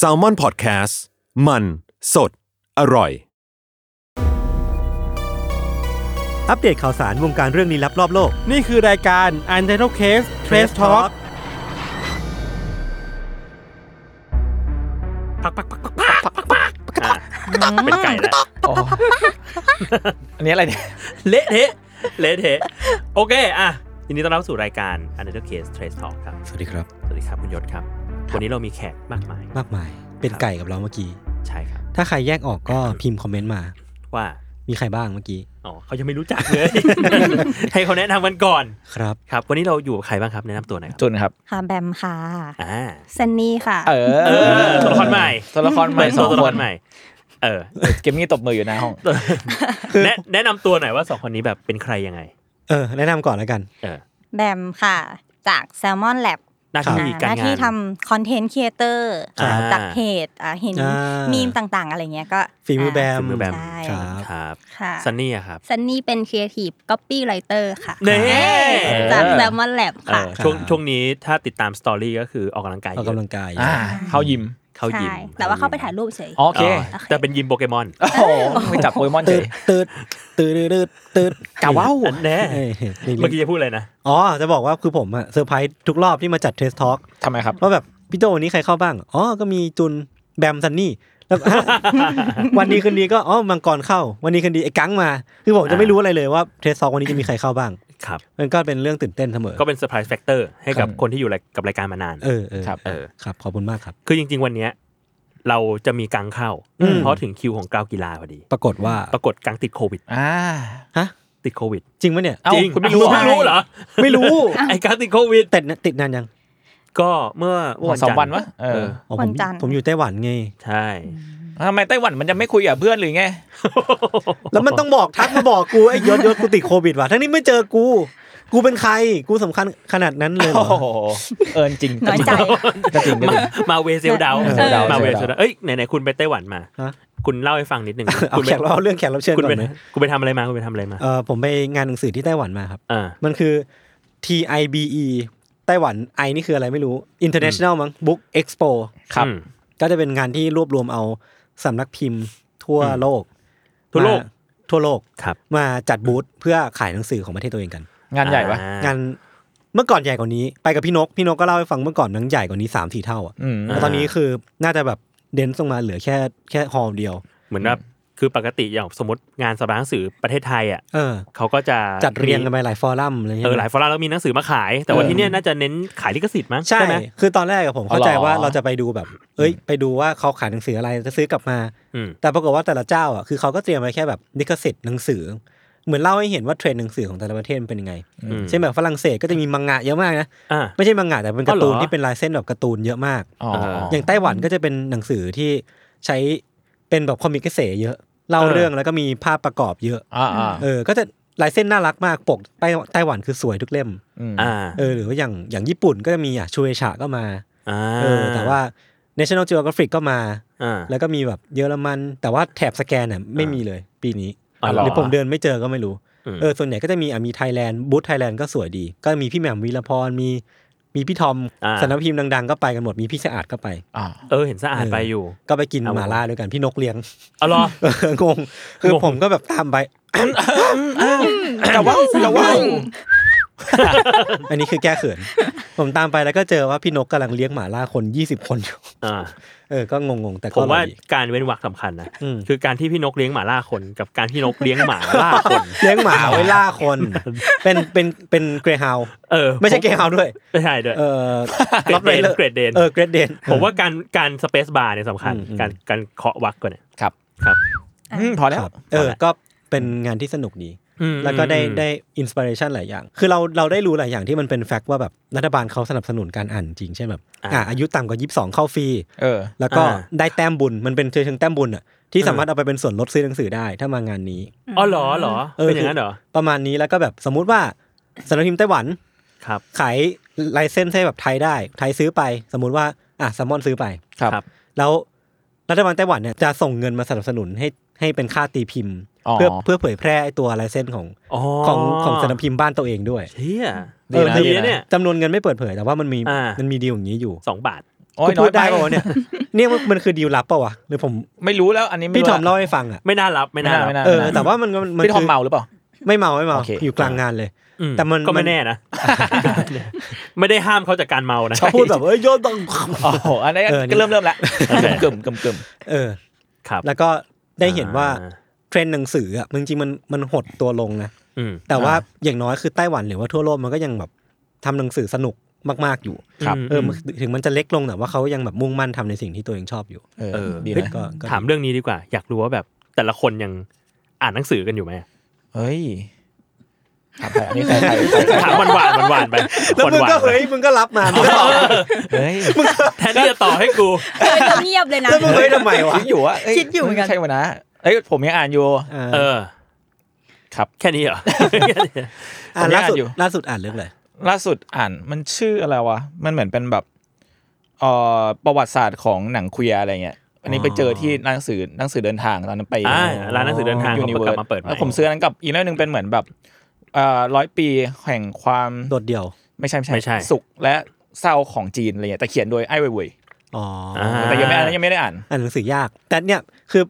s a l m o n PODCAST มัน สด อร่อย อัปเดตข่าวสารวงการเรื่องลี้ลับรอบโลก นี่คือรายการ u n t i t l e d Case Trace Talk เป็นไก่แล้วอันนี้อะไรเนี่ย เละเทะ เละเทะ โอเค อ่ะยินดีต้อนรับสู่รายการ u n d e r t Case Trace Talk ครับ สวัสดีครับ สวัสดีครับ คุณยศครับ วันนี้เรามีแขกมากมาย มากมาย เป็นไก่กับเราเมื่อกี้ ใช่ครับ ถ้าใครแยกออกก็พิมพ์คอมเมนต์มา ว่า มีใครบ้างเมื่อกี้ อ๋อเขายังไม่รู้จักเลย ให้เขาแนะนำกันก่อน ครับ ครับ วันนี้เราอยู่กับใครบ้างครับ แนะนำตัวหน่อยครับ จุนครับ ค่ะแบมค่ะ อ่า ซันนี่ค่ะ เอ เออตัวละครใหม่ ตัวละครใหม่ เปิด ส ตัวอง ตัวละคคร น ใหม่ เอ อ เกมมี่ตบมืออยู่หน้าห้อง แนะแนะนำตัวหน่อยว่าสองคนนี้แบบเป็นใครยังไง เออ แนะนำก่อนแล้วกัน เออ แบมค่ะ จาก Salmon Lab หน้าที่ อ่า กาหน้างราน ที่ทำคอนเทนต์ครีเอเตอร์ ครับ จากเพจอ่าเห็น อ่ามี มีมต่างๆ อะไรเงี้ยก็ ฝีมือแบ าม ฝีมือแบมคใช่รับ ครับ ค่ะ ซันนี่อะครับ ซันนี่เป็นครีเอทีฟก๊อปปี้ไรเตอร์ค่ะ เน่ จาก Salmon Lab เอ ค่ะ อช่วง ครับ ช่วงนี้ถ้าติดตามสตอรี่ก็คือออกกำลังกายเย ออก อะ กำลังกาย อ่า เข้ายิม เข้ายิม ใช่ แต่ว่าเข้าไปถ่ายรูปเฉย โอเค อ๋อแต่เป็นยิมโปเกมอน โอ้โหไปจับโปเกมอนเฉ ตืด ย ตืดตืดตืดตืด กะว่าว แน่ เอ้ยนี่ เมื่อกี้จะพูดอะไรนะ อ๋อ จะบอกว่าคือผมอะเซอร์ไพรส์ทุกรอบที่มาจัดเทสทอล์ก ทำไมครับ ว่าแบบ พี่โจวันนี้ใครเข้าบ้าง อ๋อ ก็มีจุน แบมซันนี่ แล้วก็ วันนี้คืนนี้ก็ อ๋อ มังกรเข้า วันนี้คืนดีไอ้กังมา คือผมจะไม่รู้อะไรเลยว่าเทสทอล์กวันนี้จะมีใครเข้าบ้าง ครับ มันก็เป็นเรื่องตื่นเต้นเสมอ ก็เป็นเซอร์ไพรส์แฟกเตอร์ให้กับ ครับ คนที่อยู่รายกับรายการมานาน เออเออ ครับ เออ ครับ ขอบคุณมากครับ คือจริง ๆ วันเนี้ยเราจะมีกังเข้า อืม เพราะถึงคิวของกราวกีฬาพอดี ปรากฏว่า ปรากฏกังติดโควิด อ่า ติดโควิด จริงไหมเนี่ย เอ้า จริง คุณไม่รู้ ไม่รู้เหรอ ไม่รู้ ไอ้กังติดโควิด แต่ติดนานยัง ก็เมื่อเมื่ สองวันวะเอ เอ อ อ อ๋อผ วั ม นจันทร์ ผมอยู่ไต้หวันไง ใช่ ทำไมไต้หวันมันจะไม่คุยกับเพื่อนหรือไง แล้วมันต้องบอกทักมาบอกกู ไอ้ยศยศกูติดโควิดว่ะ ทั้งนี้ไม่เจอกู กูเป็นใคร กูสำคัญขนาดนั้นเลยเหร โอ้ อ โห เออจริง น้อยใจ ก็จริงก็จริง มาเวเซลดาว เซลดาว มาเว เซลเซลดาวดาวเอ้ยไหนๆคุณไปไต้หวันมา ฮะ คุณเล่าให้ฟังนิดหนึ่ง เอา คุณ แข ไป กเราเอาเรื่องแขกรับเชิญ คุณ ก่อ ไป นนะ คุณไปทำอะไรมาคุณไปทำอะไรมา เออผมไปงานหนังสือที่ไต้หวันมาครับ อ่า มันคือ TIBE ไต้หวัน I นี่คืออะไรไม่รู้ International มั้ง Book Expo ครับ อืม ก็จะเป็นงานที่รวบรวมเอาสำนักพิมพ์ ทั่ว อืม โลก ทั่วโลก มาทั่วโลก ครับ มาจัดบูธเพื่อขายหนังสือของประเทศตัวเองกัน งานใหญ่ปะ อ่ งานเมื่อก่อนใหญ่กว่านี้ไปกับพี่นก พี่นกก็เล่าให้ฟังเมื่อก่อนหนังใหญ่กว่านี้สามสี่เท่าอ่ะ อืม แต่ตอนนี้คือน่าจะแบบเดนส์ลงมาเหลือแค่แค่ฮอลล์เดียว เหมือนแบบคือปกติอย่างสมมติงานสัปดาห์หนังสือประเทศไทยอ่ะ เออ เขาก็จะ จัดเรียงกันไปหลายฟอรัมอะไร เอ เงี้ อย หลายฟอรัมแล้วมีหนังสือมาขาย แต่ว่าที่เนี่ยน่าจะเน้นขายลิขสิทธิ์มั้ง ใช่ ไหม คือตอนแรกกับผมเข้าใจ อ๋อเหรอ ว่าเราจะไปดูแบบ เอ้ย ไปดูว่าเขาขายหนังสืออะไรจะซื้อกลับมา อืม แต่ปรากฏว่าแต่ละเจ้าอ่ะคือเขาก็เตรียมไว้แค่แบบลิขสิทธิ์หนังสือ เหมือนเล่าให้เห็นว่าเทรนด์หนังสือของแต่ละประเทศมันเป็นยังไง อืม เช่นแบบฝรั่งเศสก็จะมีมังงะเยอะมากนะ อ่า ไม่ใช่มังงะแต่เป็นการ์ตูน อ๋อเหรอ ที่เป็นลายเส้นแบบการ์ตูนเยอะมาก อ๋อ อ อย่าง ไต้หวันก็จะเป็นหนังสือที่ใช้เป็นแบบคอมิกเกษเยอะเล่า เออ เรื่องแล้วก็มีภาพประกอบเยอะ อ่าอ่า เออ ก็จะลายเส้นน่ารักมากปกไต้ไต้หวันคือสวยทุกเล่ม อืม อ่า เออหรือว่าอย่างอย่างญี่ปุ่นก็จะมีอ่ะชูเอชะก็มา อ่า เออแต่ว่า National Geographic ก็มา อ่า แล้วก็มีแบบเยอรมัน แต่ว่าแถบสแกนเนี่ยไม่มีเลยปีนี้ อ๋อเหรอ หรือผมเดินไม่เจอก็ไม่รู้ อืม เออส่วนใหญ่ก็จะมีอ่ะมีไทยแลนด์บูธไทยแลนด์ก็สวยดี ก็มีพี่แหม่มวีรพรมีมีพี่ทอม อ่า สำนักพิมพ์ดังๆ ก็ไปกันหมดมีพี่สะอาดก็ไป อ่า เออเห็นสะอาดไปอยู่ ก็ไปกิน เอา หมาล่าด้วยกันพี่นก เลี้ยง เอาเหรอ เอองงคือผมก็แบบตามไป แต่ว่าแต่ว่า อันนี้คือแก้เขิน ผมตามไปแล้วก็เจอว่าพี่นกกำลังเลี้ยงหมาล่าคน 20 คนอยู่ อ่า เออ ก็งงๆ แต่ ผ ก็ ม อร่อว่ายดี การเว้นวรรคสำคัญนะ อืม คือการที่พี่นกเลี้ยงหมาล่าคน กับการที่นกเลี้ยงหมาล่าคน เลี้ยงหมาไว้ล่าคน เป็นเป็นเป็นเกรฮาว เออ ไม่ใช่เกรฮาวด้วย ไม่ใช่ด้วย เออ Great Dane Rottweiler Great Dane เออเกรดเดน ผมว่าการการสเปซบาร์เนี่ยสำคัญ อืมอืม การการเคาะวักก่อนเนี่ย ครับ ครับ อืมพอแล้ว เออ ก็เป็นงานที่สนุกดี อืม แล้วก็ได้ อืม ได้อินสปิเรชันหลายอย่าง คือเราเราได้รู้หลายอย่างที่มันเป็นแฟกต์ว่าแบบรัฐบาลเขาสนับสนุนการอ่านจริง เช่นแบบอ่าอายุต่ำกว่า 22 เข้าฟรี เออ แล้วก็ อ่า ได้แต้มบุญมันเป็นเชิงแต้มบุญอ่ะที่ อ่า สามารถเอาไปเป็นส่วนลดซื้อหนังสือได้ถ้ามางานนี้ อ๋อเหรอเหรอ เออ เป็นอย่างนั้นเหรอ ประมาณนี้แล้วก็แบบสมมุติว่าสำนักพิมพ์ไต้หวัน ครับ ขายลายเส้นให้แบบไทยได้ ไทยซื้อไป สมมุติว่าอ่ะแซมมอนซื้อไป ครับ ครับ แล้วรัฐบาลไต้หวันเนี่ยจะส่งเงินมาสนับสนุนให้ให้เป็นค่าตีพิมพ์ อ๋อ เพื่อเพื่อเผยแพร่ไอ้ตัวลายเส้นของ อ๋อ ของของสำนักพิมพ์บ้านตัวเองด้วย เชี่ย ดีนะ เออดี ดี นะ นะ เนี่ย จำนวนเงินไม่เปิดเผยแต่ว่ามันมี อ่ามั มันมีดีลอย่างนี้อยู่ สองบาท โอ้ย กู น้ พู อ ด ย ได้ ไป ปะวะเนี่ยเนี่ยมันมันคือดีลลับปะวะหรือผม ไม่รู้แล้วอันนี้ไม่ พี่ รู้ ทอมเล่าให้ฟังอ่ะ ไม่น่ารับไม่ ไม่ น่า น่า รับ ไม่น่า เออ ไม่น่า แต่ว่ามันก็มัน พี่ทอม คื เมาหรือเปล่า ไม่เมาไม่เมา โอเค อยู่กลางงานเลย อืม แต่มัน ก็ไม่แน่นะ ไม่ได้ห้ามเขาจากการเมานะ เขาพูดแบบเอ้ยยอดต้อง อ๋ออันนี้ เออนี่ ก็เริ่มเริ่มละ โอเค กึ่มกึ่มกึ่ม เออ ครับ แล้วก็ได้เห็นว่า อ่ เทรนด์หนังสืออ่ะจริงๆมันมันหดตัวลงนะ อืม แต่ว่าอย่างน้อยคือไต้หวันหรือว่าทั่วโลกมันก็ยังแบบทำหนังสือสนุกมากๆอยู่ ครับ เออ อืม มันถึงมันจะเล็กลงแต่ว่าเขายังแบบมุ่งมั่นทำในสิ่งที่ตัวเองชอบอยู่ เออ เออ ดี เฮ้ย นะ ก็ก็ ถามเรื่องนี้ดีกว่า อยากรู้ว่าแบบแต่ละคนยังอ่านหนังสือกันอยู่ไหม เฮ้ยถามไปอันนี้ใครใครใคร ถามหวานหวานหวานหวานๆไป แล้วมึง หวาน ก็ ๆไป เฮ้ยมึงก็รับมามึงก็ตอบ เฮ้ย แทนที่จะต่อให้กู เงียบเลยนะ แล้วมึงเฮ้ยทำไมวะ คิดอยู่ว่าเ คิดอยู่เหมือนกัน ใช่วะนะเอ้ยผมยังอ่านอยู่ เออ ครับ แค่นี้เหรอ อ่านล่าสุด ผมยังอ่านอยู่ ล่าสุดอ่านเรื่องอะไร ล่าสุดอ่านมันชื่ออะไรวะ มันเหมือนเป็นแบบเอ่อประวัติศาสตร์ของหนังเคลียร์อะไรเงี้ย อันนี้ไปเจอที่ร้านหนังสือหนังสือเดินทางตอนนั้นไป อ่าร้านหนังสือเดินทาง ยูนิ เขา เวิ กลั ร์ บมาเปิดใหม่ ผมซื้ออันนั้นกับอีกเรื่องหนึ่งเป็นเหมือนแบบเอ่อร้อยปีแห่งความ โดดเดี่ยว ไม่ใช่ ไม่ ไม่ ใช่ ใช่สุขและเศร้าของจีนอะไรเงี้ยแต่เขียนโดยไอ้เว่ยเว่ย อ๋ออ อ่า แต่ยังไม่อันนั้นยังไม่ได้อ่าน อ่านหนังสือยาก แต่เนี่ยคือ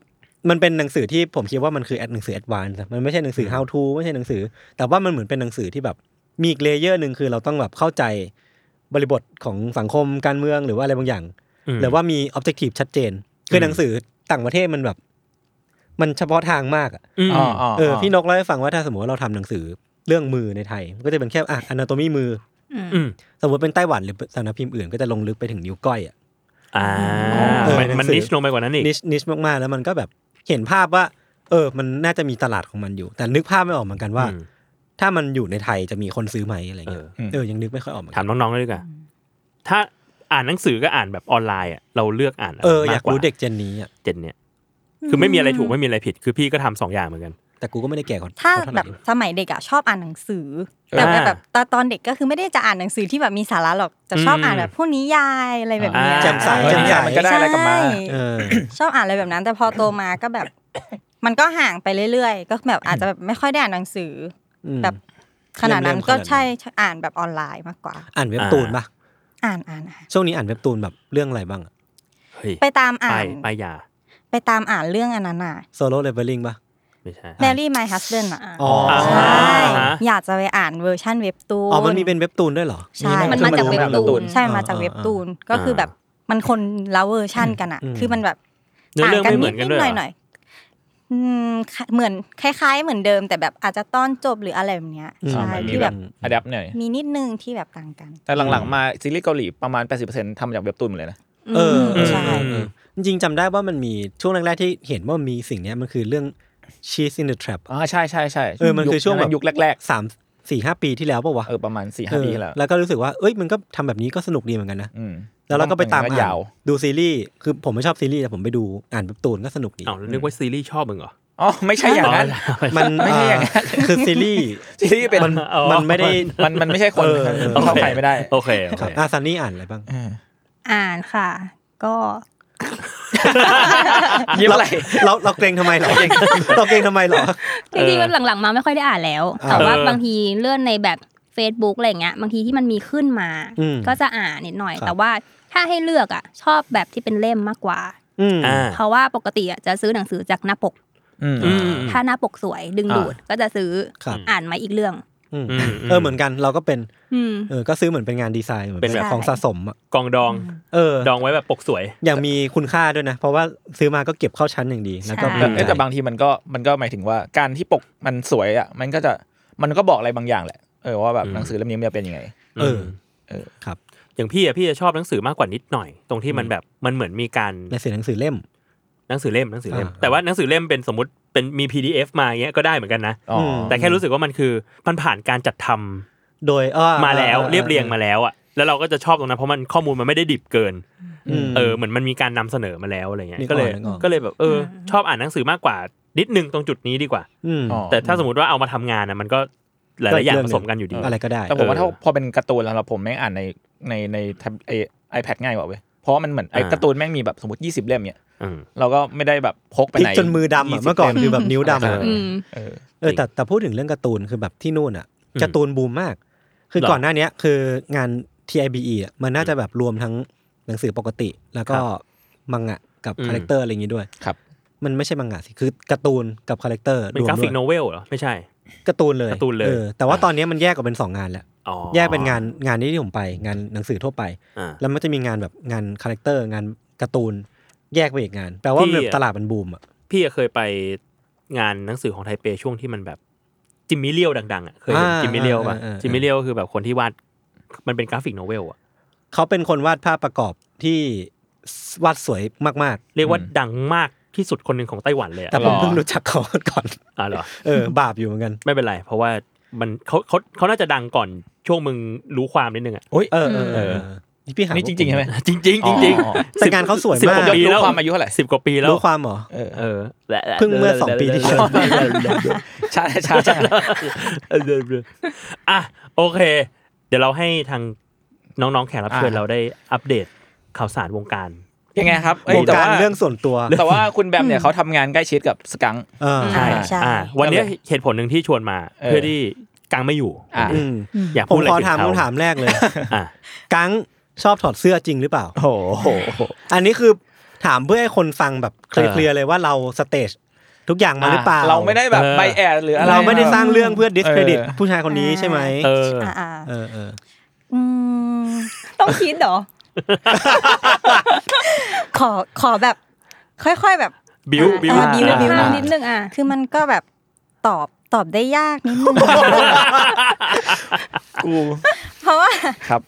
มันเป็นหนังสือที่ผมคิดว่ามันคือแอดหนังสือแอดวานซ์มันไม่ใช่หนังสือ how to ไม่ใช่หนังสือ แต่ว่ามันเหมือนเป็นหนังสือที่แบบมีอีกเลเยอร์หนึ่งคือเราต้องแบบเข้าใจบริบทของสังคมการเมืองหรือว่าอะไรบางอย่าง ม หรือว่ามีออบเจกตีฟชัดเจน คือ ม หนังสือต่างประเทศมันแบบ มันเฉพาะทางมากอะ อืม เออพี่นกเล่าให้ฟังว่าถ้าสมมติว่าเราทำหนังสือเรื่องมือในไทยมันก็จะเป็นแค่อ่ะ anatomy มือ อืม สมมติเป็นไต้หวันหรือสำนักพิมพ์อื่นก็จะลงลึกไปถึงนิ้วก้อยอะ อ่า เออ มัน หนังสือ มันนิชลงไปกว่านั้นอีก นิชนิชมากๆ แล้วมันก็แบบเห็นภาพว่า เออ มันน่าจะมีตลาดของมันอยู่ แต่นึกภาพไม่ออกเหมือนกันว่า อืม ถ้ามันอยู่ในไทยจะมีคนซื้อไหมอะไรเงี้ย เออ เออยังนึกไม่ค่อยออกเหมือน ถา กั ม น น้องๆด้วยดีกว่าถ้าอ่านหนังสือก็อ่านแบบออนไลน์อ่ะเราเลือกอ่าน เออ ม อยาก ว่ รู้เด็กเจนนี้อ่ะ เจนเนี่ย คือไม่มีอะไรถูกไม่มีอะไรผิด คือพี่ก็ทำสองอย่างเหมือนกัน แต่กูก็ไม่ได้แก่กว่า ถ้า เขเท่ไห แบ ร่ บสมัยเด็กอะชอบอ่านหนังสือ แต่ว่า อ่า แบบตอนตอนเด็กก็คือไม่ได้จะอ่านหนังสือที่แบบมีสาระหรอกจะชอบ อืม อ่านแบบพวกนิยายอะไรแบบเนี้ย อ่า แจำใสแจำใส มันก็ได้อะไรกลับมา ใช่ เออ ชอบอ่านอะไรแบบนั้น แต่พอโตมาก็แบบ มันก็ห่างไปเรื่อยๆ ก็แบบอาจจะแบบไม่ค่อยได้อ่านหนังสือ แบบ ขนาดนั้น เล่มๆ ก็ ขนาดนั้น ใช่อ่านแบบออนไลน์มากกว่า อ่านเว็บตูนปะ อ่านอ่านอ่าน ช่วงนี้อ่านเว็บตูนแบบเรื่องอะไรบ้าง เฮ้ย ไปตามอ่า ไป น ไปยา ไปตามอ่านเรื่องอันนั้นอ่ะ โซโล่เลเวลลิ่งปะ ไม่ใช่ Mary My Husband อ่ะ อ๋ออ่า ใช่ อ่าฮะ อยากจะไปอ่านเวอร์ชั่นเว็บตูน อ๋อมันมีเป็นเว็บตูนด้วยเหรอ ใช่ มั มัน น มาจามาจาก ก เว็บ เว็บตู ตูน น ใช่มันมาจากเว็บตูนก็คือแบบมันคนละเวอร์ชั่นกันอ่ะ อืม คือมันแบบ เนื้อเรื่องไม่เหมือนกันด้วย ห เหร น่ อ อยหน่อยๆอืมค่ะเหมือนคล้าย ๆ เหมือนเดิม แต่แบบอาจจะตอนจบหรืออะไรแบบเนี้ย อืม ใช่ มันมี ที่ แบ แบบ บ อัดับหน่อย มีนิดนึงที่แบบต่างกัน แต่หลังๆมาซีรีส์เกาหลีประมาณ 80%ทำมาจากเว็บตูนหมดเลยนะ เออ มใช่ เออจริงๆจำได้ว่ามันมีช่วงแรกๆที่เห็นว่ามีสิ่งเนี้ยมันคือเรื่อง Cheese in the Trap อ่าใช่ใช่ใช่ เออมันคือช่วงแบบ ยุคแรก สามสี่ห้าปีที่แล้วปะวะ ๆเออประมาณสี่ห้าปีที่แล้ว เออแล้วก็รู้สึกว่า เอ้ย มันก็ทำแบบนี้ก็สนุกดีเหมือนกันนะ อืม แล้วเราก็ไปตาม น อ่าน ยาว ดูซีรีส์ คือผมไม่ชอบซีรีส์แต่ผมไปดูอ่านเว็บตูนก็สนุกดี เอ้าแล้วนึกว่าซีรีส์ชอบมึงเหรอ อ๋อไม่ใช่อย่างนั้น มัน ไม่ใช่อย่างนั้น เคือซีรีส์ ซีรีส์เป็น มันมันไม่ได้ มันมันไม่ใช่คน เออเออ เข้าใครไม่ได้ โอเคโอ ครับ เค อาซันนี่อ่านอะไรบ้าง เออ อ่านค่ะ ก็ ยิ้มอะไร เราเราเกรงทำไมเหรอ เราเกรงทำไมเหรอจเออ ริงๆมันหลังๆมาไม่ค่อยได้อ่านแล้ว อ่า แต่เออบว่าางทีเลื่อนในแบบ Facebook อะไรอย่างเงี้ยบางทีที่มันมีขึ้นมา อืม ก็จะอ่านนิดหน่อย ครับ แต่ว่าถ้าให้เลือกอ่ะ ชอบแบบที่เป็นเล่มมากกว่า อืม า เพราะว่าปกติอ่ะจะซื้อหนังสือจากหน้าปก อืม อืม ถ้าหน้าปกสวยดึงดูดก็จะซื้อ ครับ อ่านมาอีกเรื่อง อืม อืม เออ เหมือนกัน เราก็เป็น อืม เออ ก็ซื้อเหมือนเป็นงานดีไซน์เหมือน เป็นแบบ ของสะสมอะ กองดอง เออ ดองไว้แบบปกสวย อย่างมีคุณค่าด้วยนะ เพราะว่าซื้อมาก็เก็บเข้าชั้นอย่างดี แล้วก็ ใช่ภูมิใจแต่เอ้ยแต่บางทีมันก็มันก็หมายถึงว่าการที่ปกมันสวยอ่ะมันก็จะมันก็บอกอะไรบางอย่างแหละเออว่าแบบ อืม หนังสือเล่มนี้มันจะเป็นยังไง เออ เออ ครับ อย่างพี่อะพี่จะชอบหนังสือมากกว่านิดหน่อย ตรงที่มันแบบมันเหมือนมีการ ในเสียหนังสือเล่ม หนังสือเล่มหนังสือเล่ม อ่า แต่ว่าหนังสือเล่มเป็นสมมติเป็นมี PDF มาอย่างเงี้ยก็ได้เหมือนกันนะ อ๋ออ ม แต่แค่รู้สึกว่ามันคือมันผ่านการจัดทำ โดยอ้อ มาแล้ว ออออ เรียบเรียงมาแล้วอ่ะแล้วเราก็จะชอบตรงนั้นเพราะมันข้อมูลมันไม่ได้ดิบเกิน ม เออเหมือนมันมีการนำเสนอมาแล้วอะไรเงี้ย นึกออก ก็เลย นึกออก ก็เลยแบบเอออ ชอบอ่านหนังสือมากกว่านิดนึงตรงจุดนี้ดีกว่า ม อ๋อ แต่ถ้าสมมติว่าเอามาทำงานนะมันก็หลายๆอย่างผสมกันอยู่ดี อะไรก็ได้ แต่ผมว่า เออ ถ้าพอเป็นการ์ตูนแล้วผมแม่งอ่านในในในแท็บไอไอแพดง่ายกว่าเว้ยเพราะว่ามันเหมือนไอ อ่า การ์ตูนแม่งมีแบบสมมติ 20 เล่มเนี่ย อืม เราก็ไม่ได้แบบพกไป พลิก ไหน จนมือดำอะ 20 เมื่อก่อนคือแบบนิ้วดำ เอ อะ อ อืม เออ เออแต่แต่พูดถึงเรื่องการ์ตูนคือแบบที่นู่นอ่ะ อืม การ์ตูนบูมมาก คือ หรอ ก่อนหน้าเนี้ยคืองาน TIBE อะมันน่าจะแบบรวมทั้งหนังสือปกติ แล้วก็มังงะกับ อืม คาแรคเตอร์อะไรอย่างงี้ด้วย ครับ มันไม่ใช่มังงะสิคือการ์ตูนกับคาแรคเตอร์ เป็น รวม กรา ด้ ฟิ ว ก ย โนเวลเหรอไม่ใช่ การ์ตูนเลย การ์ตูนเลย ออแต่ว่าตอนเนี้ยมันแยกออกเป็นสองงานแล้ว อ๋อ แยกเป็นงานงานนี้ที่ผมไป งานหนังสือทั่วไป อ่า แล้วมันจะมีงานแบบงานคาแรคเตอร์งานการ์ตูนแยกไปอีกงานแปลว่า ที่ แบบตลาดมันบูมอ่ะ พี่อะเคยไปงานหนังสือของไทเปช่วงที่มันแบบจิมมี่เลียวดังๆอ่ะเคยเห็น อ่า จิมมี่เลียวป่ะ อ่าอ่าอ่า จิมมี่เลียวคือแบบคนที่วาดมันเป็นกราฟิกโนเวลอ่ะ เขาเป็นคนวาดภาพประกอบที่วาดสวยมาก เรียกว่าดังมากที่สุดคนหนึ่งของไต้หวันเลย ๆ อะ แต่ผม หรอ เพิ่งรู้จักเขาก่อน อ่าเหรอ เออบาปอยู่เหมือนกัน ไม่เป็นไร เพราะว่ามันเขาเขาเขาน่าจะดังก่อนช่วงมึงรู้ความนิดนึ งอ่ะ โอ้ย เออเออเออ เออ นี่พี่หา นี่จริงๆใช่ไหม จริงจริง อ๋อ จริง อ๋อ ๆ แต่งานเขาสวย สิบ มาก กว่าปีแล้ว ความอายุเท่าไหร่ สิบกว่าปีแล้ว รู้ความเหรอ เออ เออและ เพิ่งเมื่อสองปีที่แล้ว ใช่ใช่ใช่ อ่ะโอเค เดี๋ยวเราให้ทางน้องๆแขกรับเชิญเราได้อัปเดตข่าวสารวงการ ยังไงครับเอ้ วย ง แต่ การ ว่า เรื่องส่วนตัว แต่ว่าคุณแบมเนี่ยเขาทำงานใกล้ชิดกับสกังค์ เออ ใช่ อ่ะอ่ะวันเนี้ยเหตุผลหนึ่งที่ชวนมา เออ เพื่อที่กังไม่อยู่ อ่า อืม อยาก ผม พูดอะไร ขอ ถึง ถาม เขา คำถามแรกเลย อ่ะ กังชอบถอดเสื้อจริงหรือเปล่า โอ้โห อันนี้คือถามเพื่อให้คนฟังแบบเค เอ ลีย อ ร์ๆเลยว่าเราสเตจทุกอย่างมาหรือเปล่า เราไม่ได้แบบ เออ ใบแอดหรืออะไร เราไม่ได้สร้างเรื่องเพื่อ discredit เออ ผู้ชายคนนี้ใช่ไหม เออ อ่า เออเออ ๆอืมต้องคิดเหรอ ขอขอแบบ ค่อยๆแบบ บิวบิว อ่า บิว อ่า ภาพนิดนึงอ่ะ คือมันก็แบบตอบตอบได้ยากนิดนึง กู เพราะว่า ครับ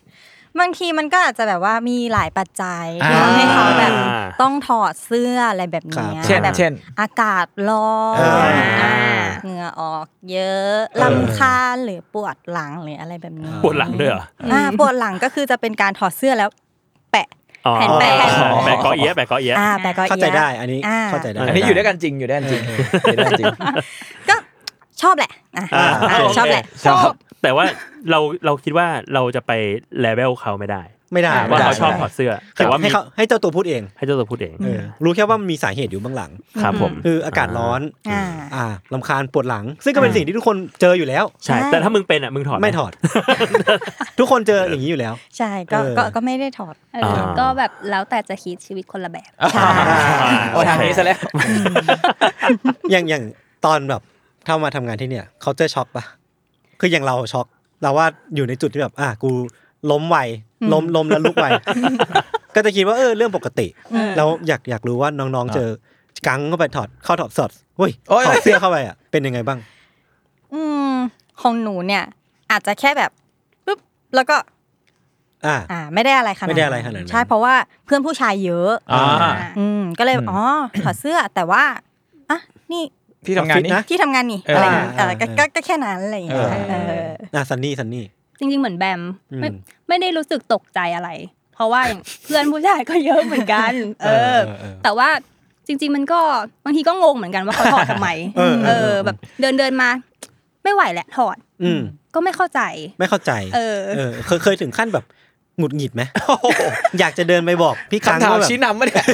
บางทีมันก็อาจจะแบบว่ามีหลายปัจจัยที่ อ่า ทำให้เขาแบบ อ่า ต้องถอดเสื้ออะไรแบบเนี้ย ครับ เช่น แบบ เช่น อากาศร้อน เออ อ่า อ่า เหงื่อออกเยอะ เออ ลำคาญหรือปวดหลังหรืออะไรแบบนี้ ปวดหลังด้วยเหรอ อ่าปวดหลังก็คือจะเป็นการถอดเสื้อแล้ว แปะ อ๋อ แผ่นแปะ แปะกอเอียะแปะกอเอียะ อ่าแปะก็ เข้าใจ เอี๊ยะ ได้อันนี้ อ่า เข้าใจได้ อันนี้อยู่ด้วยกันจริงอยู่ด้วยกันจริงอยู่ด้วยกันจริง ก็ชอบแหละอ่ะ อ่า อ่า โอเค ชอบแหละ ชอบ แต่ว่าเราเราคิดว่าเราจะไปเลเวลเขาไม่ได้ ไม่ได้ ว่าเขา ไม่ได้ ชอบถอดเสื้อ แต่ แต่ ว่า ว่าให้ มี เขาให้เจ้าตัวพูดเอง ให้เจ้าตัวพูดเอง เออรู้แค่ว่ามันมีสาเหตุอยู่เบื้องหลัง ครับผม คืออากาศร้อน อ่า อ่าลำคาญปวดหลัง ซึ่งก็เป็นสิ่งที่ทุกคนเจออยู่แล้ว ใช่ แต่ถ้ามึงเป็นอ่ะมึงถอดห ไม่ถอด ทุกคนเจออย่างนี้อยู่แล้ว ใช่ก็ เออ ก็ก็ไม่ได้ถอด เอ อ่า อ ก็แบบแล้วแต่จะคิดชีวิตคนละแบบ ใช่ โอ้ทางนี้ซะแล้ว อย่างอย่างตอนแบบถ้ามาทำงานที่เนี่ยเขาเจอช็อกปะคืออย่างเราช็อกเราว่าอยู่ในจุดที่แบบ อ่ะกูล้มไวล้มล้มแล้วลุกไวก็จะคิดว่าเออเรื่องปกติ อืม เราอยากอยากรู้ว่าน้องๆเจอกังเข้าไปถอดเข้าถอดสอดเฮ้ย โอ้ย ถอดเสื้อเข้าไปอ่ะเป็นยังไงบ้าง อืมของหนูเนี่ย อาจจะแค่แบบปึ๊บแล้วก็ อ่า อ่าไม่ได้อะไรขนาด ไม่ได้อะไรขนาดนั้น ใช่เพราะว่าเพื่อนผู้ชายเยอะ อ่า อืมก็เลย อืม อ๋อถอดเสื้อแต่ว่าอ่ะนี่ ที่ทำงานนี้ ออฟฟิศนะ ที่ทำงานนี่ เอออ อะไรอย่างเงี้ย อ่า เออก็ อ่า ก็ก็แค่นั้นอะไรอย่างเงี้ย เออ เออ อ่ะซันนี่ซันนี่ จริงๆ เหมือนแบม อืม ไม่ไม่ได้รู้สึกตกใจอะไร เพราะว่าอย่าง เพื่อนผู้ชายก็เยอะเหมือน กัน เออ เออ แต่ว่าจริง ๆ มันก็บางทีก็งงเหมือนกันว่าเขาถอดทำไม เออเออ แบบเดินเดินๆมา ไม่ไหวแหละถอด อืม ก็ไม่เข้าใจ ไม่เข้าใจ เออ เออเคยเคยถึงขั้นแบบหงุดหงิดไหม อยากจะเดินไปบอกพี่คัง คำถาม ว่าแบบ ชี้นำมาเนี่ย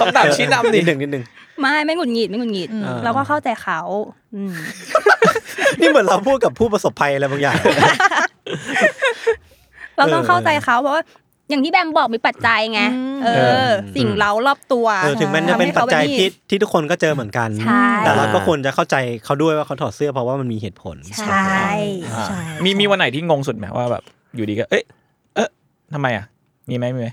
คำถามชี้นำ นิ นี่ ดหนึ่งนิดหนึ่ง ไม่ไม่หงุดหงิดไม่หงุดหงิด อ่า เราก็เข้าใจเขาอืม นี่เหมือนเราพูดกับผู้ประสบภัยอะไรบางอย่าง เราต้อง เออ เข้าใจเขาเพราะว่าอย่างที่แบมบอกมีปัจจัยไง อืม เอ เอ อ อ สิ่งเรารอบตัว เออถึงมันจะเป็นปัจจัย ทำให้เขา ที่ ไนี่ ที่ทุกคนก็เจอเหมือนกัน ใช่ แต่เราก็ควรจะเข้าใจเขาด้วยว่าเขาถอดเสื้อเพราะว่ามันมีเหตุผล ใช่ อ่า ใช่ มีมีวันไหนที่งงสุดไหมว่าแบบอยู่ดีก็ เอ๊ะเอ๊ะทำไมอ่ะ มีไหมมีไหม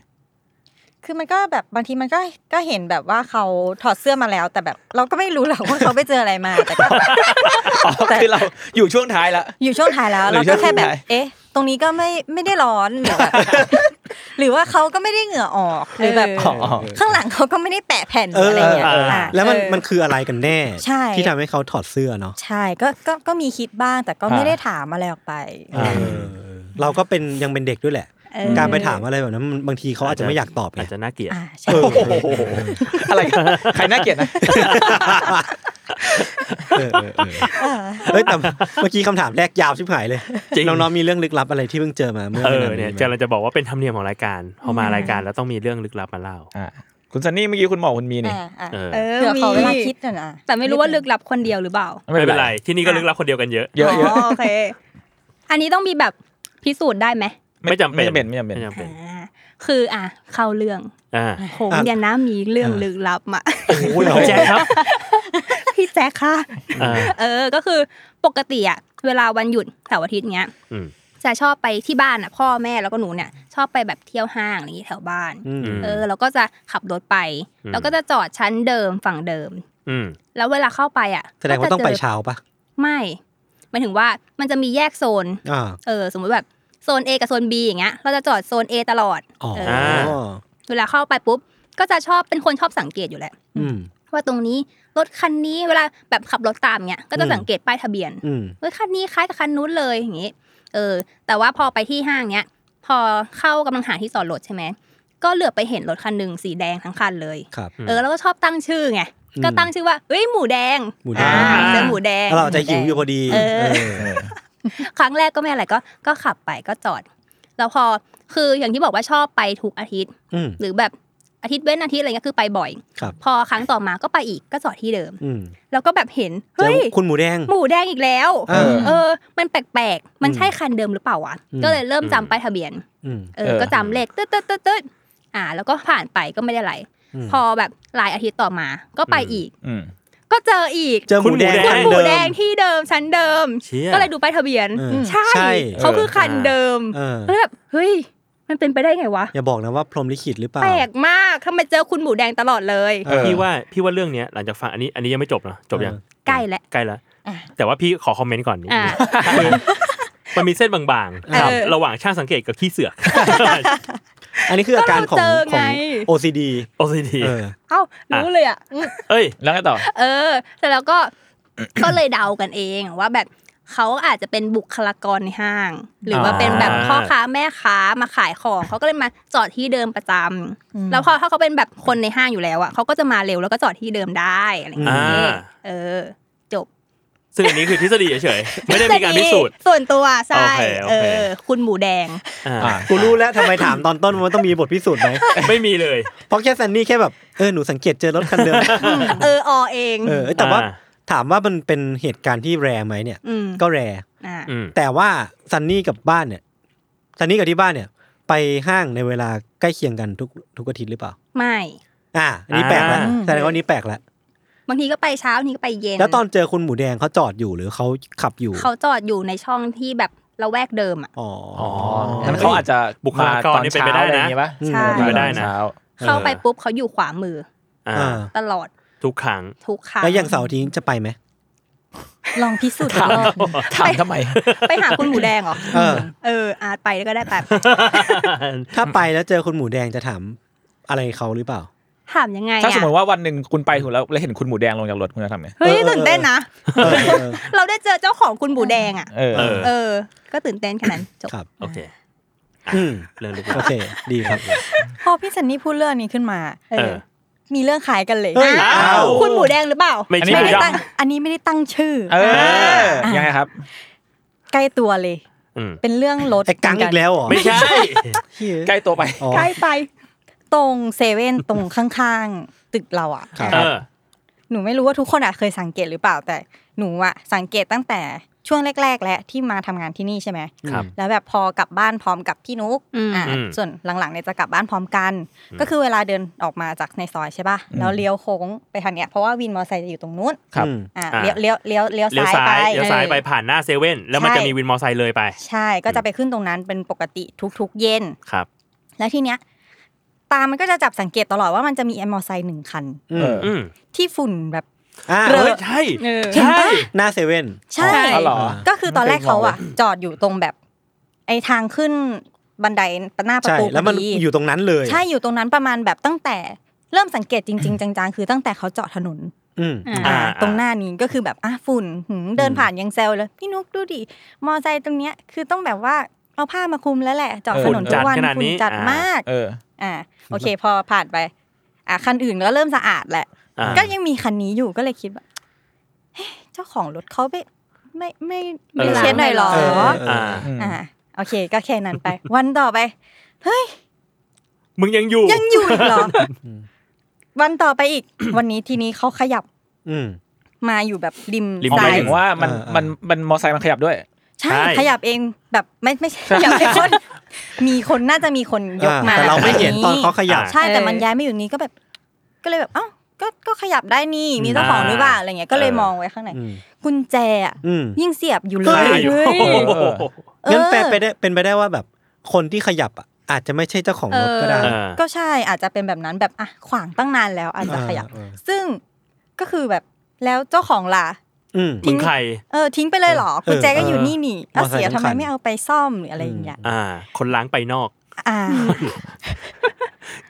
คือมันก็แบบบางทีมันก็ก็เห็นแบบว่าเขาถอดเสื้อมาแล้ว แต่แบบเราก็ไม่รู้หรอกว่าเขาไปเจออะไรมาแต่ก็ อ๋อคือเราอยู่ช่วงท้ายละ อยู่ช่วงท้ายแล้ว หรือ เราก็แค่ ช่วง แบบ ท้าย เอ๊ะ ตรงนี้ก็ไม่ไม่ได้ร้อนหรือแบบ หรือว่าเขาก็ไม่ได้เหงื่อออกหรือแบบ เอ อ๋ออ๋อ ข้างหลังเขาก็ไม่ได้แปะแผ่นหรืออะไรเงี้ย เออ อ่ะ แล้วมัน เออ มันคืออะไรกันแน่ ใช่ ที่ทำให้เขาถอดเสื้อเนาะ ใช่ก็ก็ก็มีคิดบ้างแต่ก็ไม่ อ่า ได้ถามอะไรออกไป เออเราก็เป็นยังเป็นเด็กด้วยแหละ เออ การไปถามอะไรแบบนั้นมันบางทีเขาอาจจะไม่อยากตอบไง อาจจะน่าเกลียด อ่าใช่ โอ้โหอะไรกันใครน่าเกลียดนะ เออเออเออเฮ้ยแต่เมื่อกี้คำถามแรกยาวชิบหายเลย จริง น้องๆมีเรื่องลึกลับอะไรที่เพิ่งเจอมาเมื่อ เออนไม่าน เนี่ย นี้ไหม กำลังจะบอกว่าเป็นธรรมเนียมของรายการพอมารายการแล้วต้องมีเรื่องลึกลับมาเล่า อ่าคุณซันนี่เมื่อกี้คุณหมอคุณมีนี่ อ่าอ่า เออ เออ เผื่อ มี ขอเวลาคิดหน่อยนะ แต่ไม่รู้ว่าลึกลับคนเดียวหรือเปล่า ไม่เป็นไร ที่นี่ก็ลึกลับคนเดียวกันเยอะ เยอะเยอะ โอเค อันนี้ต้องมีแบบพิสูจน์ได้ไหม ไม่จำเป็น ไม่จำเป็นไม่จำเป็น ไม่จำเป็น อ่าคืออ่ะเข้าเรื่อง อ่า ผมเนี่ยนะมีเรื่องลึกลับมา แจ๊คครับ พี่แจ๊คค่ะ อ่า เออ ก็คือปกติอะเวลาวันหยุดเสาร์อาทิตย์เนี้ย อืม จะชอบไปที่บ้านอะพ่อแม่แล้วก็หนูเนี่ย ชอบไปแบบเที่ยวห้างอะไรอย่างงี้แถวบ้าน อืม เออ แล้วก็จะขับรถไป อืม แล้วก็จะจอดชั้นเดิมฝั่งเดิม อืม แล้วเวลาเข้าไปอะ แสดงว่าต้องไป ก็จะเจ เช้าปะ ไม่หมายถึงว่ามันจะมีแยกโซน อ่า เออ สมมติแบบโซน A กับโซน B อย่างเงี้ย เราจะจอดโซน A ตลอด อ๋อ เอ อ เวลาเข้าไปปุ๊บ ก็จะชอบเป็นคนชอบสังเกตอยู่แหละ อืม ว่าตรงนี้รถคันนี้เวลาแบบขับรถตามเนี้ย ก็จะ อืม สังเกตป้ายทะเบียน อืม เฮ้ยคันนี้คล้ายกับคันนู้นเลยอย่างงี้ เออ แต่ว่าพอไปที่ห้างเนี้ย พอเข้ากำลังหาที่จอดรถใช่ไหม ก็เหลือบไปเห็นรถคันหนึ่งสีแดงทั้งคันเลย ครับ เออ แล้วก็ชอบตั้งชื่อไง อืม ก็ตั้งชื่อว่า เอ้ย หมูแดง หมูแดง อ่าเจอหมูแดง แล้วเราจะหิวอยู่พอดี เออ เออ ครั้งแรกก็ไม่อะไรก็ ก็ขับไปก็จอด แล้วพอ คืออย่างที่บอกว่าชอบไปทุกอาทิตย์ อืม หรือแบบอาทิตย์เว้นอาทิตย์อะไรเงี้ย คือไปบ่อย ครับ พอครั้งต่อมาก็ไปอีก ก็จอดที่เดิม อืม แล้วก็แบบเห็น เจอ เฮ้ย คุณหมูแดง หมูแดงอีกแล้ว เออ เออ มันแปลกๆ มันใช่คันเดิมหรือเปล่าวะ อืม ก็เลยเริ่มจำ อืม ป้ายทะเบียน อืม เอ เอ อ อ ก็จำเลขตึ๊ดตึ๊ดตึ๊ดตึ๊ดอ่า แล้วก็ผ่านไปก็ไม่ได้อะไร ม พอแบบหลายอาทิตย์ต่อมา ก็ไปอีก อืม ก็เจออีก เจอหมูแดง คนหมูแดง เดิ ที่เดิมชั้นเดิม เชี่ย ก็เลยดูป้ายทะเบียน เออ ใช่ ใช่ เขาคือคัน เออ เดิม มเออ แล้วแบบเฮ้ย มันเป็นไปได้ไงวะ อย่าบอกนะว่าพรหมลิขิตหรือเปล่า แปลกมากทำไมเจอคุณหมูแดงตลอดเลย เออ พี่ว่าพี่ว่าเรื่องเนี้ยหลังจากฟังอันนี้อันนี้ยังไม่จบเนอะจบยัง เออ ใกล้แล้ว ใกล้แล้ว อ่ะ แต่ว่าพี่ขอคอมเมนต์ก่อนนิดนึง อ่ะ คือมันมีเส้นบางๆครับ เออ ระหว่างช่างสังเกตกับขี้เสือก อันนี้คืออาการของ ก็เราเจอ ของ ไง OCD OCD เออ เอ้ารู้เลยอ่ะ เอ้ย แล้วไงต่อ เออแต่แล้วก็ ก็เลยเดากันเองว่าแบบเขาอาจจะเป็นบุคลากรในห้าง หรือว่า อ่า เป็นแบบพ่อค้าแม่ค้ามาขายของเขาก็เลยมาจอดที่เดิมประจำ อืม แล้วพอถ้าเขาเป็นแบบคนในห้างอยู่แล้วอ่ะเขาก็จะมาเร็วแล้วก็จอดที่เดิมได้อะไรอย่าง อ่า เงี้ยเออจบ ซึ่งอันนี้คือทฤษฎีเฉยๆไม่ได้มีการพิสูจน์ ส่วนตัวใช่ โอเคโอ เอ เค อ คุณหมูแดง อ่า อ่ะ กูรู้แล้วทำไมถามตอนต้นว่ามันต้องมีบทพิสูจ น์ไหม ไม่มีเลย เพราะแค่ซันนี่แค่แบบ เออ หนูสังเกตเจอรถคันเดิม เอออเอง เออ แต่ว่า อ่ะ ถามว่ามันเป็นเหตุการณ์ที่แรร์ไหมเนี่ย อืม ก็แรร์ อ่า อืม แต่ว่าซันนี่กับบ้านเนี่ยซันนี่กับที่บ้านเนี่ย ไปห้างในเวลาใกล้เคียงกันทุกทุกอาทิตย์หรือเปล่า ไม่ อ่าอันนี้แปลกแล้วแสดงว่าอันนี้แปลกแล้ว บางทีก็ไปเช้าบางทีก็ไปเย็น แล้วตอนเจอคุณหมูแดงเขาจอดอยู่หรือเขาขับอยู่ เขาจอดอยู่ในช่องที่แบบละแวกเดิมอ่ะ อ๋อ อ๋อนั้นเขาอาจจะ บุคลากรนี่เป็นไปได้นะ ปะ อืม ใช่ เป็นไปได้นะ เช้า เข้าไปปุ๊บเขาอยู่ขวามือ อ่า อ่า ตลอด ทุกครั้ง ทุกครั้ง แล้วอย่างเสาร์อาทิตย์จะไปไหม ลองพิสูจน์อีกรอบนะ ถามทำไม ไปหาคุณหมูแดงเหรอ เออ เอออาจไปแล้วก็ได้แบบ ถ้าไปแล้วเจอคุณหมูแดงจะถามอะไรเขาหรือเปล่า ถามยังไง ถ้าสม อ่ะ มติว่าวันหนึ่งคุณไปถูกแล้วแล้วเห็นคุณหมูแดงลงจากรถคุณจะทำไง เฮ้ย เออเออ ตื่นเต้นนะ เออเออ เราได้เจอเจ้าของคุณหมูแดงอ่ะ เออ เออ เออ ก็ตื่นเต้นแค่นั้นจบ ครับ โอเค อืม เรื่องลึก โอ ลับ เคดีครับ พอพี่ซันนี่พูดเรื่องนี้ขึ้นมา เออ เออ มีเรื่องขายกันเลย เฮ้ย อ้าว คุณหมูแดงหรือเปล่า ไม่ อันนี้ ใช่ ไม่ได้ ดั ตั้ ง งอันนี้ไม่ได้ตั้งชื่อ เออ อ่ะ ยังไงครับ ใกล้ตัวเลย อืม เป็นเรื่องรถ ไอ้กังอีกแล้วเหรอ ไม่ใช่ เหี้ย ใกล้ตัวไป อ๋อ ใกล้ไป ตรงเซเว่นตรงข้างๆ ตึกเราอ่ะ ครับ เออ หนูไม่รู้ว่าทุกคนอะเคยสังเกตหรือเปล่าแต่หนูอะสังเกตตั้งแต่ช่วงแรก ๆ และที่มาทำงานที่นี่ใช่ไหม ครับ แล้วแบบพอกลับบ้านพร้อมกับพี่นุก อืม อ่า อืม ส่วนหลังๆเนี่ยจะกลับบ้านพร้อมกัน อืม ก็คือเวลาเดินออกมาจากในซอยใช่ป่ะแล้วเลี้ยวโค้งไปทางเนี้ยเพราะว่าวินมอเตอร์ไซค์จะอยู่ตรงนู้น ครับ อืม อ่าเลี้ยวเลี้ยวเลี้ยวเลี้ยว เลี้ยว ซ้าย ซ้า ไป ยเลี้ยวซ้ายไป เออ ผ่านหน้าเซเว่นแล้วมัน ใช่ จะมีวินมอไซค์เลยไป ใช่ก็จะไปขึ้นตรงนั้นเป็นปกติทุกๆ เย็น ครับ แล้วทีเนี้ยตามันก็จะจับสังเกตตลอดว่ามันจะมีมอเตอร์ไซค์หนึ่งคัน อืม เออ อืม ที่ฝุ่นแบบ อ่า เออใช่ เออ ใช่ หน้าเซเว่น ใช่ อ๋อเหรอ ก็คือตอนแรกเขาอะจอดอยู่ตรงแบบ ไอทางขึ้น บันไดหน้าประ ใช่ ตู แล้วมัน พอดี อยู่ตรงนั้นเลย ใช่อยู่ตรงนั้นประมาณแบบตั้งแต่เริ่มสังเกตจริง ๆ จังๆ คือตั้งแต่เขาเจาะถนน อืม อ่า อ่า อ่า ตรงหน้านี้ก็คือแบบอ่ะฝุ่นหืมเดินผ่านยังแซวเลย พี่นุกดูดิมอไซค์ตรงเนี้ยคือต้องแบบว่าเอาผ้ามาคลุมแล้วแหละเจอด เออ ถนนทุกวัน ฝุ่นจัดขนาด ฝุ่ นี้ นจัด อ่าม มาก เออ อ่าโอเค พอผ่านไป อ่ะคันอื่นก็เริ่มสะอาดแหละ อ่า ก็ยังมีคันนี้อยู่ก็เลยคิดว่าเฮ้ยเจ้าของรถเขาไม่ไม่ไม่ไม่เช็ดหน่อยหรอ เออ อ่า อืม อ่าโอเค ก็แค่นั้นไป วันต่อไป เฮ้ย มึงยังอยู่ ยังอยู่อีก เหรอ วันต่อไปอีก วันนี้ทีนี้เขาขยับ อืม มาอยู่แบบริม ริม อ๋อซ้ามหาย ย ถึงว่ามัน เออเออ มันมันมอไซค์มันขยับด้วย ใช่ ใช่ ขยับเองแบบไม่ไม่ใช่ขยับเอง คนมีคนน่าจะมีคนยกมา อ่าแต่เราไม่เห็นตอนเขาขยับ ใช่แต่ เออ มันย้ายไม่อยู่นี้ก็แบบ ก็เลยแบบเอ้าก็ก็ขยับได้นี่มีเจ้าของหรือเปล่าอะไรเงี้ยก็เลยมองไว้ข้างใน อืม กุญแจอะ อืม ยิ่งเสียบอยู่เล ก็ ย ยังอยู่ เฮ้ย โอ้โห เออ งั้นแปลไปได้เป็นไปได้ว่าแบบคนที่ขยับอ่ะอาจจะไม่ใช่เจ้าของรถก็ได้ เออ ก็ใช่อาจจะเป็นแบบนั้นแบบอ่ะขวางตั้งนานแล้วอาจจะขยับ เออ ซึ่งก็คือแบบแล้วเจ้าของล่ะ อืม ทิ้ มึ ง งใคร เออทิ้งไปเลยเหรอกุญแจก็อยู่ เออ นี่นี่เอาเสีมยอเตอร์ไซค์ทั้งทำไม คัน ไม่เอาไปซ่อมหรืออะไรอย่างเงี้ย อ่า คนล้างไปนอก อ่า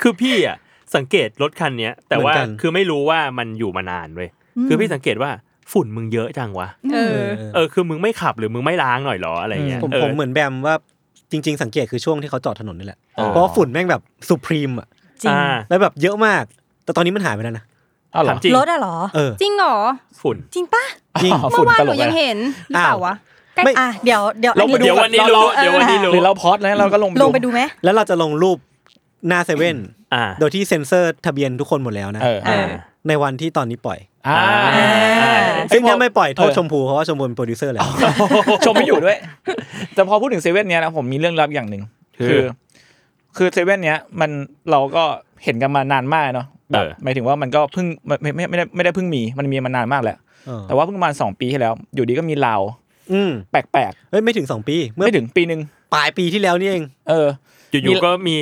คือพี่อ่ะสังเกตรถคันเนี้ย แต่ว่า เหมือนกัน คือไม่รู้ว่ามันอยู่มานานเว้ยคือพี่สังเกตว่าฝุ่นมึงเยอะจังวะ เอ เอ อ อ เออคือมึงไม่ขับหรือมึงไม่ล้างหน่อยเหรออะไรเงี้ย ผม เออ ผมเหมือนแบมว่าจริง ๆ สังเกตคือช่วงที่เขาจอดถนนนี่แหละ อ๋อ เพราะว่าฝุ่นแม่งแบบสุพรีมอ่ะ จริง อ่า แล้วแบบเยอะมาก แต่ตอนนี้มันหายไปแล้วนะ อ้าวเหร ถา อ มจริง รถอะเหรอ เออ จริงเหรอ ฝุ่น จริงปะ จริง อ้าว เมื่อฝุ่น วาน ต ห ล นู กเล ยั ย งเห็นหรือเปล่าวะ ไม่ อ่ะเดี๋ยวเดี๋ยว เรา อัน เดี๋ นี้ ยววันนี้รู้เดี๋ยววันนี้รู้ หรือเราพอดแล้วเราก็ลงไป ล ดู งไปดูไหม แล้วเราจะลงรูปหน้าเซเว่น อ่า โดยที่เซ็นเซอร์ทะเบียนทุกคนหมดแล้วนะ เออ อ่า ในวันที่ตอนนี้ปล่อย อ่า ซึ่งถ้าไม่ปล่อยโทษ เออ ชมพูเพราะว่าชมพูเป็นโปรดิวเซอร์แล้ว ชมไม่อยู่ด้วย แต่พอพูดถึงเซเว่นเนี้ยนะผมมีเรื่องลับอย่างหนึ่งคือ คือเซเว่นเนี้ยมันเราก็เห็นกันมานานมากเนาะแบบหมายถึงว่ามันก็เพิ่งไม่ไม่ไม่ได้ไม่ได้เพิ่งมีมันมีมานานมากแหละ เออ แต่ว่าเพิ่งประมาณสองปีที่แล้ว อยู่ดีก็มีลาว อืม แปลก เฮ้ยไม่ถึงสองปี ๆ เมื่อ ไม่ถึงปีหนึ่ง ปลายปีที่แล้วนี่เอง เออ อยู่ๆก็มี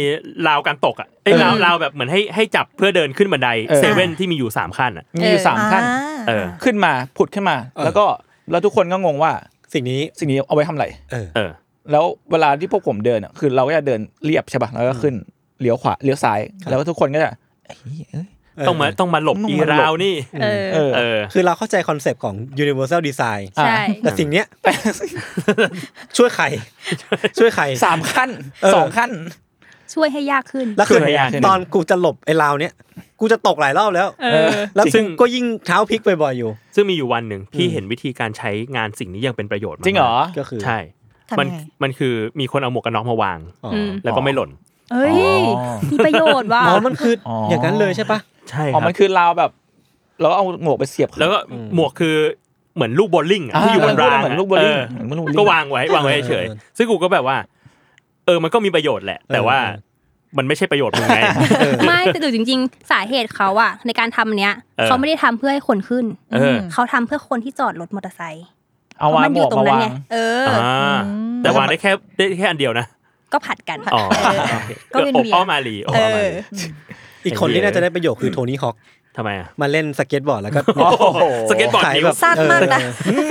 ราวการตกอ่ะไอ้ยราวราวแบบเหมือนให้ให้จับเพื่อเดินขึ้นบันได เออ เซเว่นที่มีอยู่สามขั้นอ่ะ มีอยู่สามขั้น อ่ เออ ขึ้นมาผุดขึ้นมา แล้วก็แล้วทุกคนก็งงว่า สิ่งนี้ สิ่งนี้เอาไว้ทำอะไร เออ เออ แล้วเวลาที่พวกผมเดินอะคือเราก็จะเดินเรียบใช่ป่ะแล้วก็ขึ้นเลี้ยวขวาเลี้ยวซ้าย แล้วทุกคนก็จะเอ้ยเอ้ย ต้องมาต้องมาหลบ ต้องอีมาหลบ ราวนี่ เออ เออ เออ คือเราเข้าใจคอนเซปต์ของ universal design ใช่ แต่สิ่งเนี้ย แต่ ช่วยใคร ช่วยใคร สามขั้น เออ สองขั้น ช่วยให้ยากขึ้น แล้วคือ ช่วยไม่ยากขึ้น ตอนกูจะหลบไอ้ราวเนี้ยกูจะตกหลายรอบแล้ว เออ แล้ว ซึ่ ซึ่ ง งก็ยิ่งเท้าพลิกบ่อยๆอยู่ ซึ่งมีอยู่วันหนึ่งพี่ อืม เห็นวิธีการใช้งานสิ่งนี้อยังเป็นประโยชน์มาก จริงเหรอ ก็คือ ใช่ ทำ มัน ยังไง มันคือมีคนเอาหมวกกันน็อกมาวาง อ๋อ ม แล้วก็ไม่หล่น เอ้ย อ๋อ มีประโยชน์ว่ะ อ๋อมันคืออ ออ อย่างนั้นเลยใช่ปะ ใช่ค อ๋อ รับมันคือราวแบบเราก็เอาหมวกไปเสียบเขา แล้วก็ อืม หมวกคือเหมือนลูกโบอลลิงอะ อ่า ที่อยู่บนราง เหมือนลูกโบอลลิงเหมือนลูกโบอลลิง ก็วางไว้วางไว้เฉยๆซึ่งกูก็แบบว่า เออมันก็มีประโยชน์แหละ แต่ว่ามันไม่ใช่ประโยชน์มึงไง ไม่แต่ดูจริง ๆ สาเหตุเขาอะในการทำเนี้ย เออ เขาไม่ได้ทำเพื่อให้คนขึ้น เออ เขาทำเพื่อคนที่จอดรถมอเตอร์ไซค์ เอา เพราะ วาง มันอหม ยู่ วก ตร มาง นั้น วาง ไงเอออ อ่าแต่วางได้แค่ได้แค่อันเดียวนะ ก็ผัดกัน อ๋อ ก็เวียน อบ เวียน อ้อมอารีอบ เอ อ้อมอา อ รี อีกคนที่น่าจะได้ประโยชน์คือโทนี่ฮอค ทำไมอ่ะ มาเล่นสเก็ตบอร์ดแล้วก็ โอ้โหสเก็ตบอร์ด ขาย นิ้ว แบบ สั้นมากนะ เออ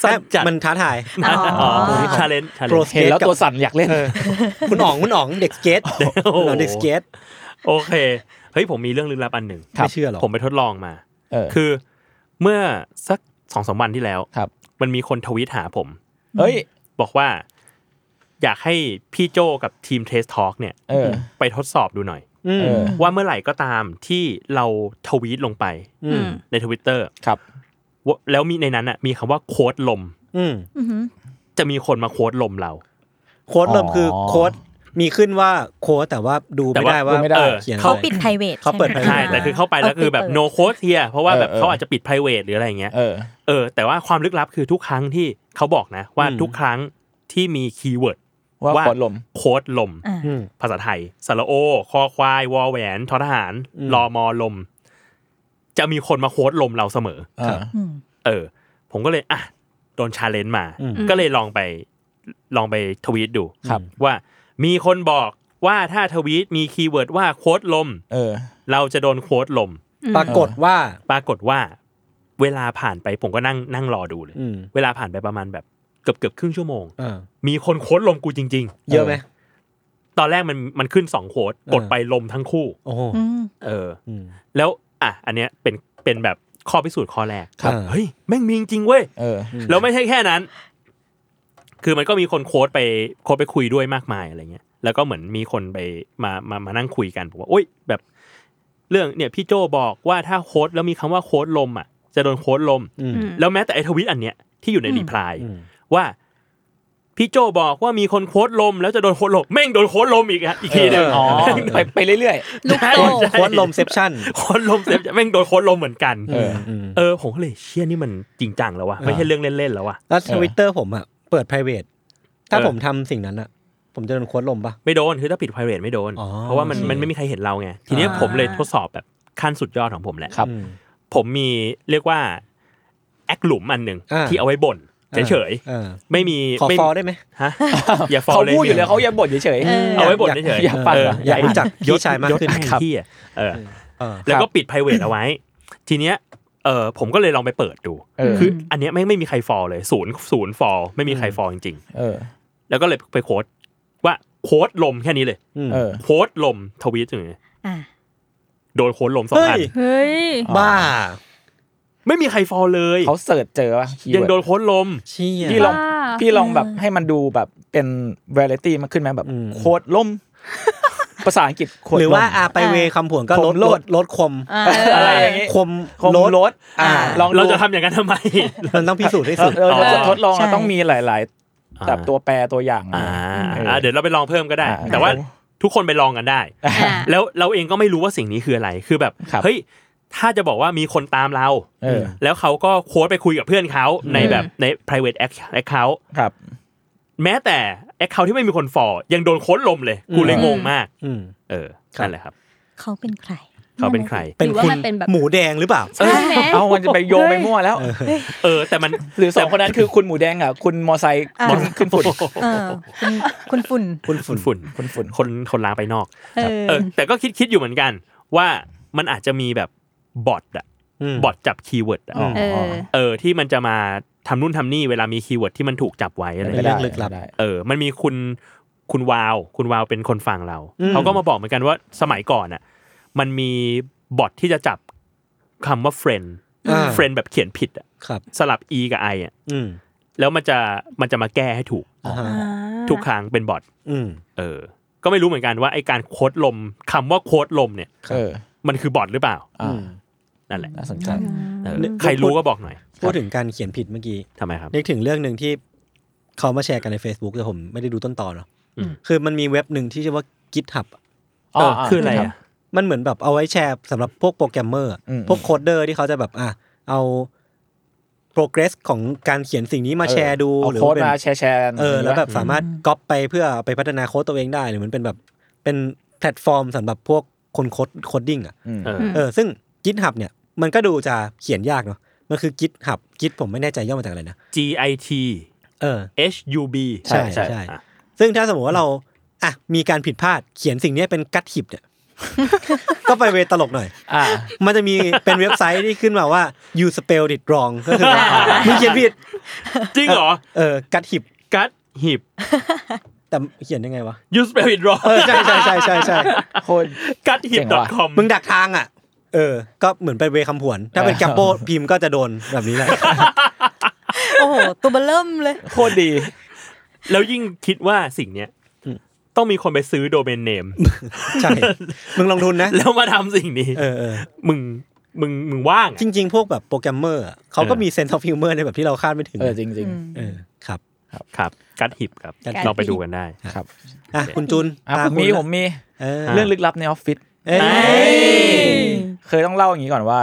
แซ่บจัด มันท้าทาย อ๋ออ๋อ ชาเลนจ์ชาเล โปร นจ์ ส เห็น เก็ต แล้ว กับ ตัวสั่นอยากเล่น คุณอ๋องคุณอ๋องเด็กสเก็ตคุณอ๋องเด็กสเก็ต โอเค เฮ้ยผมมีเรื่องลึกลับอันหนึ่ง ครับ ไม่เชื่อหรอก ผมไปทดลองมา เออ คือเมื่อสักสองสามวันที่แล้ว ครับ มันมีคนทวิตหาผม เฮ้ย บอกว่า อยากให้พี่โจกับทีมเทสทอ a l กเนี่ย เออ ไปทดสอบดูหน่อย อืม เออ ว่าเมื่อไหร่ก็ตามที่เราทวีตลงไป อืม ในทวิตเตอร์ ครับ แล้วมีในนั้นอ่ะมีคำว่าโค้ดลม อืม อือหือ จะมีคนมาโค้ดลมเรา โค้ดเริ่มคือโค้ดมีขึ้นว่าโค้ดแต่ว่าดูไม่ได้ว่า ดูไม่ได้ เออ เขียน เขา เขา ปิด private เขาเปิด ใช่ไหม private ใช่แต่คือเข้าไปแล้วคือแบบ no code here เพราะว่าแบบ เออเออ เขาอาจจะปิด private หรืออะไรอย่างเงี้ย เออ เออแต่ว่าความลึกลับคือทุกครั้งที่เขาบอกนะ ว่า อืม ทุกครั้งที่มีคีย์เวิร์ด ว่าโคตรลม โค้ดลม อ่า อืม ภาษาไทยสระโอ คอควาย วอแหวนทอทหาร อืม ลอมอลม จะมีคนมาโค้ดลมเราเสมอ เออ อืม เออ ผมก็เลยอ่ะโดนชาเลนจ์มา อืม ก็เลยลองไปลองไปทวีตดู ครับ ว่ามีคนบอกว่าถ้าทวีตมีคีย์เวิร์ดว่าโค้ดลม เออ เราจะโดนโค้ดลม ปรากฏว่า ปรากฏว่าเวลาผ่านไปผมก็นั่งนั่งรอดูเลย อืม เวลาผ่านไปประมาณแบบเกือบเกือบครึ่งชั่วโมง เออ มีคนโค้ดลมกูจริง เยอะไหม เออ ตอนแรกมันมันขึ้นสองโค้ดกดไปลมทั้งคู่ โอ้โห อืม เออ อืม แล้วอ่ะอันเนี้ยเป็นเป็นแบบข้อพิสูจน์ข้อแรก ครับ เฮ้ยแม่งมีจริงๆเว้ย เออ แล้วไม่ใช่แค่นั้น คือมันก็มีคนโค้ดไปโค้ดไปคุยด้วยมากมายอะไรเงี้ย แล้วก็เหมือนมีคนไปมามามานั่งคุยกันบอกว่าโอ๊ยแบบเรื่องเนี่ยพี่โจบอกว่าถ้าโค้ดแล้วมีคำว่าโค้ดลมอ่ะ จะโดนโค้ดลม อืม อืม แล้วแม้แต่ไอทวิตอันเนี้ยที่อยู่ใน อืม รีプライ อืม ว่าพี่โจบอกว่ามีคนโค้ดลม แล้วจะโดนโค้ดลมแม่งโดนโค้ดลมอีกอะอีกทีหนึง อ๋อไปไปเรื่อย ลูกโต ใช่ โค้ดลมเซปชั่น โค้ดลมเสร็จแม่งโดนโค้ดลมเหมือนกัน เออ ม เออผมก็เลยเชี่ยนี่มันจริงจังแล้ววะไม่ใช่เรื่องเล่นๆแล้ววะ แล้ว เอ ท อ วิตเตอร์ผมอ่ะ เปิด p r i v a t ถ้าผมทำสิ่งนั้นอ่ะ ผมจะโดนโค้ดลมปะ ไม่โดนคือถ้าผิด private ไม่โดน อ๋อ เพราะว่ามัน โอเค มันไม่มีใครเห็นเราไงทีเนี้ย อ่า ผมเลยทดสอบแบบขั้นสุดยอดของผมแหละ ครับ อืม ผมมีเรียกว่าแอคหลุมอันหนึ่ง อ่า ที่เอาไว้บ่นเฉย เออ ๆไม่มี ขอ ไม่ ฟอได้ไหม ฮะ ๆ อย่าฟอ เขา เลย พูดอยู่แล้วเขายังบ่นเฉย เออ เอาไว้บ่นเฉยๆ อยากฟัง เ เหรอออายยาก ก รู้จักพี่ชายมาก ยศ ขึ้น แห่งที่อะเออ เออ แล้วก็ปิด private เอาไว้ ทีเนี้ยเออผมก็เลยลองไปเปิดดู เออ คืออันเนี้ยไม่งไม่มีใครฟอลเลยศูนย์ศูนย์ฟอลไม่มีใครฟอลจริง ๆเออ ๆ แล้วก็เลยไปโค้ดว่าโค้ดลมแค่นี้เลย อืม เออ โค้ดลมทวีตอย่างเงี้ย อ่ะ โดนโค้ดลมสองอัเฮ้นย เฮ้ย บ้า ไม่มีใครฟอลเลย เขาเสิร์ชเจอว่า keyword ยังโดนโค้ดลม เชี่ย พี่ลอง บ้า พี่ลองแบบให้มันดูแบบเป็น v a r i e t y มากขึ้นไหมแบบ อืม โคตรล่ม ภาษาอังกฤษโคตร หรือว่า ล่ม อาไปเว อ่า คำผวนก็ลด คมโล ล ด ดลดคม เออ อะ อะไร อย่างงี้ คม คมลดอ่าลองดู เราจะทำอย่างนั้นทำไม มันต้องพิสูจน์ให้ เอ สุ อ ด เออ เออ ทดลอง ใช่ อะต้องมีหลายๆแบบตัวแปรตัวอย่าง อ่า เอออ่ าเดี๋ยวเราไปลองเพิ่มก็ได้ อ่า แต่ว่าทุกคนไปลองกันได้ อ่า แล้วเราเองก็ไม่รู้ว่าสิ่งนี้คืออะไร คือแบบ ครับ เฮ้ยถ้าจะบอกว่ามีคนตามเรา เออ แล้วเขาก็โค้ดไปคุยกับเพื่อนเขาในแบบใน private account ครับ แม้แต่แอคเคาที่ไม่มีคนฟอลยังโดนโค้ดลมเลย กูเลย อืม งงมาก อืม เออ ครับ นั่นแหละครับ เขาเป็นใคร เขาเป็นใคร หรือว่ามันเป็นแบบ หมูแดงหรือเปล่า ใช่ไหม เอามันจะไปโยงไปมั่วแล้ว เออ แต่มัน หรือสองคนนั้นคือคุณหมูแดงอ่ะคุณมอไซค์ อ่า คุณคุณฝุ่น เออคุณคุณฝุ่น คุณฝุ่นฝุ่น คุณฝุ่น คนคนล้างไปนอก เอ เอ อ อ แต่ก็คิดคิดอยู่เหมือนกัน ว่ามันอาจจะมีแบบบอทอะบอทจับคีย์เวิร์ดอะ อ๋อ เออ เออ ที่มันจะมาทำนู่นทำนี่เวลามีคีย์เวิร์ดที่มันถูกจับไว้อะไร เป็น เงี้ย เรื่องลึกลับ ได้ เออ มันมีคุณคุณวาว คุณวาวเป็นคนฟังเรา อืม เขาก็มาบอกเหมือนกันว่าสมัยก่อนอะมันมีบอทที่จะจับคำว่า friend อ่า friend แบบเขียนผิดอะ ครับ สลับ e กับ i อะ อืม แล้วมันจะมันจะมาแก้ให้ถูก อ่าฮะ ทุกครั้งเป็นบอท อืม เออ ก็ไม่รู้เหมือนกันว่าไอการโค้ดลมคำว่าโค้ดลมเนี่ย เออ มันคือบอทหรือเปล่า อ่า อืม นั่นแหละ น่าสนใจ เออ นึก ใครรู้ก็บอกหน่อย พูดถึงการเขียนผิดเมื่อกี้ ทำไมครับ นึกถึงเรื่องหนึ่งที่เขามาแชร์กันใน Facebook แต่ผมไม่ได้ดูต้นตอนเนาะ อืม คือมันมีเว็บหนึ่งที่ชื่อว่า GitHub อะ เออคืออะไรอ่ะ มันเหมือนแบบเอาไว้แชร์สำหรับพวกโปรแกรมเมอร์อะ อืม พวกโคดเดอร์ที่เขาจะแบบอ่ะเอา progress ของการเขียนสิ่งนี้มา เออ แชร์ดู เอา หรื โค้ด เป็น มาแชร์แชร์กัน เออ แล้วแบบ ใช่ไหม สามารถก๊อปไปเพื่อไปพัฒนาโค้ดตัวเองได้ หรือมันเป็นแบบเป็นแพลตฟอร์มสำหรับพวกคนโคดโคดดิ้งอ่ะ อืม เออ เออซึ่ง GitHub เนี่ยมันก็ดูจะเขียนยากเนาะมันคือ GitHub Git ผมไม่แน่ใจย่อมาจากอะไรนะ G I T เออ H U B ใช่ใช่ใช่ อ่ะ ซึ่งถ้าสมมติว่าเราอ่ะมีการผิดพลาดเขียนสิ่งเนี้ยเป็นกัดหิบเนี่ย ก็ไปเวตลกหน่อย อ่า มันจะมีเป็นเว็บไซต์ที่ขึ้นมาว่า you spell it wrong ก็คือมึงเขียนผิด จริงเหรอ เออกัดหิบ กัดหิบ แต่เขียนยังไงวะ you spell it wrong เออใช่ใช่ใช่ใช่ใช่ โคตร กัดหิบ เจ๋งว่ะ .com มึงดักทางอ่ะ เออ ก็เหมือนเป็นเวคำผวน ถ้าเป็นแกปโปพิมพ์ก็จะโดนแบบนี้แหละ โอ้โห ตัวเบลเริ่มเลย โคตรดี แล้วยิ่งคิดว่าสิ่งเนี้ยต้องมีคนไปซื้อโดเมนเนม ใช่มึงลงทุนนะ แล้วมาทำสิ่งนี้ เออเออ มึงมึงมึงว่างอะ จริง ๆ พวกแบบโปรแกรมเมอร์อะเขาก็ เออ มีเซนส์ of ฮิวเมอร์ในแบบที่เราคาดไม่ถึง เออจริงจริง เออครับ ครับ กัดหิบครับ กัดหิบ เราไปดูกันได้ ครับ อ่ะคุณจุน อ่ะ ตา ผม คุณ มี นะ ผมมี เออ อ่ะ เรื่องลึกลับในออฟฟิศ เอ้ย เคยต้องเล่าอย่างนี้ก่อนว่า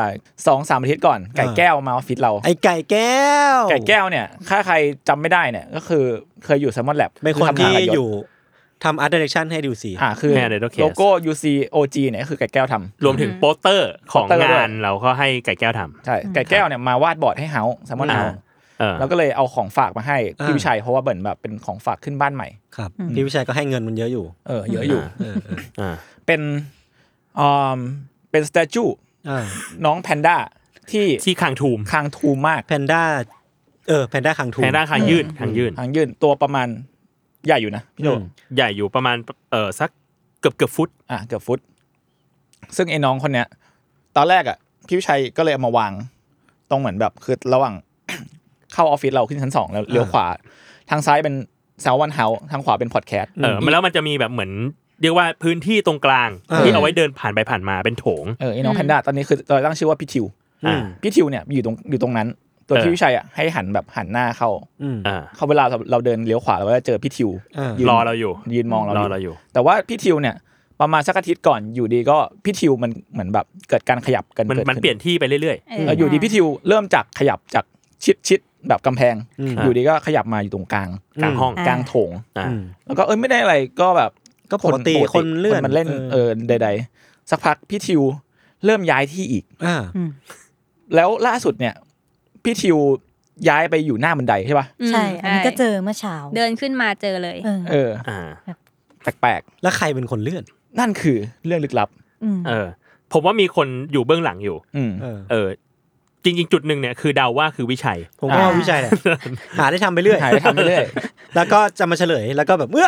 สองสามอาทิตย์ก่อน ไก่ อ่า แก้วมาออฟฟิศเรา ไอไก่แก้ว ไก่แก้วเนี่ยถ้าใครจำไม่ได้เนี่ย ก็คือเคยอยู่แซมมอนแลบ เป็นคนที่อยู่ทำอาร์ตเดเรคชั่นให้ดิวซี อ่าคือ แม่ Idol Case โลโก้ UC OG เนี่ยก็คือไก่แก้วทำ รวมถึงโปสเตอร์ของ โปสเตอร์ด้ งา วย นเราก็ให้ไก่แก้วทำ ใช่ไก่แก้วเนี่ยมาวาดบอร์ดให้เฮาแซมมอน อ่า เฮา เออ แล้วก็เลยเอาของฝากมาให้พี่ อ่า วิชัยเพราะว่าเบิร์นแบบเป็นของฝากขึ้นบ้านใหม่ ครับ พี่วิชัยก็ให้เงินมันเยอะอยู่ เออเยอะอยู่ เออเออ อ่า เป็นอ่าเป็นสแตจู อ่า น้องแพนด้าที่ ที่คางทูม คางทูมาก แพนด้าเออแพนด้าคังทู แพนด้าคางยืดคางยืด ทางยืนตัวประมาณ ใหญ่อยู่นะพี่โจ อืม ใหญ่อยู่ประมาณเออสักเกือบเกือบฟุต อ่ะเกือบฟุต ซึ่งไอ้น้องคนเนี้ย ตอนแรกอ่ะพี่วิชัยก็เลยเอามาวาง ตรงเหมือนแบบคือระหว่าง เข้าออฟฟิศเราขึ้นชั้นสองแล้วเลี้ยวขวา ทางซ้ายเป็นแซลวันเฮาทางขวาเป็นพอดแคสต์ เออมันแล้วมันจะมีแบบเหมือน เรียกว่าพื้นที่ตรงกลาง เออ ที่เอาไว้เดินผ่านไปผ่านมาเป็นโถง เออไอ้น้อง อืม แพนด้าตอนนี้คือเราตั้งชื่อว่าพี่ทิว อืม พี่ทิวเนี่ยอยู่ตรงอยู่ตรงนั้น ตัว เออ พี่วิชัยอ่ะให้หันแบบหันหน้าเข้า อืม อ่า เขาเวลาเราเราเดินเลี้ยวขวาเราก็จะเจอพี่ทิว อ่ายื ยืน รอเราอยู่ ยืนมองเรา รอ อยู่ เราอยู่ แต่ว่าพี่ทิวเนี่ย ประมาณสักอาทิตย์ก่อนอยู่ดีก็พี่ทิวมันเหมือนแบบเกิดการขยับกัน มัน เกิด มัน ขึ้ เปลี่ยนที่ไปเรื่อย เ เอออยู่ดีพี่ทิวเริ่มจากขยับจากชิดชิดแบบกำแพง อืม อยู่ดีก็ขยับมาอยู่ตรงกลาง กลางห้อง กลางโถง ๆอ่า อืม แล้วก็เอ้ยไม่ได้อะไรก็แบบ ก็ปกติคนเลื่อน มันเล่น เออ เออใด ๆ สักพักพี่ทิวเริ่มย้ายที่อีก อ่า แล้วล่าสุดเนี่ยพี่ทิวย้ายไปอยู่หน้าบันไดใช่ป่ะ อืม ใช่ อันนี้ก็เจอเมื่อเช้า เดินขึ้นมาเจอเลย เออ เออ อ่า แปลก แล้วใครเป็นคนเลื่อน ๆนั่นคือเรื่องลึกลับ อืม เออ ผมว่ามีคนอยู่เบื้องหลังอยู่ อืม เออ เออ จริง ๆ จุดหนึ่งเนี่ยคือเดาว่าคือวิชัย ผมก็ว่าวิจัยแหละ หาได้ทำไปเรื่อย หายไปทำไปเรื่อย แล้วก็จะมาเฉลย แล้วก็แบบเมื่อ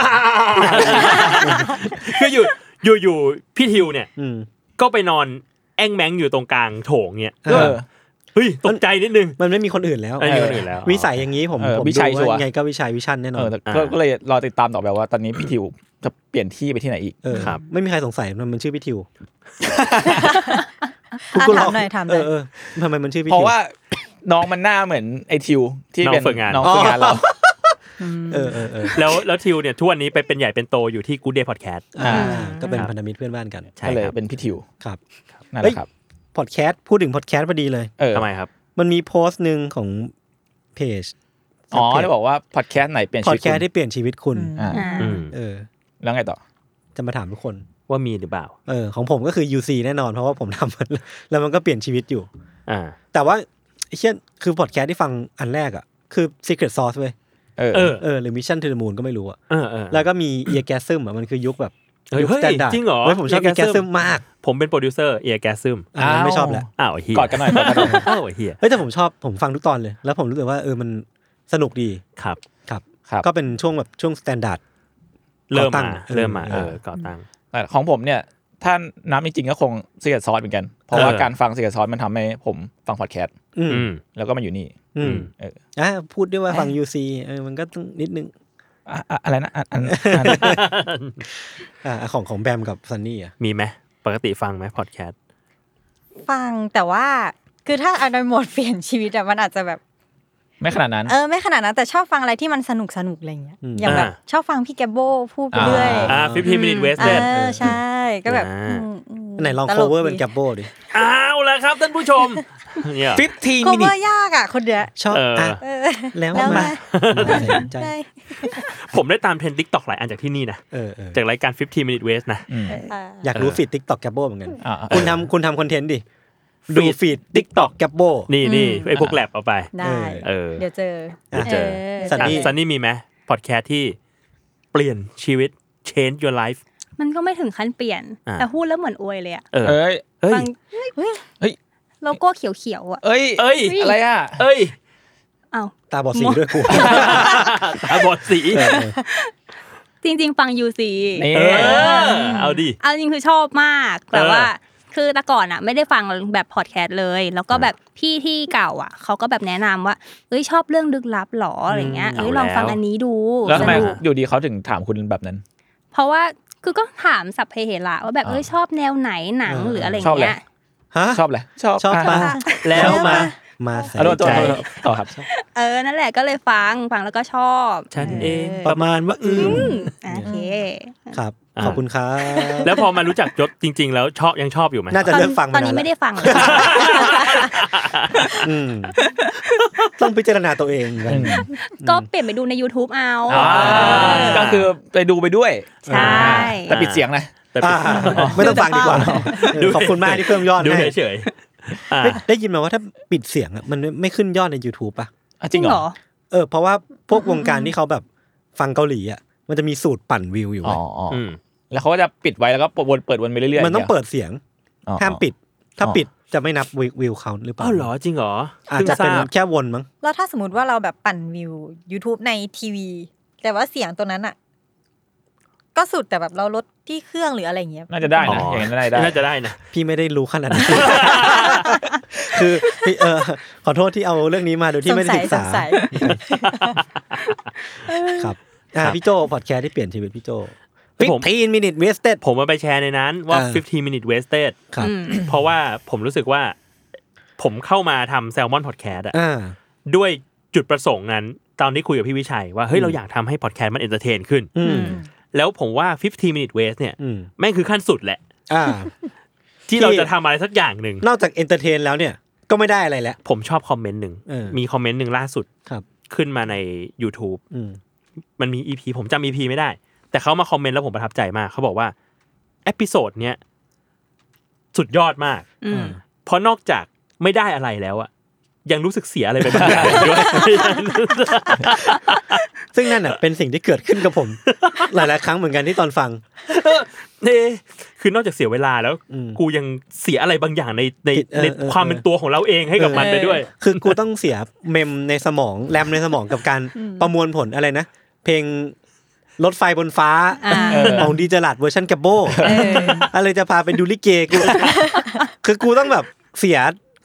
คืออยู่อยู่อยู่พี่ทิวเนี่ย อืม ก็ไปนอนแอ้งแมงอยู่ตรงกลางโถงเนี่ย เออ เออ เฮ้ยตกใจนิดนึง มันไม่มีคนอื่นแล้ว ไม่มีคนอื่นแล้ว วิสัยอย่างนี้ผม เออ ผม วิชัย ดู ชัวร์ ไงก็วิชัยวิชันแน่นอ เอน อแต่ก็ อ่า ก็เลยรอติดตามต่อไปว่า ตอนนี้พี่ทิวจะเปลี่ยนที่ไปที่ไหนอีก เออ ครับ ไม่มีใครสงสัยมันมันชื่อพี่ทิว อ่ะ กู ถา ล ม ง หน่อยถามห เอ น่อ อย เออทำไมมันชื่อพี่ เพ ทิว ราะว่า น้องมันหน้าเหมือนไอทิวที่ น้อง เป็น ฝึกงาน น้องฝึกงานเรา เออเออเออ แล้วแล้วทิวเนี่ยทุกวันนี้ไปเป็นใหญ่เป็นโตอยู่ที่กูเดย์พอดแคสต์ อ่า อืม ก็เป็น ครับ พันธมิตรเพื่อนบ้านกัน ใช่ ก็เลย ครับ เป็นพี่ทิว ครับ นั่นแหละครับ พอดแคสต์พูดถึงพอดแคสต์พอดีเลย เออ ทำไมครับ มันมีโพสต์หนึ่งของเพจ อ๋อได้บอกว่าพอดแคสต์ไหนเปลี่ยน พอดชีวิต แคสต์ที่เปลี่ยนชีวิตคุณ อืม อ่า อ่า อืม เออ แล้วไงต่อ จะมาถามทุกคน ว่ามีหรือเปล่า เออของผมก็คือ UC แน่นอนเพราะว่าผมทำมัน แล้ว มันก็เปลี่ยนชีวิตอยู่ อ่า แต่ว่าไอ้เช่นคือพอดแคสต์ที่ฟังอันแรกอ่ะ คือ Secret Sauce เว้ย เออ เออ เออหรือ Mission to the Moon ก็ไม่รู้อ่ะ เออเออ แล้วก็มี Ear Gasm อ่ะมันคือยุคแบบ เฮ้ย ยุคสแตนดาร์ด จริงเหรอ ว้ยผมชอบ Ear Eargasm Gasm มาก ผมเป็นโปรดิวเซอร์เอียแกซึม อันนั้นไม่ชอบแหละ อ้าวไเฮีย กอดกันหน่อยกอดกันหน่อย อ้าวไเฮีย เฮ้ยแต่ผมชอบผมฟังทุกตอนเลย แล้วผมรู้สึกว่าเออมันสนุกดี ครับ ครับ ครับ ก็เป็นช่วงแบบช่วงสแตนดาร์ด เริ่ก่มอตั้ มางเริ่มมา เอ เอ อ อก่อตั้ง แต่ของผมเนี่ย ถ้านับจริงๆก็คงเสียดซอสเหมือนกัน เพราะว่า เออ การฟังเสียดซอสมันทำให้ผมฟังพอดแคสต์ อืม อืม แล้วก็มาอยู่นี่ อืม เออ อ่ะพูดด้วยว่าฟัง UC เออมันก็ต้องนิดนึง อ่ะอ่ะอะไรนะอันอันอัน อ่ะของของแบมกับซันนี่อ่ะ มีไหมปกติฟังไหมพอดแคสต์ ฟังแต่ว่าคือถ้าเอาในโหมดเปลี่ยนชีวิตอะมันอาจจะแบบ ไม่ขนาดนั้น เออไม่ขนาดนั้นแต่ชอบฟังอะไรที่มันสนุกสนุกอะไรอย่างเงี้ยอย่างแบบชอบฟังพี่แกโบพูดไปเรื่อย อ่าฟิฟทีมินิเวส เอ เดน อใช่ก็แบบ อ่า อืมอืม ไหนลอง ตดี cover เป็นแกปโบดิ อ้าวแล้วครับท่านผู้ชมเนี่ย 15 ก็ minutes ว่ายากอ่ะ คนเดียว ชอบ เอออ่ อ่ะ เออ แล้ว แล้ว มา มา ใจ ได้ ผมได้ตามเทรนด์ทิกตอกหลายอันจากที่นี่นะ เออเออ จากรายการ15 minute waste นะ อืม อ่า อยากรู้ฟีดติ๊กต็อกแกปโบเหมือนกัน อ่าอ่า คุณทำคุณทำคอนเทนต์ดิ ดู ฟีด ฟีดติ๊กต็อกแกปโบ นี่นี่ไอพวกแลบเอาไป ได้ เออ เดี๋ยวเจอ เดี๋ยวเจอ สันนี่ ซันนี่มีไหมพอดแคสต์ที่เปลี่ยนชีวิต change your life มันก็ไม่ถึงขั้นเปลี่ยน อ่า แต่พูดแล้วเหมือนอวยเลยอะ เออ เอ้ย เอ้ย ฟัง เฮ้ย โลโก้เขียวๆอะ เอ้ย เอ้ย อะไรอ่ะ เอ้ย เอ้าว ตาบอดสีด้วยกู ตาบอดสี เออเออ จริง ๆ ฟัง UC นี่ เออ เอาดิ เอาจริงคือชอบมาก แต่ เออ ว่า คือแต่ก่อนอ่ะ ไม่ได้ฟังแบบพอดแคสต์เลย แล้วก็แบบพี่ที่เก่าอ่ะเขาก็แบบแนะนำว่าเอ้ยชอบเรื่องลึกลับหรออะไรเงี้ย อืม เอ้ย เอา ลองฟัง แล้ว อันนี้ดู แล้ว ส ทำไม นุก อยู่ดีเขาถึงถามคุณแบบนั้น เพราะว่าคือก็ถามสัพเพเหระว่าแบบ อ่า เอ้ยชอบแนวไหนหนังหรืออะไร ชอบแห เงี้ ละ ย ฮะ ชอบเลยชอบ ชอบมา อ่ะ แล้วมา มาใส่ เอาตัวตัว ใจ ตัวต่อครับ เออนั่นแหละก็เลยฟังฟังแล้วก็ชอบ ฉันเอง ประมาณว่าอืม อ่ะโอเค ครับ อ่า ขอบคุณครับ แล้วพอมารู้จักจบจริง ๆ แล้วชอบยังชอบอยู่ไหม น่าจะ ตอน เลิกฟังไป ตอนนี้ นานแล้ว ไม่ได้ฟังเลย อืมต้องพิจารณาตัวเองกัน ก็เปลี่ยนไปดูใน YouTube เอา อ่าก็คือไปดูไปด้วย ใช่ แต่ปิดเสียงนะ แต่ อ่าไม่ต้องฟังดีกว่าเออขอบคุณมากที่เพิ่มยอด ดู ให้ เฉยๆอ่า ได้ได้ยินมาว่าถ้าปิดเสียงอะมันไม่ไม่ขึ้นยอดใน YouTube ป่ะ อ่ะจริงเหรอ เออเพราะว่าพวกวงการที่เขาแบบฟังเกาหลีอ่ะมันจะมีสูตรปั่นวิวอยู่ อ๋ เว้ย ออ๋อ อืม แล้วเขาก็จะปิดไว้แล้วก็วนเปิดวนไปเรื่อยๆ มันต้องเปิดเสียง อ๋อ ห้ามปิด ถ้า อ๋อ ปิดจะไม่นับวิววิวเขาหรือเปล่า อ้าวเหรอจริงเหรอ อาจจะเป็น พิ่งทราบ แค่วนมั้ง แล้วถ้าสมมติว่าเราแบบปั่นวิว YouTube ในทีวี แต่ว่าเสียงตัวนั้นอ่ะ ก็สุดแต่แบบเราลดที่เครื่องหรืออะไรอย่างเงี้ย น่าจะได้นะอย่างนั้นน่าจะได้ น่าจะได้นะ พี่ไม่ได้รู้ขนาดนั้น คือพี่เออขอโทษที่เอาเรื่องนี้มาโดยที่ไม่ได้ศึกษา สงสัย ครับอ่ะ ครับ พี่โจพอดแคสต์ที่เปลี่ยนชีวิตพี่โจ เฮ้ยผม 15 minute wasted ผมมาไปแชร์ในนั้นว่า อ่า 15 minute wasted ครับ เพราะว่าผมรู้สึกว่า ผมเข้ามาทำแซลมอนพอดแคสต์อะ อ่า ด้วยจุดประสงค์นั้น ตอนที่คุยกับพี่วิชัย ว่าเฮ้ยเราอยากทำให้พอดแคสต์มันเอนเตอร์เทนขึ้น อืม แล้วผมว่า 15 minute waste เนี่ย อืม แม่งคือขั้นสุดแหละ อ่า ที่ ที่ เราจะทำอะไรสักอย่างหนึ่ง นอกจากเอนเตอร์เทนแล้วเนี่ย ก็ไม่ได้อะไรแล้ว ผมชอบคอมเมนต์หนึ่ง เออ มีคอมเมนต์หนึ่งล่าสุด ครับ ขึ้นมาใน YouTube อืม มันมี EP ผมจำ EP ไม่ได้ แต่เขามาคอมเมนต์แล้วผมประทับใจมากเขาบอกว่าเอพิโซดเนี้ยสุดยอดมาก อืม เพราะนอกจากไม่ได้อะไรแล้วอะยังรู้สึกเสียอะไรไปบางอย่าง ด้วย ซึ่งนั่นอ่ะ เป็นสิ่งที่เกิดขึ้นกับผม หลายๆครั้งเหมือนกันที่ตอนฟัง เน่คือนอกจากเสียเวลาแล้ว อืม กูยังเสียอะไรบางอย่างในใน เออ ใน เออ ความเป็นตัวของเราเองให้กับ เออ มันไปด้วย คือกูต้องเสียเมมในสมองแรมในสมองกับการประมวลผลอะไรนะ เพลงรถไฟบนฟ้า อ่า ของดีเจลัดเวอร์ชันกับโบ เออ อะไรจะพาไปดูลิเกกู คือกูต้องแบบเสีย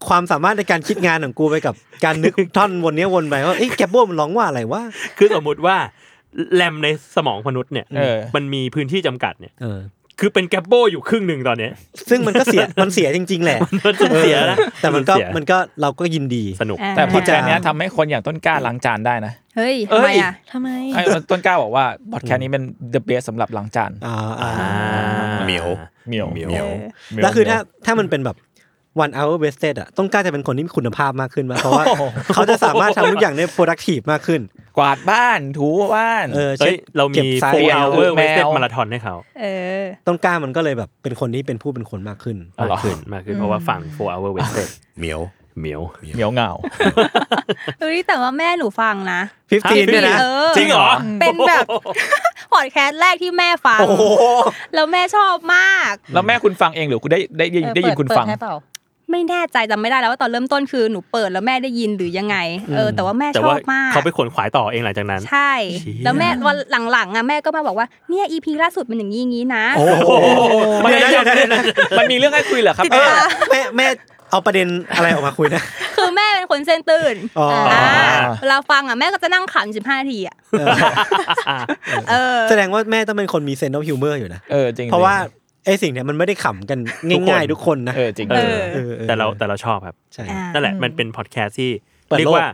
ความสามารถในการคิดงานของกูไปกับการนึกท่อนวนเนี้ยวนไปว่าเอ้ยแกโบมันร้องว่าอะไรวะ คือสมมุติว่าแรมในสมองมนุษย์เนี่ย เออ มันมีพื้นที่จำกัดเนี่ย เออ คือเป็นแกปโบอยู่ครึ่งหนึ่งตอนเนี้ย ซึ่งมันก็เสีย มันเสียจริง ๆ แหละ มันสูญเสียนะ ออแต่มันก็ สูญเสีย มันก็เราก็ยินดี สนุก แต่พอดแคส ที่ ต์ จะ เนี้ยทำให้คนอย่างต้นกล้าล้างจานได้นะ เฮ้ยทำไมอ่ะ ทำไม ไอ้ต้นกล้าบอกว่าพอดแคสต์นี้เป็น the best สำหรับล้างจาน อ่าอ่า เหมียว เหมียว เหมียว เหมียว แล้วคือถ้าถ้ามันเป็นแบบ one hour wasted อะต้องกล้าจะเป็นคนที่มีคุณภาพมากขึ้นมาเพราะว่าเขาจะสามารถทำทุกอย่างได้ productive มากขึ้น กวาดบ้านถูบ้าน เออ เฮ้ยเรา ก็ มี บสย โฟล์เอาเวอร์เวแมว สเซตมาราธอนให้เขา เออ ต้นกล้ามันก็เลยแบบเป็นคนที่เป็นผู้เป็นคนมากขึ้น อ๋อ มา เหรอ กขึ้นมากขึ้นเพราะว่าฟังโฟล์เอาเวอร์เวสเซต เหมียว เหมียว เหมียวเหงา เฮ้ยแต่ว่าแม่หนูฟังนะ 15 เนี่ยนะ เออ จริงเหรอ เป็นแบบ พอดแคสต์แรกที่แม่ฟัง โอ้โห แล้วแม่ชอบมาก แล้วแม่คุณฟังเองหรือคุณได้ได้ได้ยินได้ยินคุณฟัง เปิดให้เปล่า ไม่แน่ใจจำไม่ได้แล้วว่าตอนเริ่มต้นคือหนูเปิดแล้วแม่ได้ยินหรือยังไง เออ แต่ว่าแม่ แต่ ชอ ว่า บมาก เขาไปขนขวายต่อเองหลังจากนั้น ใช่ แล้วแม่วันหลังๆอ่ะแม่ก็มาบอกว่าเนี่ยอีพีล่าสุดมันอย่างนี้อย่างนี้นะ โอ้โห มัน เดี๋ยวนะเดี๋ยวนะเดี๋ยวนะ มันมีเรื่องให้คุยเหรอครับ เออแม่แม่แม่เอาประเด็นอะไรออกมาคุยนะ คือแม่เป็นคนเส้นตื่น อ๋ออ่ าเวลาฟังอ่ะแม่ก็จะนั่งขันสิบห้าทีอ่ะ เออ เออ แสดงว่าแม่ต้องเป็นคนมีเซนต์ of ฮิวเมอร์อยู่นะ เออจริง เพราะว่าไอ้สิ่งเนี้ยมันไม่ได้ขำกันง่ายๆทุกคนนะ เออจริง เออ เออเออ แต่เราแต่เราชอบครับ ใช่ อ่า นั่นแหละมันเป็นพอดแคสต์ที่ เปิดโลก เรียกว่า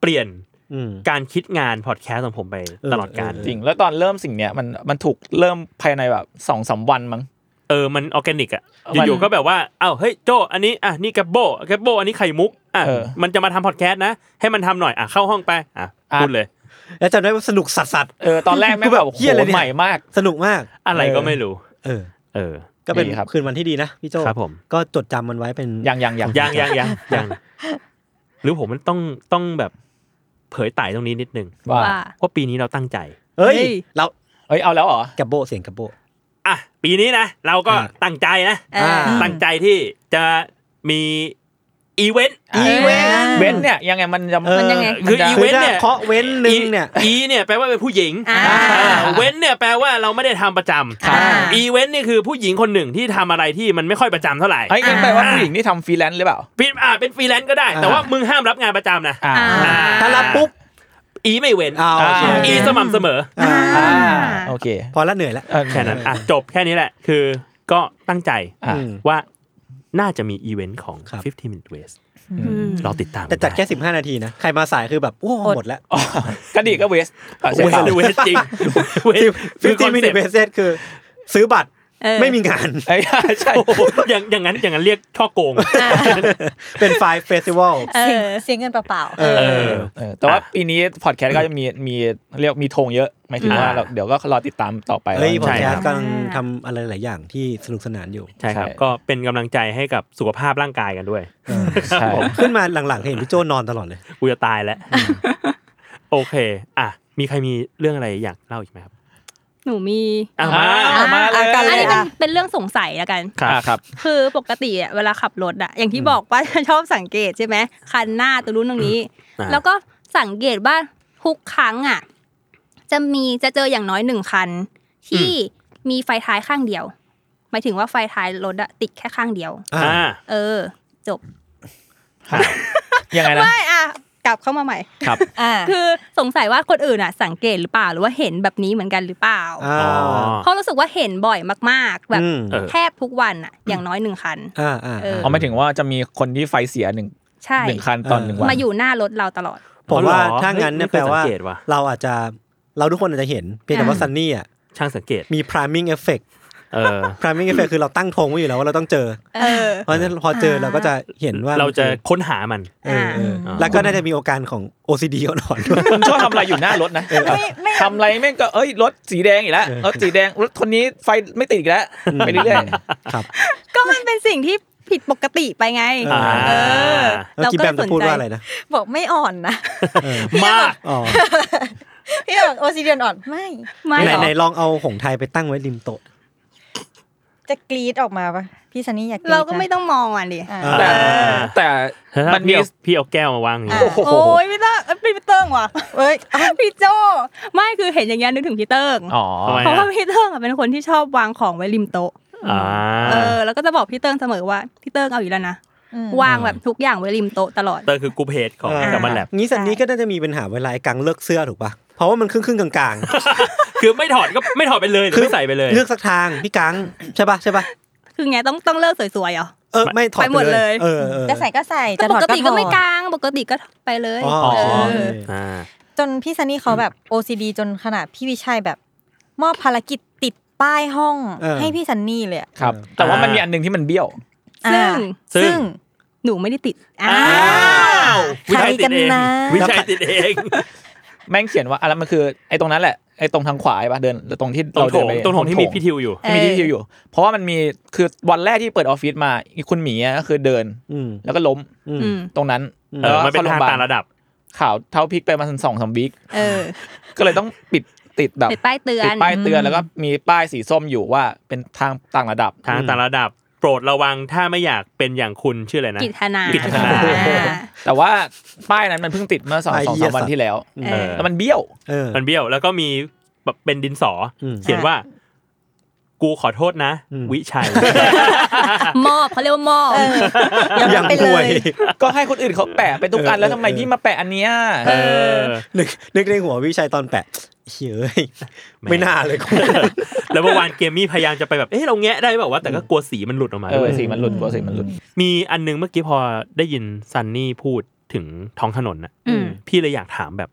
เปลี่ยน อืม การคิดงานพอดแคสต์ของผมไป เออ ตลอดการ เออ จริง แล้วตอนเริ่มสิ่งเนี้ยมันมันถูกเริ่มภายในแบบสองสามวันมั้ง เออมันออร์แกนิกอะ มัน อยู่ๆก็แบบว่าเอ้าเฮ้ยโจอันนี้อ่ะนี่แกบโบแกบโบอันนี้ไข่มุกอ่ะมันจะมาทำพอดแคสต์นะ ให้มันทำหน่อยอ่ะเข้าห้องไปอ่ะพูดเลย แล้วจำได้ว่าสนุกสัสสัส เออตอนแรกแม่งแบบโอ้ เหี้ยอะไร โห เนี่ย ใหม่มาก ๆสนุกมาก อะไรก็ไม่รู้ เออ เออ ก็เป็น ดีครับ คืนวันที่ดีนะพี่โจ ครับผม ก็จดจำมันไว้เป็น ยังยังยัง ยังยังยังยัง หรือผมมันต้องต้องแบบเผยไต่ตรงนี้นิดนึง ว่า ว่า ว่าปีนี้เราตั้งใจ เอ้ย เฮ้ย เรา เอ้ยเอาแล้วเหรอ กับโบเสียงกับโบ อ่ะปีนี้นะเราก็ อ่า ตั้งใจนะ เออ ตั้งใจที่จะมีอีเวนต์ อีเวนต์เวนต์เนี่ยยังไงมันจะ เออ มันยังไง คืออีเวนต์เนี่ย ถ้าเคาะเว้นหนึ่งเนี่ย อีเนี่ยแปลว่าเป็นผู้หญิง อ่า อ่าเว้นเนี่ยแปลว่าเราไม่ได้ทำประจำ อ่า อีเวนต์นี่คือผู้หญิงคนหนึ่งที่ทำอะไรที่มันไม่ค่อยประจำเท่าไหร่ ไอ้ยงั้นแปลว่าผู้หญิงนี่ทำฟรีแลนซ์หรือเปล่า ฟรีอ่าเป็นฟรีแลนซ์ก็ได้ แต่ว่ามึงห้ามรับงานประจำนะ อ่า อ่า อ่ ถ้ารับปุ๊บ อีไม่เว้น อ้าวโอเค อ่า อีสม่ำเสมอ อ่า อ่าโอเค พอละเหนื่อยละ เออ แค่นั้นอ่ะจบแค่นี้แหละ คือก็ตั้งใจ อ่ะ อืม ว่าน่าจะมีอีเวนต์ของ ครับ 15 minute waste อืม รอติดตาม แต่จัดแค่ 15 นาทีนะ ใครมาสายคือแบบโอ้ อด หมดแล้ว อ๋อก็ดีก็เวสอ่ะ เ ใช่เปล่า วสจริง waste ฟิ คือ ฟตี้ คอน มิ เซ็ นิ ปต์ เบสเซตคือ ซื้อบัตร เออ ไม่มีงาน เอ้ย ใช่ โอ้โหอย่างอย่างนั้นอย่างนั้นเรียกช่อโกง เป็นไฟล์เฟสติวัล เอ เสียง อ เสียงเงินเปล่าๆ เออ เออ เออแต่ว่าปีนี้พอดแคสต์ก็จะมีมีเรียกมีธงเยอะหมายถึงว่า อ่า เราเดี๋ยวก็รอติดตามต่อไป เฮ้ยพอ ใช่ ดแค ค ส รับ ต์กำลังทำอะไรหลายอย่างที่สนุกสนานอยู่ ใช่ครับ ใช่ ก็เป็นกำลังใจให้กับสุขภาพร่างกายกันด้วย ใช่ ขึ้นมาหลังๆเห็นพี่โจนอนตลอดเลย กูจะตายแล้ว โอเค อ่ะ มีใครมีเรื่องอะไรอยากเล่าอีกไหมครับ หนูมี อ่ะมา อ่ะมาเลย อ่ะ อันนี้เป็นเป็นเรื่องสงสัยละกัน ครับ อ่ะครับ คือปกติอะเวลาขับรถอะอย่างที่บอกว่า ชอบสังเกตใช่ไหมคันหน้าตัวนู้นตรงนี้ อ่า แล้วก็สังเกตว่าทุกครั้งอะจะมีจะเจออย่างน้อยหนึ่งคัน ที่มีไฟท้ายข้างเดียว หมายถึงว่าไฟท้ายรถอะติดแค่ข้างเดียว อ่า อ่า เออ จบ ยังไงนะ ไม่อ่ะกลับเข้ามาใหม่ ครับ อ่า คือสงสัยว่าคนอื่นอะสังเกตหรือเปล่าหรือว่าเห็นแบบนี้เหมือนกันหรือเปล่า อ่า อ๋อ เพราะรู้สึกว่าเห็นบ่อยมากๆ แบบ อืม เออ แทบทุกวันอะอย่างน้อยหนึ่งคัน อ่าอ่า เออ เอาไม่ถึงว่าจะมีคนที่ไฟเสียหนึ่ง ใช่ หนึ่งคันตอนหนึ่งวัน มาอยู่หน้ารถเราตลอด ผมว่าถ้างั้น ฮ้ เนี่ย ไม่ค แปลว่า สังเกตว่ะ เราอาจจะเราทุกคนอาจจะเห็นเพียงแต่ว่าซันนี่อ่ะ ช่างสังเกต มี priming effect เออ priming effect คือเราตั้งธงไว้อยู่แล้วว่าเราต้องเจอ เออ เพราะฉะนั้นพอเจอเราก็จะเห็นว่า เราจะค้นหามัน เออเอออา แล้วก็น่าจะมีโอาการของ OCD อ่อนๆด้วย คุณชอบทำอะไรอยู่หน้ารถนะ ไม่ไม่ ทำอะไรแม่งก็เอ้ยรถสีแดงอีกแล้วรถสีแดงรถคนนี้ไฟไม่ติดอีกแล้วไปเรื่อย ครับ ก็มันเป็นสิ่งที่ผิดปกติไปไง อ่า เออ แล้วกิบแบมจะพูดว่าอะไรนะ บอกไม่อ่อนนะ เออ มาก อ๋อ พี่บอกโอซิเดียนอ่อนไม่ ไม่ ไหน หรอก ไหนลองเอาหงไทยไปตั้งไว้ริมโต๊ะ จะกรีดออกมาปะพี่ซันนี่อยากรี๊ดนะ เราก็ไม่ต้องมองอ่ะดิ อ่า เออ ๆแต่แต่ มั มัน น มี มี พี่เอาแก้วมาวางอย่างนี้ โอ้ยพี่เติ้งเอ้ยพี่เติ้งว่ะเอ้ยเอ้ยพี่โจ ไม่คือเห็นอย่างเงี้ยนึกถึงพี่เติ้ง อ๋อ ทำไม เพราะว่า อ่ะ พี่เติ้งอะเป็นคนที่ชอบวางของไว้ริมโต๊ะ อ่า เออแล้วก็จะบอกพี่เติ้งเสมอว่าพี่เติ้งเอาอยู่แล้วนะ อืม วางแบบทุกอย่างไว้ริมโต๊ะตลอด เตอร์คือกูเพจของ เออ แซมมันแลบ งี้ซันนี่ก็น่าจะมีปัญหาเวลาไอ้กังเลิกเสื้อถูกปะเพราะว่ามันครึ่งครึ่งๆกลาง คือไม่ถอดก็ไม่ถอดไปเลยห รือไม่ใส่ไปเลย ๆ เลือกสักทางพี่กังใช่ปะใช่ปะ คือไงต้องต้องเลิกสวยๆเหรอ เออไม่ถอด ไปหมดเลย เออเออ จะใส่ก็ใส่ แต่ จะถ ป อด ก ก็ ติ ถ ก็ อ ไม่ ด กลางปกติก็ไปเลย อ๋อ เอ โอ อ เค อ่า จนพี่ซันนี่เขาแบบ OCD จนขนาดพี่วิชัยแบบ มอบภารกิจติดป้ายห้อง เออ ให้พี่ซันนี่เลยอะ ครับ แต่ว่ามันมีอันหนึ่งที่มันเบี้ยว ซึ่ง อ่า ซึ่ง ซึ่ง หนูไม่ได้ติด อ่า วิชัยติดเอง ใครกันนะ วิชัยติดเอง แม่งเขียนว่าอะไรมันคือไอ้ตรงนั้นแหละไอ้ตรงทางขวาใช่ปะเดินตรงที่ ตรง เรา โถงเดินไป ตรงโถงที่มีพี่ทิวอยู่ เออ มีที่ทิวอยู่ เพราะว่ามันมีคือวันแรกที่เปิดออฟฟิศมาอีกคุณหมีอะก็คือเดิน อืม แล้วก็ล้ม อืม อืม ตรงนั้น เอ แล้ว อมัน ก็ เป็นทาง ข้โรงพยบ ต่าง ล ระดับ ข่าวเท้าพลิกไปมาสองสามวิก เออ ก็เลยต้องปิดติดแบบ ติดป้ายเตือ ติด น ป้ายเตือนแล้วก็มีป้ายสีส้มอยู่ว่าเป็นทางต่างระดับ ทางต่างระดับ โปรดระวังถ้าไม่อยากเป็นอย่างคุณชื่ออะไรนะ กิจธนา กิจธนา อ่า แต่ว่าป้ายนั้นมันเพิ่งติดเมื่อสอง ไอ้ สอง เหี้ สาย มวัน สัตว์ ที่แล้ว เออ แล้วมันเบี้ยว เออ มันเบี้ยวแล้วก็มีแบบเป็นดินสออ ม เขียนว่า กูขอโทษนะ อืม วิชัย มอบเขาเรียกว่ามอบ เอออย่อา ย่าง ไปเลย ป่วย ก็ให้คนอื่นเขาแปะไปทุกอันแล้วทำไมพี่มาแปะอันเนี้ย เออ นึกนึกในหัววิชัยตอนแปะเฮ้ยไม่น่าเลยกู แล้วเมื่อวานเกมมี่พยายามจะไปแบบ เอ๊ะเราแงะได้แบบว่าวะแต่ก็กลัวสีมันหลุดออกมา เอ ด้ อ วย สีมันหลุดกลัวสีมันหลุด มีอันนึงเมื่อกี้พอได้ยินซันนี่พูดถึงท้องถนนนะ อืม พี่เลยอยากถามแบบ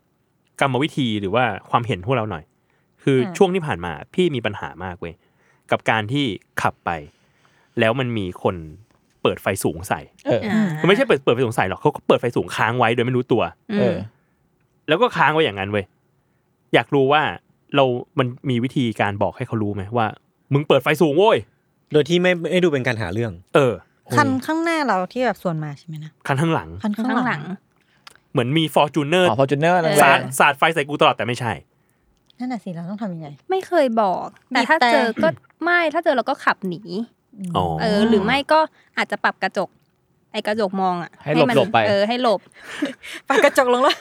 กรรมวิธีหรือว่าความเห็นพวกเราหน่อย คืออ ม ช่วงที่ผ่านมาพี่มีปัญหามากเว้ยกับการที่ขับไป แล้วมันมีคนเปิดไฟสูงใส่ เออ อ่า มันไม่ใช่เปิดเปิดไฟสูงใส่หรอกเขาก็เปิดไฟสูงค้างไว้โดยไม่รู้ตัว อื เอ ม อ แล้วก็ค้างไว้อย่างนั้นเว้ยอยากรู้ว่าเรา มันมีวิธีการบอกให้เขารู้ไหมว่า มึงเปิดไฟสูงโว้ย โดยที่ไม่ไม่ดูเป็นการหาเรื่อง เออ คันข้างหน้าเราที่แบบส่วนมาใช่ไหมนะ คันข้างหลัง คันข้าง ข้าง ห ห ลั ลั ง ง เหมือนมีฟอร์จูเนอร์ อ๋อพอจูเนอร์ เออ สาดสาดไฟใส่กูตลอดแต่ไม่ใช่ นั่นน่ะสิเราต้องทำยังไง ไม่เคยบอก แต่ถ้า บีบแต่ เจอก็ไม่ถ้าเจอเราก็ขับหนี อ๋อ เออหรือไม่ก็อาจจะปรับกระจก ไอ้กระจกมองอ่ะ ให้หลบ มัน หลบไป เออให้หลบ ปากกระจกลงรถ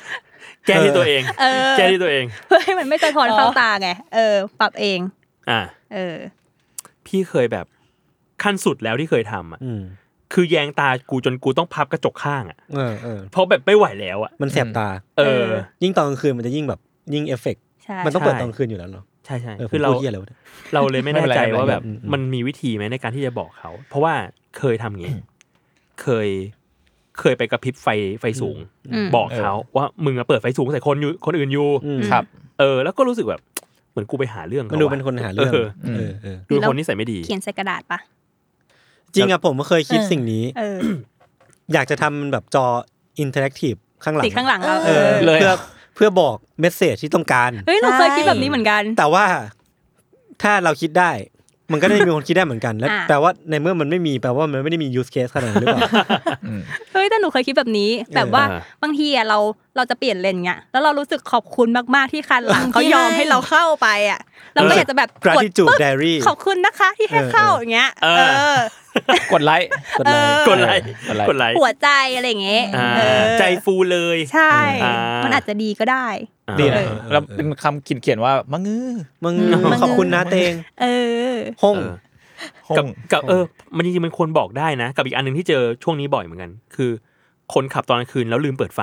แก้ที่ตัวเอง เออ แก้ที่ตัวเอง เพื่อให้มันไม่สะท้อน อ๋อ เข้าตาไงเออ ปรับเอง อ่า เออ พี่เคยแบบขั้นสุดแล้วที่เคยทำอ่ะ อืม คือแยงตากูจนกูต้องพับกระจกข้างอ่ะ เออเออ เพราะแบบไม่ไหวแล้วอ่ะ มันแสบตา เอ เอ อ อ ยิ่งตอนกลางคืนมันจะยิ่งแบบยิ่งเอฟเฟกต์ ใช่ มันต้องเปิดตอนใช่กลางคืนอยู่แล้วเนาะ ใช่ใช่ เออคื คืออ เรา เรา เยี่ยอะไรวะเนี่ย เราเลยไม่แน่ใจ ไม่เป็นไร ว่าแบบ อืมอืม มันมีวิธีไหมในการที่จะบอกเขา เพราะว่าเคยทำงี้ เคยเคยไปกระพริบไฟไฟสูง ม บอกเขาว่ามึงอะเปิดไฟสูงใส่คนอยู่คนอื่นอยู่ อืม ครับ เออ แล้วก็รู้สึกแบบ เหมือนกูไปหาเรื่อง มัน เขา ดู อะ เป็นคนหาเรื่อง เออ เออเออ ดูเป็นคนนิสัยไม่ดี เขียนใส่กระดาษปะ จริงอะผมก็เคยคิด เออ สิ่งนี้ เออ อยากจะทำมันแบบจออินเทอร์แอคทีฟข้างหลัง ติดข้างหลังเรา เออ เลย เพื่อเพื่อบอกเมสเซจที่ต้องการ เฮ้ยเราเคยคิดแบบนี้เหมือนกัน แต่ว่าถ้าเราคิดได้ มันก็ได้มีคนคิดได้เหมือนกันแล้ว อ่า แปลว่าในเมื่อมันไม่มีแปลว่ามันไม่ได้มียูสเคสขนาดนั้นหรือเปล่า เฮ้ยแต่หนูเคยคิดแบบนี้ แบบว่า เออ บางทีอะเราเราจะเปลี่ยนเลนเงี้ยแล้วเรารู้สึกขอบคุณมากๆที่คันหลังเขายอมให้เราเข้าไปอ่ะเราก็อยากจะแบบกด gratitude ปึ๊บ diary ขอบคุณนะคะที่ให้เข้าอย่างเงี้ย เอ เอ อ อ กดไลค์ กดไลค์ กดไลค์ กดไลค์ กดไลค์ หัวใจอะไรอย่างเงี้ย อ่า เออ ใจฟูเลย ใช่ อ่ มันอาจจะดีก็ได้ อ่า ดีนะ แล้วเป็นคำเขียนว่า มังงือ มึง อืม ขอบคุณนะเตง เออ ห้อง เออ ห้อ กับ ง กับเออ มันจริงๆมันควรบอกได้นะ กับอีกอันหนึ่งที่เจอช่วงนี้บ่อยเหมือนกัน คือ คนขับตอนกลางคืนแล้วลืมเปิดไฟ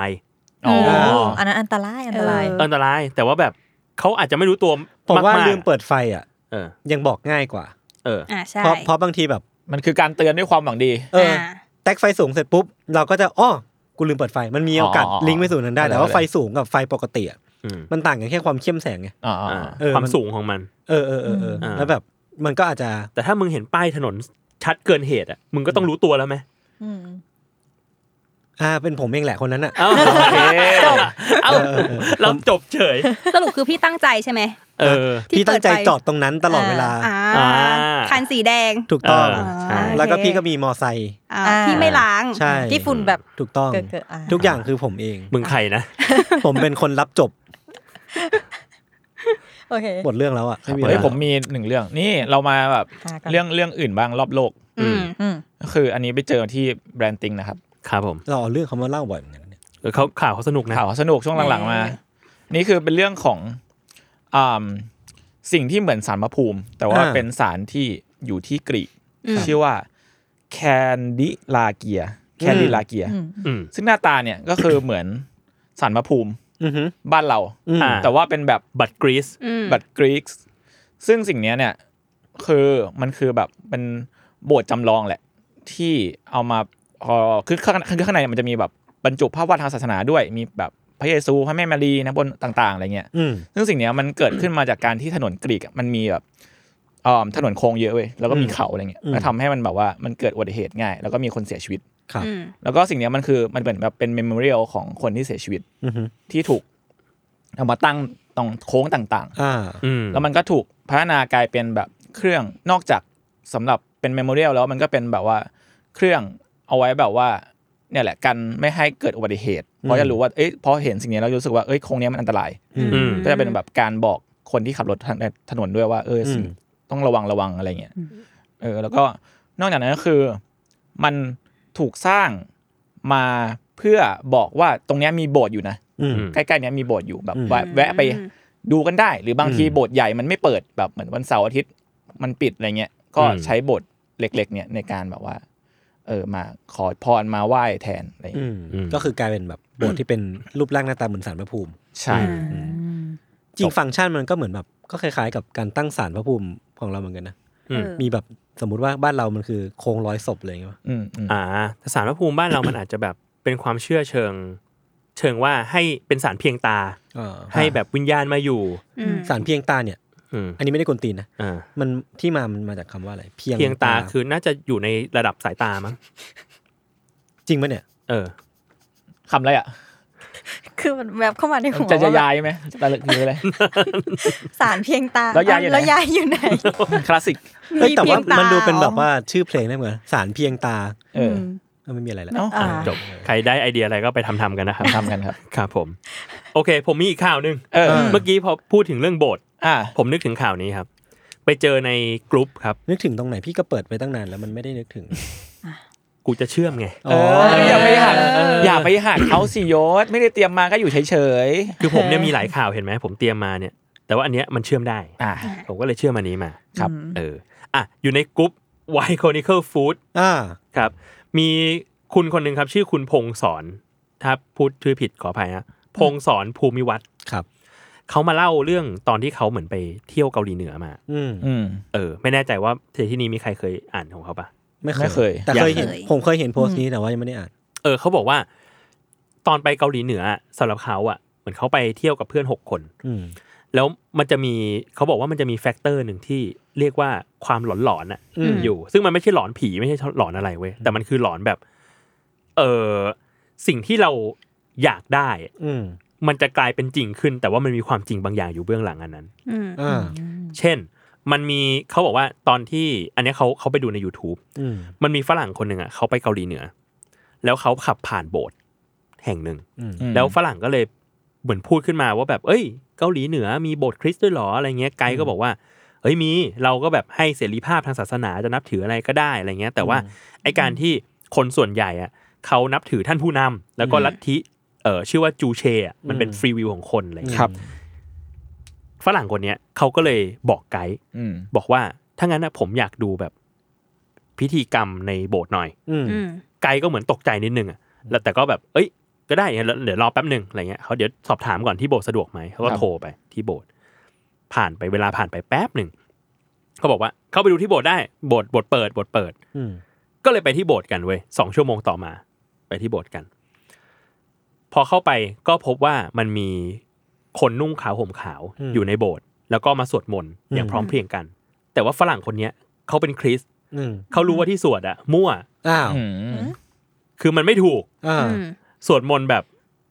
อ๋ออ อันนั้นอันตรายอันตราย เออ อันตราย แต่ว่าแบบเขาอาจจะไม่รู้ตัว ผมว่าก ๆ ลืมเปิดไฟอ่ะ เออ ยังบอกง่ายกว่า เออ อ่าใช่ เพราะเพราะบางทีแบบ มันคือการเตือนด้วยความหวังดี เอออา แท็กไฟสูงเสร็จปุ๊บ เราก็จะอ้อกูลืมเปิดไฟ มันมีโอกาส อ๋ออ๋อ ลิงก์ไปสู่นั้นได้ อะไร แต่ว่าไฟสูงกับไฟปกติอะ อืม มันต่างกันแค่ความเข้มแสงไง อ๋ออ๋อ อ่า อ๋อ เออ ความ มัน สูงของมัน เออเออเออเอออ ม แล้วแบบมันก็อาจจะ แต่ถ้ามึงเห็นป้ายถนนชัดเกินเหตุอ่ะมึงก็ต้องรู้ตัวแล้วไหม อ่าเป็นผมเองแหละคนนั้นอ่ะ เอ้า โอเค เอ้าเราจบเฉย สรุปคือพี่ตั้งใจใช่ไหม เออ ที่ พี่ตั้งใจ เปิไฟ จอดตรงนั้นตลอดเวลา อ่า อ่า คันสีแดง ถูกต้อง เใช่ อ่า แล้วก็พี่ก็มีมอไซค์ อ่า อ่า ที่ไม่ล้าง ใช่ ที่ฝุ่นแบบ ถูกต้อง เกิดเกิดอ่ะ ทุกอย่างคือผมเอง มึงใครนะ ผมเป็นคนรับจบ โอเค หมดเรื่องแล้วอ่ะไอะ เฮ้ ไร ยผมมีหนึ่งเรื่องนี่เรามาแบบ หากัน เรื่องเรื่องอื่นบ้างรอบโลก อืม อืม ก็คืออันนี้ไปเจอที่แบรนด์ติงนะครับ ครับผม เราเอาเรื่องเขามาเล่าบ่อยเหมือนกันเนี่ย เออเขาข่าวเขาสนุกนะ ข่าวสนุกช่วงหลังๆมา นี่คือเป็นเรื่องของอ่าสิ่งที่เหมือนสารมะภูมิ แต่ว่า อ่า เป็นสารที่อยู่ที่กรีก อืม ชื่อว่าแคนดิลาเกียแคนดิลาเกีย อืม อืม ซึ่งหน้าตาเนี่ยก็คือเหมือนสารมะภูมิ อือหือ บ้านเรา อืม อ่า แต่ว่าเป็นแบบ บัตรกรีซ อืม บัตรกรีกซึ่งสิ่งเนี้ยเนี่ยคือมันคือแบบเป็นโบสถ์จำลองแหละ ที่เอามาเอ่อคือข้างคือข้างในมันจะมีแบบบรรจุภาพวาดทางศาสนาด้วย มีแบบพระเยซูพระแม่มารีนะบนต่างๆอะไรเงี้ย อืม ซึ่งสิ่งเนี้ยมันเกิดขึ้นมาจากการที่ถนนกรีกอะมันมีแบบเอ่อถนนโค้งเยอะเว้ยแล้วก็มีเขาอะไรเงี้ย อืม แล้วทำให้มันแบบว่ามันเกิดอุบัติเหตุง่าย แล้วก็มีคนเสียชีวิต ครับ อืม แล้วก็สิ่งเนี้ยมันคือมันเป็นแบบเป็นเมมโมเรียลของคนที่เสียชีวิต อือหือ ที่ถูกเอามาตั้งตรงโค้งต่างๆ อ่า อืม แล้วมันก็ถูกพัฒนากลายเป็นแบบเครื่องนอกจากสำหรับเป็นเมมโมเรียลแล้วมันก็เป็นแบบว่าเครื่องเอาไว้แบบว่าเนี่ยแหละกันไม่ให้เกิดอุบัติเหตุเพราะจะรู้ว่าเอ้ยพอเห็นสิ่งนี้เรารู้สึกว่าเอ้ยโครงเนี้ยมันอันตราย อืม ก็จะเป็นแบบการบอกคนที่ขับรถทางถนนด้วยว่าเออสิ่ง อืม ต้องระวังระวังอะไรเงี้ยเออแล้วก็นอกจากนั้นก็คือมันถูกสร้างมาเพื่อบอกว่าตรงเนี้ยมีโบสถ์อยู่นะ อืม ใกล้ๆเนี้ยมีโบสถ์อยู่แบบ อืม แวะแวะไปดูกันได้ หรือบางที อืม โบสถ์ใหญ่มันไม่เปิดแบบเหมือนวันเสาร์อาทิตย์มันปิดอะไรเงี้ยก็ อืม ใช้โบสถ์เล็ก ๆ เนี่ยในการแบบว่า เออมาขอพรมาไหว้แทนอะไร อื เงี้ย ม อืม ก็คือกลายเป็นแบบโบสถ์ที่เป็นรูปร่างหน้าตาเหมือนสารพระภูมิ ใช่ จริงฟังก์ชันมันก็เหมือนแบบก็คล้ายๆ กับการตั้งสารพระภูมิของเราเหมือนกันนะ อืม มีแบบสมมุติว่าบ้านเรามันคือโครงร้อยศพเลยไงวะ อืมอืม อ่าแต่สารพระภูมิบ้านเรา มันอาจจะแบบเป็นความเชื่อเชิง เชิงว่าให้เป็นสารเพียงตา อ่า ให้แบบวิญญาณมาอยู่ อืม สารเพียงตาเนี่ย อืม อันนี้ไม่ได้กวนตีนนะ อ่า มันที่มามันมาจากคำว่าอะไรเพียง เพียงตาคือน่าจะอยู่ในระดับสายตามั้ง จริงปะเนี่ย เออ คำอะไรอ่ะ คือมันแบบเข้ามาในหัว จะว่ายจะายไหมจะตะลึกเลยเลย สารเพียงตา แล้วยายอยู่ไหน แล้วยายอยู่ไหน คลาสสิก เอ้ยแต่ว่า เพียงตา มันดูเป็น อ๋อ แบบว่าชื่อเพลงได้เหมือนสารเพียงตา เออ เออไม่มีอะไรแล้ว เนาะ อ่า จบ ใครได้ไอเดียอะไรก็ไปทำทำกันนะครับ ทำกันครับ ครับผม โอเค ผมมีอีกข่าวหนึ่ง เออ เมื่อกี้พอพูดถึงเรื่องโบสถ์ อ่า ผมนึกถึงข่าวนี้ครับ ไปเจอในกลุ่มครับ นึกถึงตรงไหนพี่ก็เปิดไปตั้งนานแล้วมันไม่ได้นึกถึง กูจะเชื่อมไง เอออย่าไปหัก เอออ อย่าไปหักเขาสิยศไม่ได้เตรียมมาก็อยู่เฉย คือผมเนี่ยมีหลายข่าวเห็นไหมผมเตรียมมาเนี่ย แต่ว่าอันเนี้ยมันเชื่อมได้ ๆอ่า ผมก็เลยเชื่อมอันนี้มา ครับ เอออ่ะอยู่ในกลุ่ม Y Chronicle Food อ่า ครับมีคุณคนหนึ่งครับ ชื่อคุณพงศรถ้าพูดชื่อผิดขออภัยนะพงศรภูมิวัฒน์ ครับ เขามาเล่าเรื่องตอนที่เขาเหมือนไปเที่ยวเกาหลีเหนือมา อืม อืม เออ ไม่แน่ใจว่าที่นี้มีใครเคยอ่านของเขาปะ ไม่ ไม่ เค เค ย ย แต่เคยเห็น ยังเลย ผมเคยเห็นโพสต์นี้แต่ว่ายังไม่ได้อ่าน เออเขาบอกว่า ตอนไปเกาหลีเหนืออะสำหรับเขาอ่ะเหมือนเขาไปเที่ยวกับเพื่อนหกคน อืม แล้วมันจะมีเขาบอกว่ามันจะมีแฟกเตอร์หนึ่งที่เรียกว่าความหลอนหลอนๆอะอยู่ ซึ่งมันไม่ใช่หลอนผีไม่ใช่หลอนอะไรเว้ยแต่มันคือหลอนแบบ เออสิ่งที่เราอยากได้ อืม มันจะกลายเป็นจริงขึ้น แต่ว่ามันมีความจริงบางอย่างอยู่เบื้องหลังอันนั้น อืม อ่า เช่น มันมีเขาบอกว่าตอนที่ อันเนี้ยเขาเขาไปดูใน YouTube อืม มันมีฝรั่งคนหนึ่งอ่ะเขาไปเกาหลีเหนือ แล้วเขาขับผ่านโบสถ์แห่งหนึ่ง อืม แล้วฝรั่งก็เลยเหมือนพูดขึ้นมาว่าแบบ เอ้ย เกาหลีเหนือมีโบสถ์คริสต์ด้วยเหรออะไรเงี้ยไกด์ก็บอกว่า เอ้ยมีเราก็แบบให้เสรีภาพทางศาสนาจะนับถืออะไรก็ได้อะไรเงี้ย แต่ว่าไอการที่คนส่วนใหญ่อะเขานับถือท่านผู้นำแล้วก็ อืม ลัทธิเออชื่อว่าจูเชอะมันเป็น อืม ฟรีวิวของคนอะไรเงี้ย ครับ ฝรั่งคนเนี้ยเขาก็เลยบอกไกด์ อืม บอกว่าถ้างั้นนะผมอยากดูแบบพิธีกรรมในโบสถ์หน่อย อืม อืม ไกลก็เหมือนตกใจนิดนึงอ่ะ แล้วแต่ก็แบบ เอ้ย ก็ได้งั้นเดี๋ยวรอแป๊บหนึ่งอะไรเงี้ยเขาเดี๋ยวสอบถามก่อนที่โบสถ์สะดวกไหมเขาก็ ครับ โทรไปที่โบสถ์ผ่านไปเวลาผ่านไปแป๊บหนึ่งเขาบอกว่าเข้าไปดูที่โบสถ์ได้โบสถ์โบสถ์เปิดโบสถ์เปิด อืม ก็เลยไปที่โบสถ์กันเว้ยสองชั่วโมงต่อมา ไปที่โบสถ์กัน พอเข้าไปก็พบว่ามันมีคนนุ่งขาวห่มขาวอยู่ในโบสถ์แล้วก็มาสวดมนต์อย่างพร้อมเพรียงกัน แต่ว่าฝรั่งคนเนี้ยเขาเป็นคริสต์ อืม เขารู้ว่าที่สวดอะมั่ว อ้าว อืม คือมันไม่ถูก อ่า อืม สวดมนต์แบบ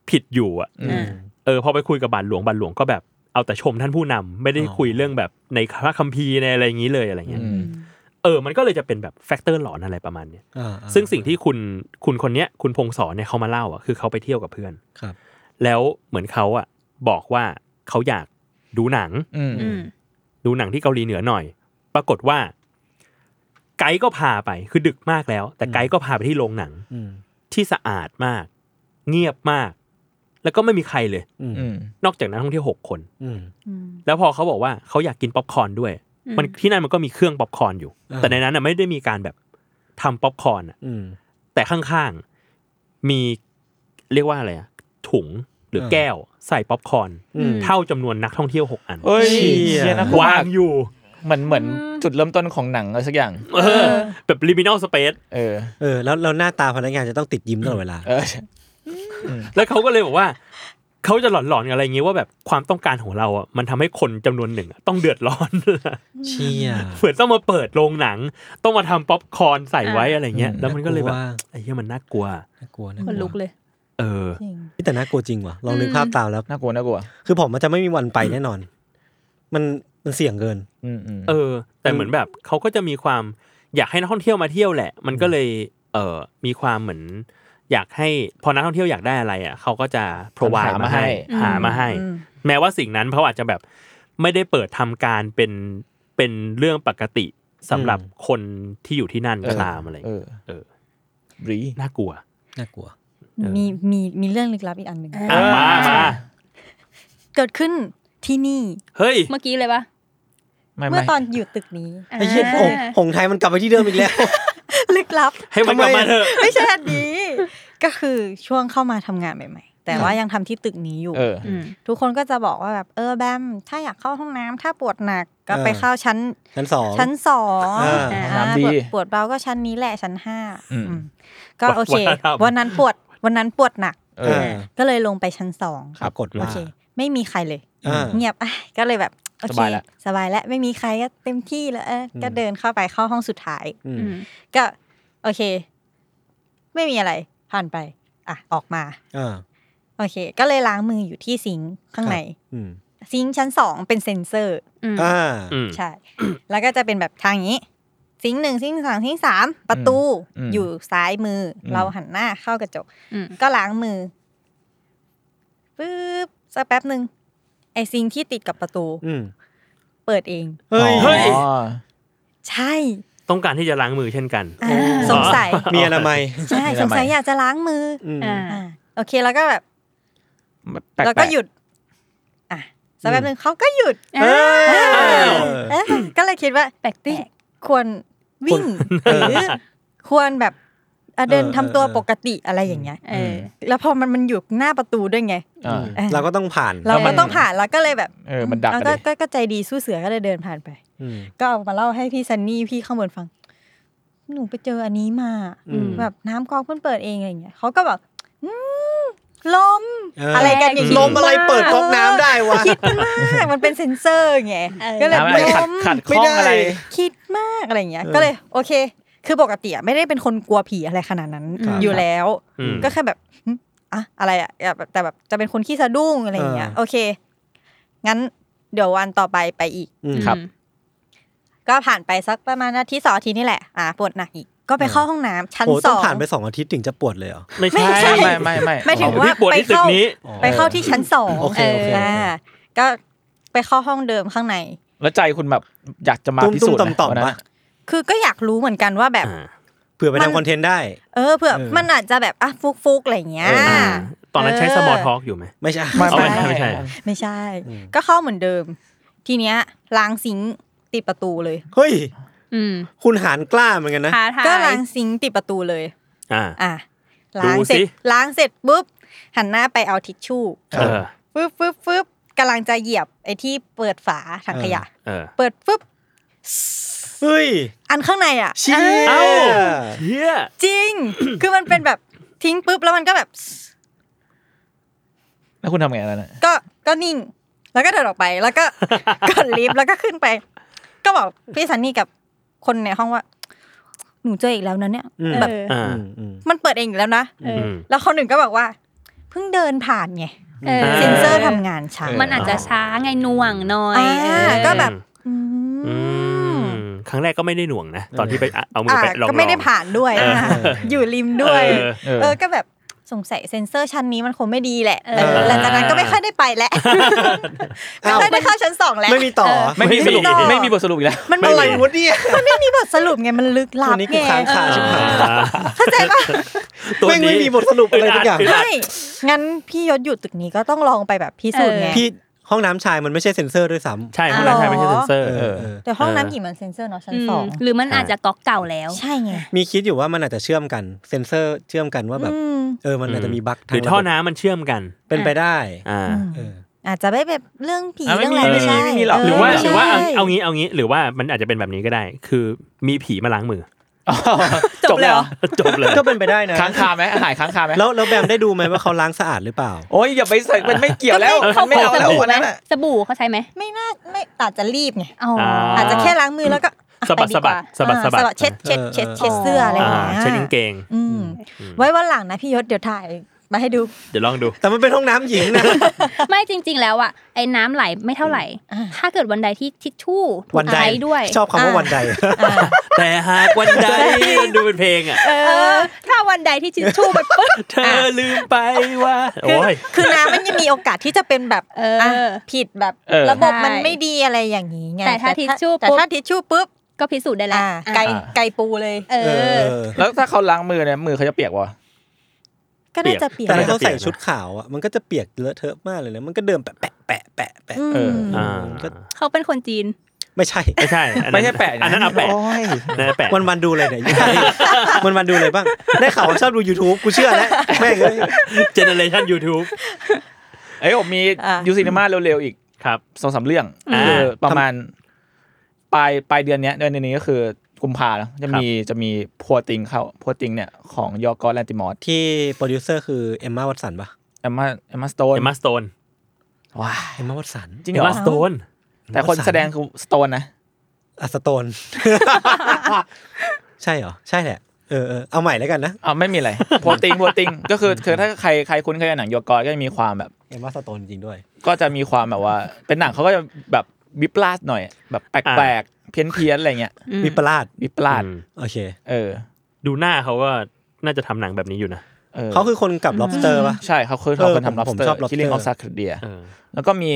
ผิดอยู่อ่ะ อืม เออพอไปคุยกับบาทหลวงบาทหลวงก็แบบเอาแต่ชมท่านผู้นำไม่ได้คุยเรื่องแบบในพระคัมภีร์ในอะไรอย่างนี้เลยอะไรเงี้ย อืม เออมันก็เลยจะเป็นแบบแฟกเตอร์หลอนอะไรประมาณเนี้ย อ่า ซึ่งสิ่งที่คุณคุณคนเนี้ยคุณพงศรเนี่ยเขามาเล่าอ่ะคือเขาไปเที่ยวกับเพื่อน ครับ แล้วเหมือนเขาอ่ะบอกว่าเขาอยากดูหนัง อืม อืม ดูหนังที่เกาหลีเหนือหน่อย ปรากฏว่า ไกด์ก็พาไปคือดึกมากแล้ว แต่ไกด์ก็พาไปที่โรงหนัง อืม ที่สะอาดมาก เงียบมาก แล้วก็ไม่มีใครเลย อืม อืม นอกจากนักท่องเที่ยวหกคน อืม แล้วพอเขาบอกว่าเขาอยากกินป๊อปคอร์นด้วย อืม มันที่นั่นมันก็มีเครื่องป๊อปคอร์นอยู่ อ่า แต่ในนั้นน่ะไม่ได้มีการแบบทำป๊อปคอร์นอะ อืม แต่ข้างๆมีเรียกว่าอะไรอะถุงหรืออา แก้วใส่ป๊อปคอร์น อืม เท่าจำนวนนักท่องเที่ยวหกอัน เอ้ย เชี่ย เชี่ยนะกลัวามวาก งอยู่ เหมือนเหมือนจุดเริ่มต้นของหนังอะไรสักอย่าง เออแบบลิมินอลสเปซ เออ เออแล้วแล้วหน้าตาพนักงานจะต้องติดยิ้มตลอดเวลา เออ แล้วเขาก็เลยบอกว่าเขาจะหลอนๆกับอะไรอย่างเงี้ยว่าแบบความต้องการของเราอ่ะมันทำให้คนจำนวนหนึ่งอะต้องเดือดร้อน เชี่ย เหมือนต้องมาเปิดโรงหนัง ต้องมาทำป๊อปคอร์นใส่ไว้ อะไรเงี้ย อืม แล้วมันก็เลยแบบ น่ากลัว ไอ้เหี้ยมันน่ากลัว น่ากลัวนะ ขนลุกเลย เออ แต่น่ากลัวจริงว่ะลองนึกภาพตามแล้ว น่ากลัวน่ากลัว คือผมมันจะไม่มีวันไปแน่นอน มันมันเสี่ยงเกิน อืมอืม เออ แต่เหมือนแบบเขาก็จะมีความอยากให้นักท่องเที่ยวมาเที่ยวแหละ มันก็เลยเออมีความเหมือน อยากให้พอนักท่องเที่ยวอยากได้อะไรอ่ะเขาก็จะ provide ห มาให้ หามาให้ แม้ว่าสิ่งนั้นเขาอาจจะแบบไม่ได้เปิดทำการเป็นเป็นเรื่องปกติสำหรับ อืม คนที่อยู่ที่นั่นก็ตามอะไร เออ เออ หรี น่ากลัว น่ากลัว มีมีมีเรื่องลึกลับอีกอันหนึ่ง อ่ะมามา เกิดขึ้นที่นี่ เฮ้ย เมื่อกี้เลยปะ ไม่ เมื่ ไม่ อตอนอยู่ตึกนี้ า ไอ้เหี้ยหงหงไทยมันกลับไปที่เดิมอีกแล้ว ลึกลับ ให้มันกลับมาเถอะ ไม่ใช่อันนี้ ก็คือช่วงเข้ามาทำงานใหม่ๆ แต่ว่ายังทำที่ตึกนี้อยู่ เออ อืม ทุกคนก็จะบอกว่าแบบเออแบมถ้าอยากเข้าห้องน้ำถ้าปวดหนักก็ เออ ไปเข้าชั้น ชั้นสอง ชั้นสอง อ่า อ่า ห้องน้ำดี ปวปวดเบาก็ชั้นนี้แหละชั้นห้า อืม อืมก็โอเค วัฒนธรรม วันนั้นปวดวันนั้นปวดหนัก เอ เอ อ อ ก็เลยลงไปชั้นสอง ปรากฏ โอ ว่า เค ไม่มีใครเลย อ่า เงียบอ่ะก็เลยแบบโอ ส เค บายละ สบายแล้วไม่มีใครก็เต็มที่แล้วเอออก็เดินเข้าไปเข้าห้องสุดท้าย อืม อืม ก็ โอเค ไม่มีอะไรผ่านไป อ่ะออกมา อ่า โอเค ก็เลยล้างมืออยู่ที่ซิงค์ข้างใน อืม ซิงค์ชั้นสองเป็นเซ็นเซอร์ อืม อ่า อืม ใช่ แล้วก็จะเป็นแบบทางนี้ ซิงค์หนึ่งซิงค์สองซิงค์สามประตู อืม อยู่ซ้ายมืออ ม เราหันหน้าเข้ากระจก อืม ก็ล้างมือปึ๊บสักแป๊บหนึ่งไอซิงค์ที่ติดกับประตู อืม เปิดเอง เฮ้ย เฮ้ย อ๋อ ใช่ ต้องการที่จะล้างมือเช่นกัน อ่าสงสัย มีอนามัย ใช่สงสัยอยากจะล้างมือ อืม อ่า อ่าโอเคแล้วก็แบบ แปลกๆ แล้วก็หยุด อ่ะสักแป๊บหนึ่งเขาก็หยุด เอ้ย ว เอ๊ะก็เลยคิดว่า แปลกติ๊ก ควรวิ่ง เออ หรือควรแบบอ่ะเดิน เออ ทำตัว เออ ปกติอะไรอย่างเงี้ย เออ แล้วพอมันมันอยู่หน้าประตูด้วยไง อ่า ออ เราก็ต้องผ่าน เราก็ต้องผ่านแล้วก็เลยแบบ เออมันดัก เรา กัน ก็ ดิ ก็ก็ใจดีสู้เสือก็เลยเดินผ่านไป อืม ก็เอามาเล่าให้พี่ซันนี่พี่ข้างบนฟัง หนูไปเจออันนี้มา อืม แบบน้ำกองเพิ่นเปิดเองอะไรอย่างเงี้ยเขาก็แบบอืมลม เอออ อะไรกันอย่าง ล เงี้ย มอะไรเปิดก๊อกน้ำได้วะ คิดมากมันเป็นเซ็นเซอร์ไงก็เลย น้ำอะไร ไม่ ขัดขัด ไม่ ข้อง ได้ อะไร คิดมากอะไรอย่างเงี้ย เออ ก็เลยโอเค คือปกติอะไม่ได้เป็นคนกลัวผีอะไรขนาดนั้น ครับ อยู่แล้ว อืม ก็แค่แบบหึอะอะไรอะแบบแต่แบบจะเป็นคนขี้สะดุ้งอะไรอย่างเงี้ย เออ โอเค งั้นเดี๋ยววันต่อไปไปอีก อืม ครับ ก็ผ่านไปสักประมาณอาทิตย์สองอาทิตย์นี่แหละอ่ะปวดหนักอีก ก็ไป เออ เข้าห้องน้ำชั้น โอ้ ส ต้อง อง ผ่านไปสองอาทิตย์ถึงจะปวดเลยเหรอ ไม่ ไม่ ใช่ ใช่ ไม่ไม่ไม่ไม่ ไม่ถึงว่า พี่ปวด ไป ที่ตึก เข้า นี้ ไปเข้าที่ชั้นสอง โอเคโอเค อ่าก็ไปเข้าห้องเดิมข้างใน แล้วใจคุณแบบอยากจะมา ตุ้ม พิ ตุ้ สู ม จน์ ต่อมต่อม วันนั้น ปะ อะ คือก็อยากรู้เหมือนกันว่าแบบ อ่า เผื่อไป มัน ทำคอนเทนต์ได้ เออเผื่อ เออ มันอาจจะแบบอ่ะฟุกฟุกๆอะไรอย่างเงี้ย อ่า อ่าตอนนั้นใช้ เออ สมอลท็อกอยู่ไหม ไม่ใช่ ไม่ เอา ไม่ ไว้ไม่ ไม่ ใช่ ใช่ ไม่ใช่ ก็เข้าเหมือนเดิม ทีเนี้ยล้างซิงค์ติดประตูเลย เฮ้ย อืม คุณหารกล้าเหมือนกันนะ ท้าทาย ก็ล้างซิงค์ติดประตูเลย อ่า อ่ะล้างเสร็ ดู จ สิ ล้างเสร็จปุ๊บหันหน้าไปเอาทิชชู่ เออ ปึ๊บปึ๊บปึ๊บกำลังจะเหยียบไอ้ที่เปิดฝาถังขยะ เออ เปิดปึ๊บ เฮ้ย อันข้างในอ่ะ เชี่ย เอ้า เฮีย จริง คือมันเป็นแบบทิ้งปุ๊บแล้วมันก็แบบ แล้วคุณทำไงแล้วนะ ก็ก็นิ่ง แล้วก็เดินออกไปแล้วก็ กดลิฟต์แล้วก็ขึ้นไป ก็บอกพี่ซันนี่กับคนในห้องว่า หนูเจออีกแล้วนะเนี่ย อืม แบบ เออ อ่า อืมอืม มันเปิดเองอีกแล้วนะ เออ ม แล้วคนหนึ่งก็บอกว่า เพิ่งเดินผ่านไง เออ เซนเซอร์ทำงานช้า มันอาจจะช้าไงหน่วงหน่อย อ่า เออ ก็แบบ อื อื ม มครั้งแรกก็ไม่ได้หน่วงนะ ตอนที่ไปอ่ะเอามือไป อ่ะ ลอง ก็ไม่ได้ ลอง ผ่านด้วย เออ นะคะอยู่ริมด้วย เออ เออ เออก็แบบสงสัยเซนเซอร์ชั้นนี้มันคงไม่ดีแหละ เออ หลังจากนั้นก็ไม่ค่อยได้ไปแล้วไม่ อ้าว ค่อยได้เข้าชั้นสองแล้ว ไม่มีต่อ ไม่มีสรุป ไม่มีต่อ ไม่มีบทสรุปอีกแล้ว มัน ไม่ มี อะไร มี วะเนี่ย มันไม่มีบทสรุปไงมันลึกลั วั บ นนี้ ไง กูค้างคาชิบหาย อ่า เข้าใจปะ ตัว ไม่งไม่ นี้ มีบทสรุปอะไรทุกอย่าง อึดอัด ใช่งั้นพี่ยศอยู่ตึกนี้ก็ต้องลองไปแบบพิสูจน์ไง พี่ห้องน้ำชายมันไม่ใช่เซ็นเซอร์ด้วยซ้ำ ใช่ อ๋ ห้อ อง เหรอ น้ำชายไม่ใช่เซนเซอร์ เอ เอ อ อ เออ แต่ห้องน้ำ เออ หญิงมันเซนเซอร์เนาะชั้น อืม สอง หรือมันอาจจะก๊อกเก่าแล้ว ใช่ไง มีคิดอยู่ว่ามันอาจจะเชื่อมกัน เซ็นเซอร์เชื่อมกันว่าแบบ อืม เออมันอาจจะมีบั๊ก หรือท่อน้ำมันเชื่อมกัน เป็นไปได้ อ่า เออ อาจจะไม่แบบเรื่องผี อ่ะไม่ เรื่มีองอะไร ไม่ ไม่ มี ใช่ ไม่มีหรอก เห รือว่า ไม่ ห ใช่ รือว่าเอาเอางี้เอางี้หรือว่ามันอาจจะเป็นแบบนี้ก็ได้ คือมีผีมาล้างมือ จบเลยเหรอ จบเลย ก็เป็นไปได้นะ ค้างคาไหมอาหารค้างคาไหม แล้วแล้วแบมได้ดูไหมว่าเขาล้างสะอาดหรือเปล่า โอ้ยอย่าไปใส่มันไม่เกี่ยวแล้ว เขา ไม่ พก เอา ส แล้ว บู่ วัน ไหม นั้นอะ สบู่เขาใช้ไหม ไม่น่าไม่อาจจะรีบไง อ๋ออา อาจจะแค่ล้างมือแล้วก็อ่ะ สะบัด ไปกว่า สะบัด อ่า สะบัด สะบัดเช็ดเช็ดเช็ดเช็ด เออ เสื้ออะไรอย่าง อ่า เงี้ย ใช้กางเกง อืมไว้วันหลังนะพี่ยศเดี๋ยวถ่ายมาให้ดู เดี๋ยวลองดู แต่มันเป็นห้องน้ำหญิงนะ ไม่จริง ๆ แล้วอ่ะไอ้น้ำไหลไม่เท่าไหร่ อ่า ถ้าเกิดวันใดที่ทิชชู่ถู วัน ก ใด ใช้ด้วย ชอบคำว่าวันใด อ่า แต่หากวันใดดูเป็นเพลงอ่ะ เอ เอ อ อ ถ้าวันใดที่ทิชชู่มันปึ๊บ เธอลืมไปว่า โอ้ย คือน้ำมันยังมีโอกาสที่จะเป็นแบบ เอออ่ ะผิดแบบ เออ ระบบมัน ใช่ ไม่ดีอะไรอย่างนี้ไง แต่ถ้าทิชชู่ แต่ ปุ๊บ ถ้าทิชชู่ปุ๊บ ก็พิสูจน์ได้แล้ว อ่ะ อ่ะ ไกลไกลปูเลย เอ เอ อ อ แล้วถ้าเขาล้างมือเนี่ยมือเขาจะเปียกวะ ก็น่าจะเปลี่ยน แต่ถ้าเขา เปียก ใส่ นะ ชุดขาวอ่ะมันก็จะเปียกเลอะเทอะมากเลยนะมันก็เดินแปะแปะแปะแปะแปะ อืม เออ อ่า ก็ เขาเป็นคนจีน ไม่ใช่ ไม่ใช่อันนั้น ไม่ใช่แปะนะ อันนั้นเอาแปะ โอ้ย อันนั้นเอาแปะ วันวันๆดูเลย เนี่ยวันวันๆดูเลยบ้าง ได้ข่าวว่าชอบดู YouTube กูเชื่อแล้วแม่งเอ้ย เจเนอเรชันยูทูบ เอ้ยผมมียูซินีมาเร็วๆอีก ครับ สองสามเรื่อง อ่า คือประมาณปลายปลายเดือนเนี้ยเดือนนี้ก็คือกุมภาแล้วจะมีจะมีพัวติงเข้าพัวติงเนี่ยของยอร์กอนแลนติมอส ที่โปรดิวเซอร์คือเอมมาวัตสันปะ เอมมาเอมมาสโตน เอ็มมาสโตน ว้า เอมมาวัตสัน จริง เอ เหร ม อ มาสโตน แต่คนแสดงคือสโตนนะ อัสโตน ใช่เหรอ ใช่แหละเออเออเอาใหม่แล้วกันนะ อ่าไม่มี อะไรพัวติงพัวติงก็คือคือถ้าใครใครคุ้นเคยกับหนังยอร์กอนก็จะมีความแบบ เอมมาสโตนจริงด้วย ก็จะมีความแบบว่า เป็นหนังเขาก็จะแบบวิปลาสหน่อย แบบแปลกๆเพี้ยนเพี้ยนๆอะไรเงี้ย มีประหลาด วิปลาส อืม โอเค เออ ดูหน้าเขาว่าน่าจะทำหนังแบบนี้อยู่นะ เออ เขาคือคนกับ lobster ปะ ใช่เขาคือเขาคน เออผม ทำ ผม lobster ชอบ lobster ที่เรียกออฟซาคเดีย เออ แล้วก็มี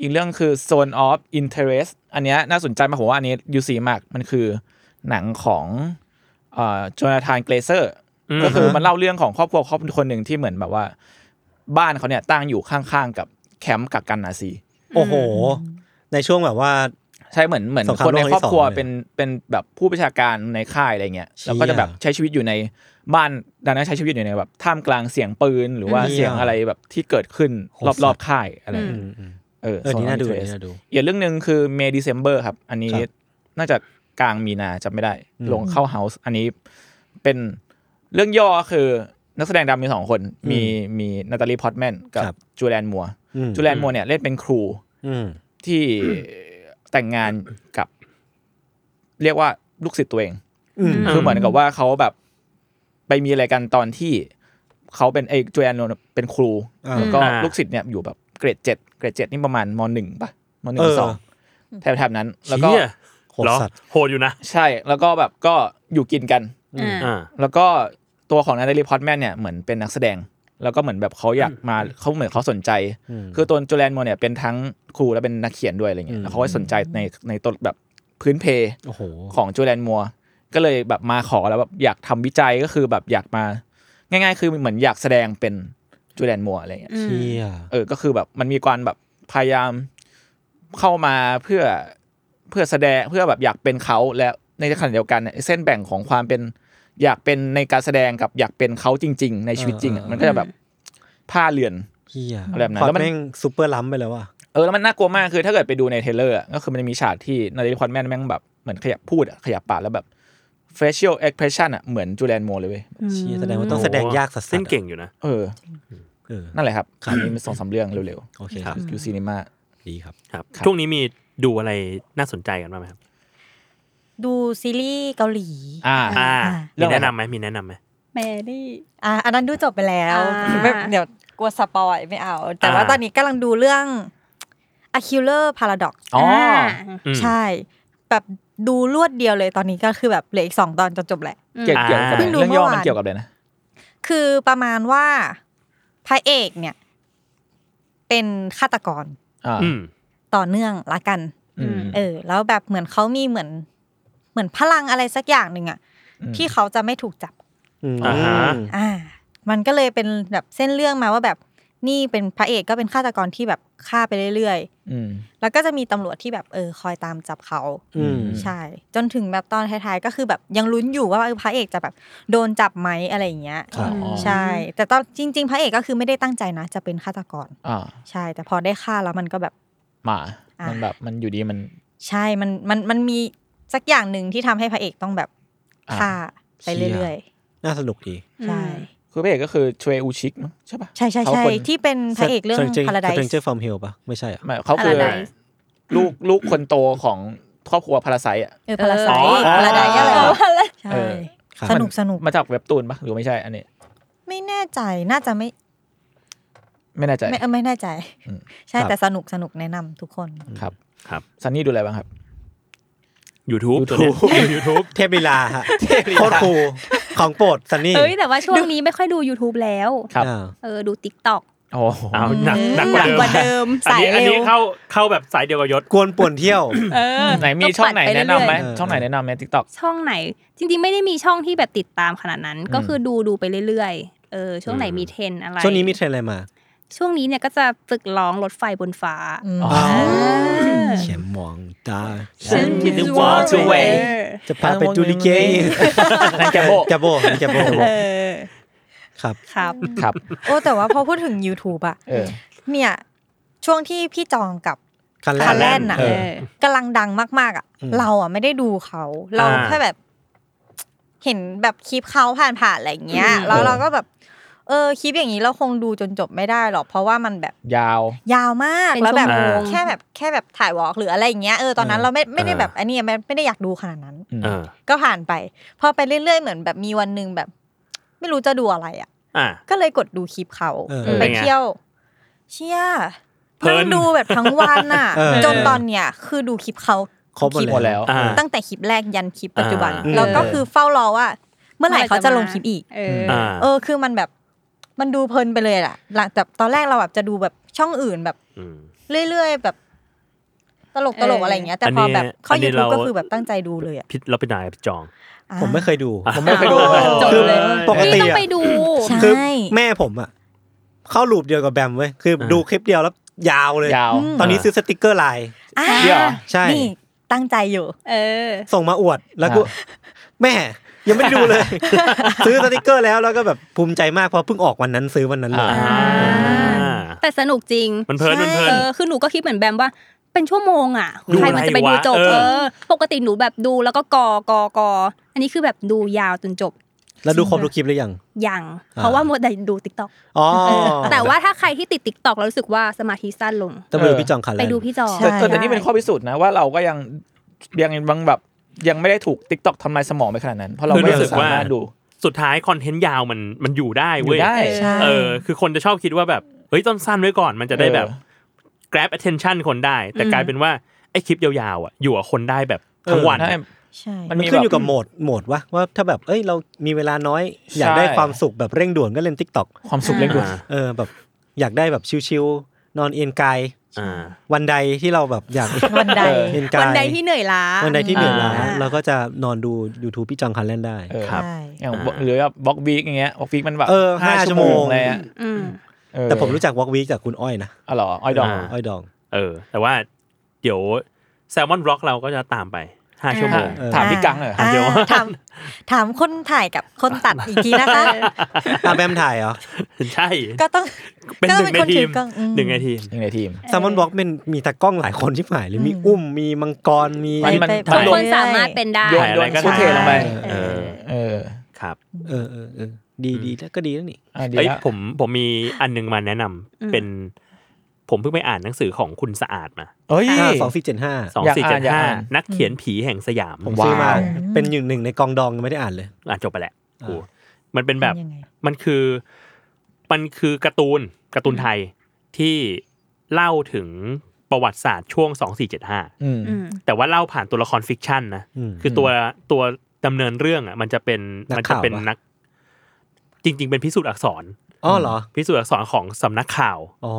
อีกเรื่องคือ Zone of Interest อันเนี้ยน่าสนใจมากผมว่าอันนี้ UC มากมันคือหนังของโจนาธานเกรเซอร์ อืม ก็คือมันเล่าเรื่องของครอบครัวครอบครัวคนหนึ่งที่เหมือนแบบว่า บ้านเขาเนี่ยตั้งอยู่ข้างๆกับแคมป์กักกันนาซี โอ้โห ในช่วงแบบว่า ใช่เหมือนเหมือน สงคราม คนใน โลก ครอบครัว ที่สองเลย เป็นเป็นแบบผู้ประชาการในค่ายอะไรเงี้ย เชี่ย แล้วก็จะแบบใช้ชีวิตอยู่ในบ้านดังนั้นใช้ชีวิตอยู่ในแบบท่ามกลางเสียงปืนหรือว่า เชี่ย เสียงอะไรแบบที่เกิดขึ้น โหดสัส รอบๆค่ายอะไร อืม เออ เออ Zone นี่ of น่าดู Interest นี่น่าดู อีกเรื่องหนึ่งคือเม y d เ c e m b e r ครับ อันนี้ ครับ น่าจะกลางมีนาจำไม่ได้ อืม ลงเข้าเฮาส์อันนี้เป็นเรื่องย่อคือนักแสดงดำมีสองคน มีมีนาตาลีพอตแมนกับจูแลนมัว อืม จูแลนมัวเนี่ยเล่นเป็นครู อืม ที่แต่งงานกับ เรียกว่าลูกศิษย์ตัวเอง อืม คือเหมือนกับว่าเขาแบบไปมีอะไรกันตอนที่เขาเป็นไอ้จูแลนเป็นครู อ่า แล้วก็ อ่า ลูกศิษย์เนี่ยอยู่แบบเกรดเจ็ดเกรดเจ็ดนี่ประมาณมหนึ่งป่ะมหนึ่ง เออ สองแถบๆนั้น แล้วก็ เชี่ย โหด เหรอ สัตว์ โหดอยู่นะ ใช่แล้วก็แบบก็อยู่กินกัน อ่า อ่า แล้วก็ตัวของนาตาลีพอตแมนเนี่ยเหมือนเป็นนักแสดง แล้วก็เหมือนแบบเขาอยากมาเขาเหมือนเขาสนใจ คือตัวจูแลนโมเนี่ยเป็นทั้งครูและเป็นนักเขียนด้วยอะไรเงี้ อื ย ม แล้วเขาก็สนใจในในต้นแบบพื้นเพ โอ้โห ของจูแลนมัวร์ก็เลยแบบมาขอแล้วแบบอยากทำวิจัยก็คือแบบอยากมา ง่าย ๆ คือเหมือนอยากแสดงเป็นจูแลนมัวร์อะไรเงี้ย อืม เชี่ย เออก็คือแบบมันมีการแบบพยายามเข้ามาเพื่อเพื่อแสดงเพื่อแบบอยากเป็นเขาและในขณะเดียวกันเนี่ยเส้นแบ่งของความเป็นอยากเป็นในการแสดงกับอยากเป็นเขาจริง ๆ ในชีวิตจริงอะ เออ มันก็จะแบบผ้าเลือน เชี่ย อะไรแบบนั้น พอ แล้วมัน แม่งซูเปอร์ล้ำไปแล้วอ่ะ เออแล้วมันน่ากลัวมากคือถ้าเกิดไปดูในเทรลเลอร์อะก็คือมันจะมีฉากที่นาริคอนแมนแม่งแบบเหมือนขยับพูดอะขยับปากแล้วแบบ facial expression อ่ะเหมือนจูเลนโมเลยเว้ย เชี่ยแสดงว่าต้องแสดงยากสัสๆ เส้น อะ เก่งอยู่นะ เออ เออ นั่นแหละครับอันนี้มันสองสามเรื่องเร็ว โอเค ครั ค บ รับ ๆคือซีนีมา ดีครับ ครับ ครับ ช่วงนี้มีดูอะไรน่าสนใจกันบ้างไหมครับ ดูซีรีส์เกาหลี อ่า อ่า เรื่ มี องอะไร แนะนำไหมมีแนะนำไหม แมรี่ อ่ะอันนั้นดูจบไปแล้ว อ่า ไม่เดี๋ยวกลัวสปอยไม่เอา แต่ว่า อ่า ตอนนี้กำลังดูเรื่อง A Killer Paradox อ๋อ อืม ใช่ แบบดูรวดเดียวเลยตอนนี้ก็คือแบบเหลืออีกสองตอนจะจบแหละ เกี่ยวเกี่ยวกับ เพิ่งดู เรื่องย่อ เมื่อวาน มันเกี่ยวกับอะไรนะ คือประมาณว่าพระเอกเนี่ย เป็นฆาตกร อ่า อืม ต่อเนื่องละกัน อืม เออ แล้วแบบเหมือนเขามีเหมือน เหมือนพลังอะไรสักอย่างหนึ่งอะ อืม ที่เขาจะไม่ถูกจับ อืม อ่าฮะ อ่า มันก็เลยเป็นแบบเส้นเรื่องมาว่าแบบนี่เป็นพระเอกก็เป็นฆาตกรที่แบบฆ่าไปเรื่อย อืม ๆ แล้วก็จะมีตำรวจที่แบบเออคอยตามจับเขา อืม ใช่ จนถึงแบบตอนท้ายๆก็คือแบบยังลุ้นอยู่ว่าเออพระเอกจะแบบโดนจับไหมอะไรอย่างเงี้ย ครับ ใช่ แต่ตอนจริง ๆ พระเอกก็คือไม่ได้ตั้งใจนะ จะเป็นฆาตกร อ่า ใช่ แต่พอได้ฆ่าแล้วมันก็แบบ มา อ่ะ มันแบบมันอยู่ดีมัน ใช่ มันมันมันมีสักอย่างหนึ่งที่ทำให้พระเอกต้องแบบ อ่า ฆ่าไปเรื่อย น่าสนุกดี ๆ ใช่ คือพระเอกก็คือชเวอูชิกมั้งใช่ปะ ใช่ใช่ เขา ใช่ คน ที่เป็นพระเอกเรื่อง Paradise Stranger from Hell ปะไม่ใช่อ่ะ หมายเขาคือ Paradise ลูกลูกคนโตของครอบครัวพาราไซอะ เออ Paradise อ๋อ Paradise อะไรวะใช่ เออ ครับ สนุกสนุก มาจากเว็บตูนปะหรือไม่ใช่อันนี้ ไม่แน่ใจน่าจะไม่ ไม่แน่ใจ ไม่เออไม่แน่ใจ อืม ใช่ ครับ แต่สนุกสนุกแนะนำทุกคน ครับ ครับ ซันนี่ดูอะไรบ้างครับ YouTube ตัวเนี้ย YouTube เทพลีลาฮะโคตรคูลของโปรดซันนี่ เอ้ยแต่ว่าช่วงนี้ไม่ค่อยดู YouTube แล้ว ครับ อ่า เออดู TikTok โอ้โห เอาหนักหนักก หนักกว่า ว่าเดิม เดิม อัน สาย นี้อัน เร็ นี้ ว เข้าเข้าแบบสายเดียวกับยศ กวนป่วนเที่ยว เออ ไหนมี ก็ ช่อง ปั่ ไหน ป แนะนำไหม เรื่อเออยช่องไหนแนะนำไหมทิกตอก ๆช่องไหน จริง ๆ ไม่ได้มีช่องที่แบบติดตามขนาดนั้น ก็คือดูดูไปเรื่อยๆเออช่วงไหนมีเทรนอะไร ช่วงนี้มีเทรนด์อะไรมา ช่วงนี้เนี่ยก็จะฝึกร้องรถไฟบนฟ้า อืม อ๋อ เออ เขียนมองตา The walk away จะพาไปดูลิเก นั่นแก โบ จะโบจะโบ เออ ครับ ครับ ครับ โอ้แต่ว่าพอพูดถึง YouTube อะ เออ เนี่ย ช่วงที่พี่จองกับ คันแร คั ก นแรกน่ะ เออ กำลังดังมากๆอ่ะ อืม เราอ่ะไม่ได้ดูเขา เรา อ่า แค่แบบ เห็นแบบคลิปเขาผ่านๆอะไรอย่างเงี้ยแล้วเราก็แบบ เออคลิปอย่างนี้เราคงดูจนจบไม่ได้หรอกเพราะว่ามันแบบ ยาว ยาวมาก เป็น แล้ว ชั่ว แบบ โมง แค่แบบแค่แบบถ่ายวอล์กหรืออะไรอย่างเงี้ยเออตอนนั้นเราไม่ไม่ได้แบบอันนี้ไม่ไม่ได้อยากดูขนาดนั้น อืม เออ ก็ผ่านไป พอไปเรื่อยๆเหมือนแบบมีวันหนึ่งแบบ ไม่รู้จะดูอะไรอ่ะ อ่ะ ก็เลยกดดูคลิปเขา เออ ไป เป็นไง เที่ยว เชี่ย เพลิน นั่งดูแบบทั้งวันน่ะ เออ จนตอนเนี้ยคือดูคลิปเขา ครบ คลิปหมดแล้ว อ่า ตั้งแต่คลิปแรกยันคลิปปัจจุบัน อ่า แล้วก็ เออ คือเฝ้ารอว่า เมื่อไหร่เขาจะลงคลิปอีก เออ อ่า เออคือมันแบบมันดูเพลินไปเลยล่ะ หลังจากตอนแรกเราแบบจะดูแบบช่องอื่นแบบ เรื่อยๆแบบ ตลกตลกอะไรอย่างเงี้ย แต่พอแบบเข้า อันนี้ ยูทูบ เรา ก็คือแบบตั้งใจดูเลยอ่ะ พิษเราเป็นนายกับจอง อ่า ผมไม่เคยดู ผมไม่เคยดูเลย จบเลย ปกติ นี่ต้อง อะ ไปดู ใช่ คือแม่ผมอ่ะ เข้าลูปเดียวกับแบมเว้ย คือดูคลิปเดียวแล้วยาวเลย ยาว ตอนนี้ซื้อสติกเกอร์ไลน์ อ่า เดี๋ยวเหรอ ใช่ นี่ตั้งใจอยู่ เออ ส่งมาอวดแล้วก็ อ่า แม่ ยังไม่ได้ดูเลย ซื้อสติกเกอร์แล้วแล้วก็แบบภูมิใจมากเพราะเพิ่งออกวันนั้นซื้อวันนั้นเลย อ่า แต่สนุกจริง มันเพลินมันเพลิน เออคือหนูก็คิดเหมือนแบมว่า เป็นชั่วโมงอ่ะ ดู ใครมันจะไปดูจบ อะไรวะ เอ เออ อ ปกติหนูแบบดูแล้วก็กอกอกออันนี้คือแบบดูยาวจนจบ แล้วดูครบทุกคลิปหรือยัง ยัง เพราะว่ามัวแต่ดูติ๊กต็อก อ๋อ แต่ว่าถ้าใครที่ติดติ๊กต็อกแล้วรู้สึกว่าสมาธิสั้นลง ต้องไปดูพี่จองคันแร ไป ก ดูพี่จอ แต่ ใช่ แต่แต่นี่เป็นข้อพิสูจน์นะว่าเราก็ยังยังบางแบบ ยังไม่ได้ถูกติ๊กต็อกทำลายสมองไปขนาดนั้น เพราะเรา คือ ไม่ รู้สึก สา ว่า มารถดู สุดท้ายคอนเทนต์ยาวมันมันอยู่ได้ อ เว้ ยู่ ย ได้ ใช่ เออ คือคนจะชอบคิดว่าแบบเฮ้ยต้นสั้นไว้ก่อนมันจะได้แบบ เออ grab attention คนได้ แต่กลายเป็นว่าไอ้คลิปยาวๆอ่ะอยู่กับคนได้แบบทั้งวัน ได้ ใช่ มัน มัน มี ขึ้น แบบ อยู่กับโหมดโหมดวะว่าถ้าแบบเอ้ยเรามีเวลาน้อย อยากได้ ใช่ ความสุขแบบเร่งด่วนก็เล่นทิกตอก ความสุขเล่นด่วน อ่า เออแบบอยากได้แบบชิวๆนอนเอนกาย อ่า วันใดที่เราแบบอยาก วันใด เออ เอนกาย วันใดที่เหนื่อยล้า วันใดที่เหนื่อยล้า อ่า เราก็จะนอนดู YouTube พี่จองคันเล่นได้ เออ ครับ ใช่ อย่างหรือแบบบล็อกวีกอย่างเงี้ยบล็อกวีกมันแบบ เออห้าชั่วโมง อะไรอะ อืม เออ แต่ผมรู้จักวอล์กวีจากคุณอ้อยนะ อ๋อเหรออ้อยดอง อ่า อ้อยดอง เออ แต่ว่าเดี๋ยวแซลมอนบล็อกเราก็จะตามไปห้าชั่วโมง เออ ถามพี่กังเหรอ อ่า เดี๋ยว ถามถามคนถ่ายกับคนตัดอีกทีนะคะ อาแบมถ่าย เหรอ ใช่ ก็ต้อง เป็นหนึ่งในทีม ก็ต้องเป็นคนถือกล้องอืม หนึ่งในทีม ยังในทีม แซมมอนบล็อกเป็นมีตากล้องหลายคนที่ถ่ายเลยมีอุ้มมีมังกรมี มันมัน ไป ทุก ไป คนสามารถเป็นได้ โยน ถ่ายอะ โย ไร น ก็ ฟุตเทจ ถ่าย ลงไป เออ เออ ครับ เออเออเออดีดีแล้วก็ดีแล้วนี่ อ่ะดี เอ้ย ละ ผมผมมีอันหนึงมาแนะนำ อืม เป็น ผมเพิ่งไปอ่านหนังสือของคุณสะอาดมา เอ้ย สองสี่เจ็ดห้า สอง อยาก สี่เจ็ อ่า ด นอยาก ห้า อ่าน นักเขียนผีแห่งสยาม ผมซื้อมา ว้าว เป็นหนึ่งหนึ่งในกองดองยังไม่ได้อ่านเลย อ่านจบไปแล้วโอ้โห อ่า มันเป็นแบบ ยังไง มันคือมันคือการ์ตูนการ์ตูนไทยที่เล่าถึงประวัติศาสตร์ช่วง 2475 อืม อืม แต่ว่าเล่าผ่านตัวละครฟิกชันนะ อืม คือตัวตัวดำเนินเรื่องอ่ะมันจะเป็น นัก มัจะเป็น ข่าวปะ นัก จริง ๆ เป็นพิสูจน์อักษร อ๋อเหรอ พิสูจน์อักษรของสำนักข่าว อ๋อ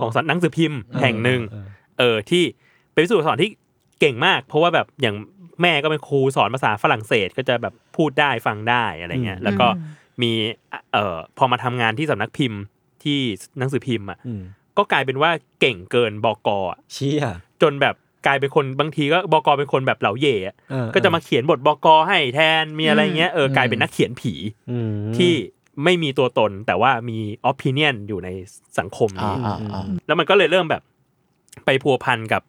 ของสำนักหนังสือพิมพ์แห่งหนึ่ง เออ เออที่เป็นพิสูจน์อักษรที่เก่งมาก เพราะว่าแบบอย่างแม่ก็เป็นครูสอนภาษาฝรั่งเศสก็จะแบบพูดได้ฟังได้อะไรเงี้ยแล้วก็ อืม มีเอ่อพอมาทำงานที่สำนักพิมพ์ที่หนังสือพิมพ์อ่ะ อืม ก็กลายเป็นว่าเก่งเกินบกอะ เชี่ย จนแบบกลายเป็นคนบางทีก็บกเป็นคนแบบเหลาเหย่อะ เออ ก็จะมาเขียนบทบกให้แทนมีอะไรเงี้ยเออ อืม กลายเป็นนักเขียนผี อืม ที่ไม่มีตัวตน แต่ว่ามีอ p i n i o n อยู่ในสังคม อ่า นี้ อ่าอ่า แล้วมันก็เลยเริ่มแบบไปพัวพันกับ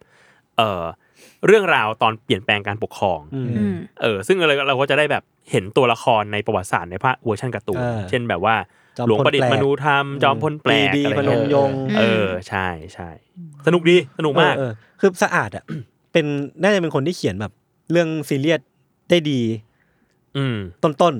เอ่อเรื่องราวตอนเปลี่ยนแปลงการปกครอง อืม อืม เออซึ่งเราเราก็จะได้แบบเห็นตัวละครในประวัติศาสตร์ในภาคเวอร์ชันการ์ตูน เออ เช่นแบบว่า จอม หลวงประดิษ พลแปล ฐ์ ก มนูธรรม จอมพลแปลก ดีดี อะไร พนม เงี้ย ยงค์ เออใช่ใช่สนุกดีสนุกมาก เออเออคือสะอาดอ่ะ เป็นน่าจะเป็นคนที่เขียนแบบ เรื่องซีเรียสได้ดี อืม ต้น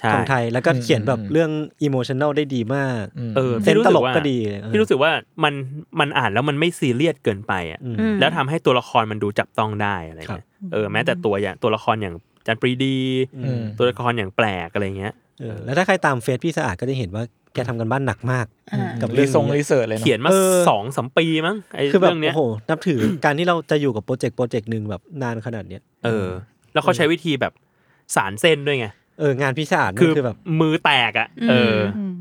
ใช่ ๆของไทย แล้วก็เขียนแบบเรื่องอิโมชันแนลได้ดีมาก ม เออ เซนส์ตลก ว่า ก็ดีเลยเออ พี่รู้สึกว่ามันมันอ่านแล้วมันไม่ซีเรียสเกินไปอ่ะ อืม อืม แล้วทำให้ตัวละครมันดูจับต้องได้อะไร ครับ เงี้ยเออแม้แต่ตัวอย่างตัวละครอย่างจันปรีดี อืม ตัวละครอย่างแปลกอะไรเงี้ย เออแล้วถ้าใครตามเฟซพี่สะอาดก็จะเห็นว่าแกทำกันบ้านหนักมาก อ่า กับ รี เรื่อง ทรง นี้ รีเสิร์ชเลยเนอะ เขียนมา เออ สองสามปีมั้งไอ้ คือแบบ เรื่องเนี้ย โอ้โหนับถือ การที่เราจะอยู่กับโปรเจกต์โปรเจกต์หนึ่งแบบนานขนาดเนี้ย เออ แล้วเขาใช้วิธีแบบสารเส้นด้วยไง เอองานพี่สะอาดนี่ คือ คือแบบ มือแตกอ่ะ อืม เออ อืม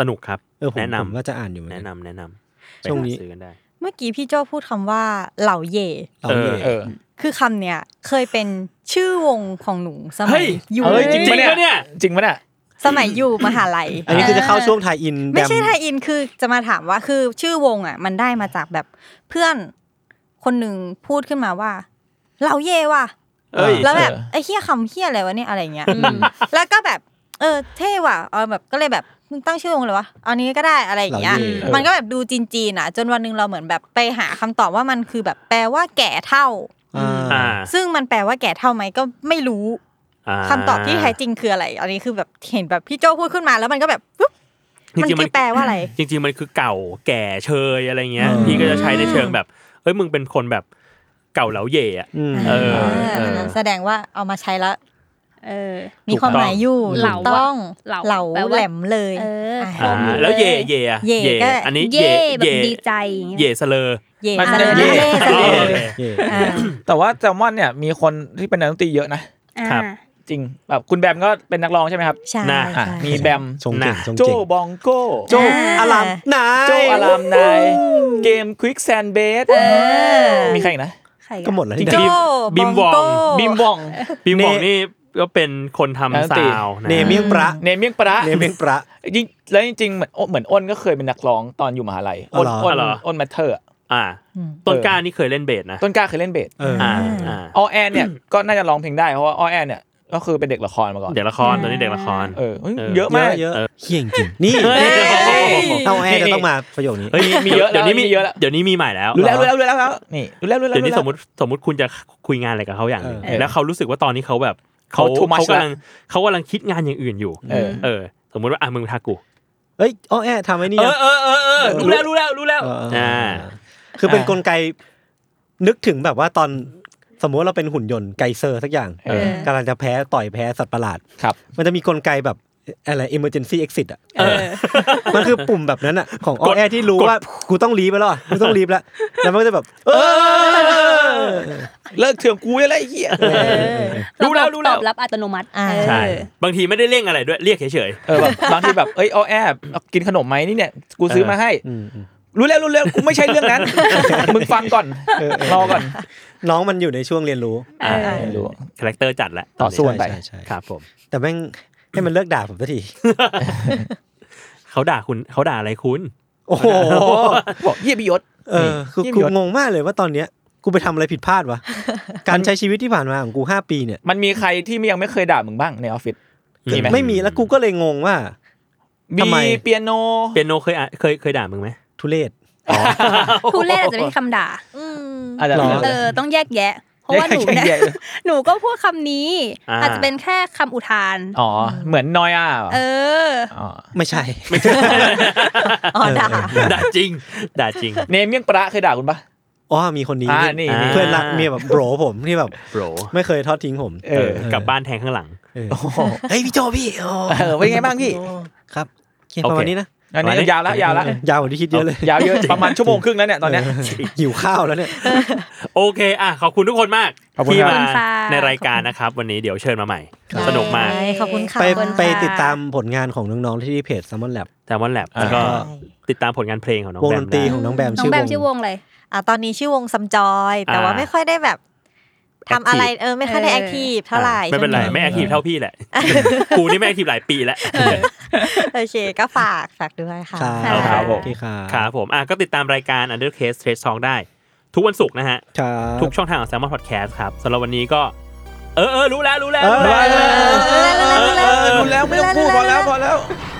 สนุกครับ เออผม แนะนำ ผมว่าจะอ่านอยู่เหมือ แนะ นกันนำแนะนำไป ช่วง หา นี้ ซื้อกันได้ เมื่อกี้พี่โจ้พูดคำว่าเหล่าเย่ เรา เออ เนี่ย เออ คือคำเนี้ยเคยเป็นชื่อวงของหนูสมั เฮ้ ย ย อยู่ เฮ้ยจริง จริ ปะ งปะเนี่ยเนี่ย จริงปะเนี่ย สมัยอยู่มหาลัย อันนี้คือจะเข้าช่วงไทยอินแบ ไม่ใช่ไทยอินคือจะมาถามว่าคือชื่อวงอ่ะ มันได้มาจากแบบเพื่อนคนหนึ่งพูดขึ้นมาว่า เราเย่ว่ะ เอ้ย แล้วแบบ เออ ไอ้เฮี้ยคำเฮี้ยอะไรวะเนี่ยอะไรเงี้ย แล้วก็แบบ เออ เท่ว่ะเอาแบบก็เลยแบบมึงตั้งชื่อวงเลยวะเอานี้ก็ได้อะไรอย่างเงี้ย เออ มันก็แบบดูจีนๆอ่ะ จนวันหนึ่งเราเหมือนแบบไปหาคำตอบว่ามันคือแบบแปลว่าแก่เท่า อ่า อ่า ซึ่งมันแปลว่าแก่เท่าไหมก็ไม่รู้ า คำตอบที่แท้จริงคืออะไร อันนี้คือแบบเห็นแบบพี่โจ้พูดขึ้นมาแล้วมันก็แบบปุ๊บ มัน จริงๆ คือแปลว่าอะไร จริง ๆ มันคือเก่าแก่เชยอะไรเงี้ยพี่ก็จะใช้ในเชิงแบบเอ้ยมึงเป็นคนแบบเก่าเหลาเหย่อะ อืม เออ เออแสดงว่าเอามาใช้แล้ว เออ มีความหมายอยู่ ถูกต้เหล่า อง ต้อง เหลา เหล่า แปลว่า แหลมเลย เอออ่ ะ ค อ่าม อยู่ แล้วเหย่ เลย เหย่อะ เหย่ก็ อันนี้ เย่แบบเหย่ ดีใจอย่างเงี้ย เหย่เสลอ เย่ มัน อ่ะ จะเย่ เย่ อ๋อจะเย่ โอเค อ่ะ แต่ว่าแซลมอนเนี่ยมีคนที่เป็นนักดนตรีเยอะนะ อ่า ครับ จริงแบบคุณแบมก็เป็นนักร้องใช่ไหมครับ ใช่ น่ะ ใช่ อ่ะมีแบม ชงเก่ง น่ะ ชง โจ เก่ง บองโก้ โจอารามนาย โจอารามนายเกมควิกแซนเบส เออ มีใครอีกนะ ใคร ก็ อ่ะ หมดแล้วนี่ โจ บิมวอง โก้ บิมบ อง ปีหมอง เน นี่ก็เป็นคน นักดน ทำ ตรี ซาวน์นะ เนเมียงประ เนเมียงปะ เนเมียงประ จริงแล้วจริงๆเหมือนเหมือนอ้นก็เคยเป็นนักร้องตอนอยู่มหาลัยอ้น อ๋อเหรอ อ้น เหรอ อ้นมาเธอร์อะ อ่า อืม ต้น เออ กล้านี่เคยเล่นเบสนะ ต้นกล้าเคยเล่นเบส เออ อ่าอ่า ออแอน เนี่ยก็น่าจะร้องเพลงได้เพราะว่าออแอนเนี่ยก็คือเป็นเด็กละครมาก่อน เด็กละครตอนนี้เด็กละคร เออเฮ้ย เออ เยอะมาก เยอะเฮี้ยงจริงนี่ เฮ้ย เอาแอร์จะต้องมาประโยคนี้ เฮ้ย มีเยอะแล้ว ดี๋ยวนี้ มีเยอะแล้ว เดี๋ยวนี้มีใหม่แล้ว รู้แล้วรู้แล้วรู้แล้วรู้แล้วนี่รู้แล้วรู้แล้ว เดี๋ยวนี้ รู้แล้ว สมมติสมมติคุณจะคุยงานอะไรกับเขาอย่างหนึง เออ แล้วเขารู้สึกว่าตอนนี้เขาแบบเขา เขา too much เขากำลังเขากำลังคิดงานอย่างอื่นอยู่ เออ เออ สมมติว่าอ่ะมึงทักกู เอ้ยเอาแอร์ทำไอ้นี่ เอ นะ อเออเออเออรู้แล้วรู้แล้วรู้แล้ว เออเอออ่ อ่า คือเป็น อ่าก ลไกนึกถึงแบบว่าตอน สมมติว่าเราเป็นหุ่นยนต์ไกเซอร์สักอย่าง เออ กำลังจะแพ้ต่อยแพ้สัตว์ประหลาด ครับ มันจะมีกลไกแบบอะไร emergency exit อ่ะ เออ มันคือปุ่มแบบนั้นอ่ะ ของออก แอ ด ที่รู้ กด ว่ากูต้องรีบไปแล้วอ่ะกูต้องรีบแล้วแล้วมันก็จะแบบเออ เลิกเถื่อนกูอะไรไอ้เหี้ย รู้แล้วรู้แล้ว ตอบรับอัตโนมัติ อ่า เออ ใช่ บางทีไม่ได้เร่งอะไรด้วยเรียกเฉย เออแบบบางทีแบบเอ้ยอ้อแอบเอากินขนมไหมนี่เนี่ยกูซื้อ เออ มาให้ รู้แล้วรู้แล้วกูไม่ใช่เรื่องนั้น มึงฟังก่อน เออเออ รอก่อน น้องมันอยู่ในช่วงเรียนรู้ ๆอ่า เออ ไม่รู้ คาแรคเตอร์จัดแหละ ต่อสู้ วนไป ใช่ใช่ ครับผม แต่แม่งให้มันเลิกด่าผมสักที เขาด่าคุณเขาด่าอะไรคุณ โอ้โห บอกเยี่ยบิยศ เออคือ นี่ กู มียศ งงมากเลยว่าตอนเนี้ยกูไปทำอะไรผิดพลาดวะ การใช้ชีวิตที่ผ่านมาของกูห้าปีเนี่ย มันมีใครที่ยังไม่เคยด่ามึงบ้างในออฟฟิศมีไหม ไม่มีแล้วกูก็เลยงงว่า บี ทำไม เปียโน เปียโนเคยอ่ะเคยเคยด่ามึงไหม ทุเรศ ทุเรศอาจจะไม่ใช่คำด่า อืม อาจจะ หรอ เออต้องแยกแยะ เพราะว่าหนูเนี่ย หนูก็พูดคำนี้ อ่า อาจจะเป็นแค่คำอุทาน อ๋อ เหมือนนอยอ่ะ เออ อ๋อ ไม่ใช่ อ๋อด่า ด่าจริง ด่าจริง เนมเมี่ยงปลาเคยด่าคุณปะ อ๋อมีคนนี้ อ่านี่นี่ เพื่อนรักเมียแบบโบรผมที่แบบ โปร ไม่เคยทอดทิ้งผม เออ กลับบ้านแทงข้างหลัง เออ โอ้โห เฮ้ยพี่โจพี่โอ้ เออเป็นไงบ้างพี่ โอ้ครับเขียน โอ ประเคมาณนี้นะ อันนี้ยาวแล้วยาวแล้ว ยาวกว่าที่คิดเยอะเลย ยาวเยอะประมาณชั่วโมงครึ่งแล้วเนี่ยตอนเนี้ย หิวข้าวแล้วเนี่ย โอเค อ่ะ ขอบคุณทุกคนมาก ขอบคุณ ที่ ครัขอมาบบคุณค่ะ ในรายการนะครับ วันนี้เดี๋ยวเชิญมาใหม่ ครับ สนุกมาก ได้ขอบคุณค่ะ ไป ขอบคุณค่ะ ไปติดตามผลงานของน้องๆที่เพจ Salmon Lab แต่วันแลบแล้วก็ อ่ ติดตามผลงานเพลงของน้อง วง แบ ด ม นตรี ได้ ของน้องแบม น้อง ชื่อ แบ ว ม ง ชื่อวงเลย อ่ะตอนนี้ชื่อวงซัมจอย แต่ว่า อ่า ไม่ค่อยได้แบบทำอะไรเออไม่ค่อยได้ เออ แอคทีฟเท่าไหร่ ไม่เป็นไร ช่วง ไม่แอคทีฟเท่าพี่แหละ กูนี่ไม่แอคทีฟหลายปีแล้ว โอเคก็ฝากฝากด้วยค่ะ ครับ ครับ โอเคครับ ครับผม อ่ะ ก็ติดตามรายการ Undercase Trace Song ได้ ทุกวันศุกร์นะฮะ ครับ ทุกช่องทางของ Salmon Podcast ครับสำหรับวันนี้ก็ เออเออรู้แล้วรู้แล้ว เออ รู้แล้ว เออเออ เออรู้แล้วไม่ต้องพูดพอแล้วพอแล้ว เ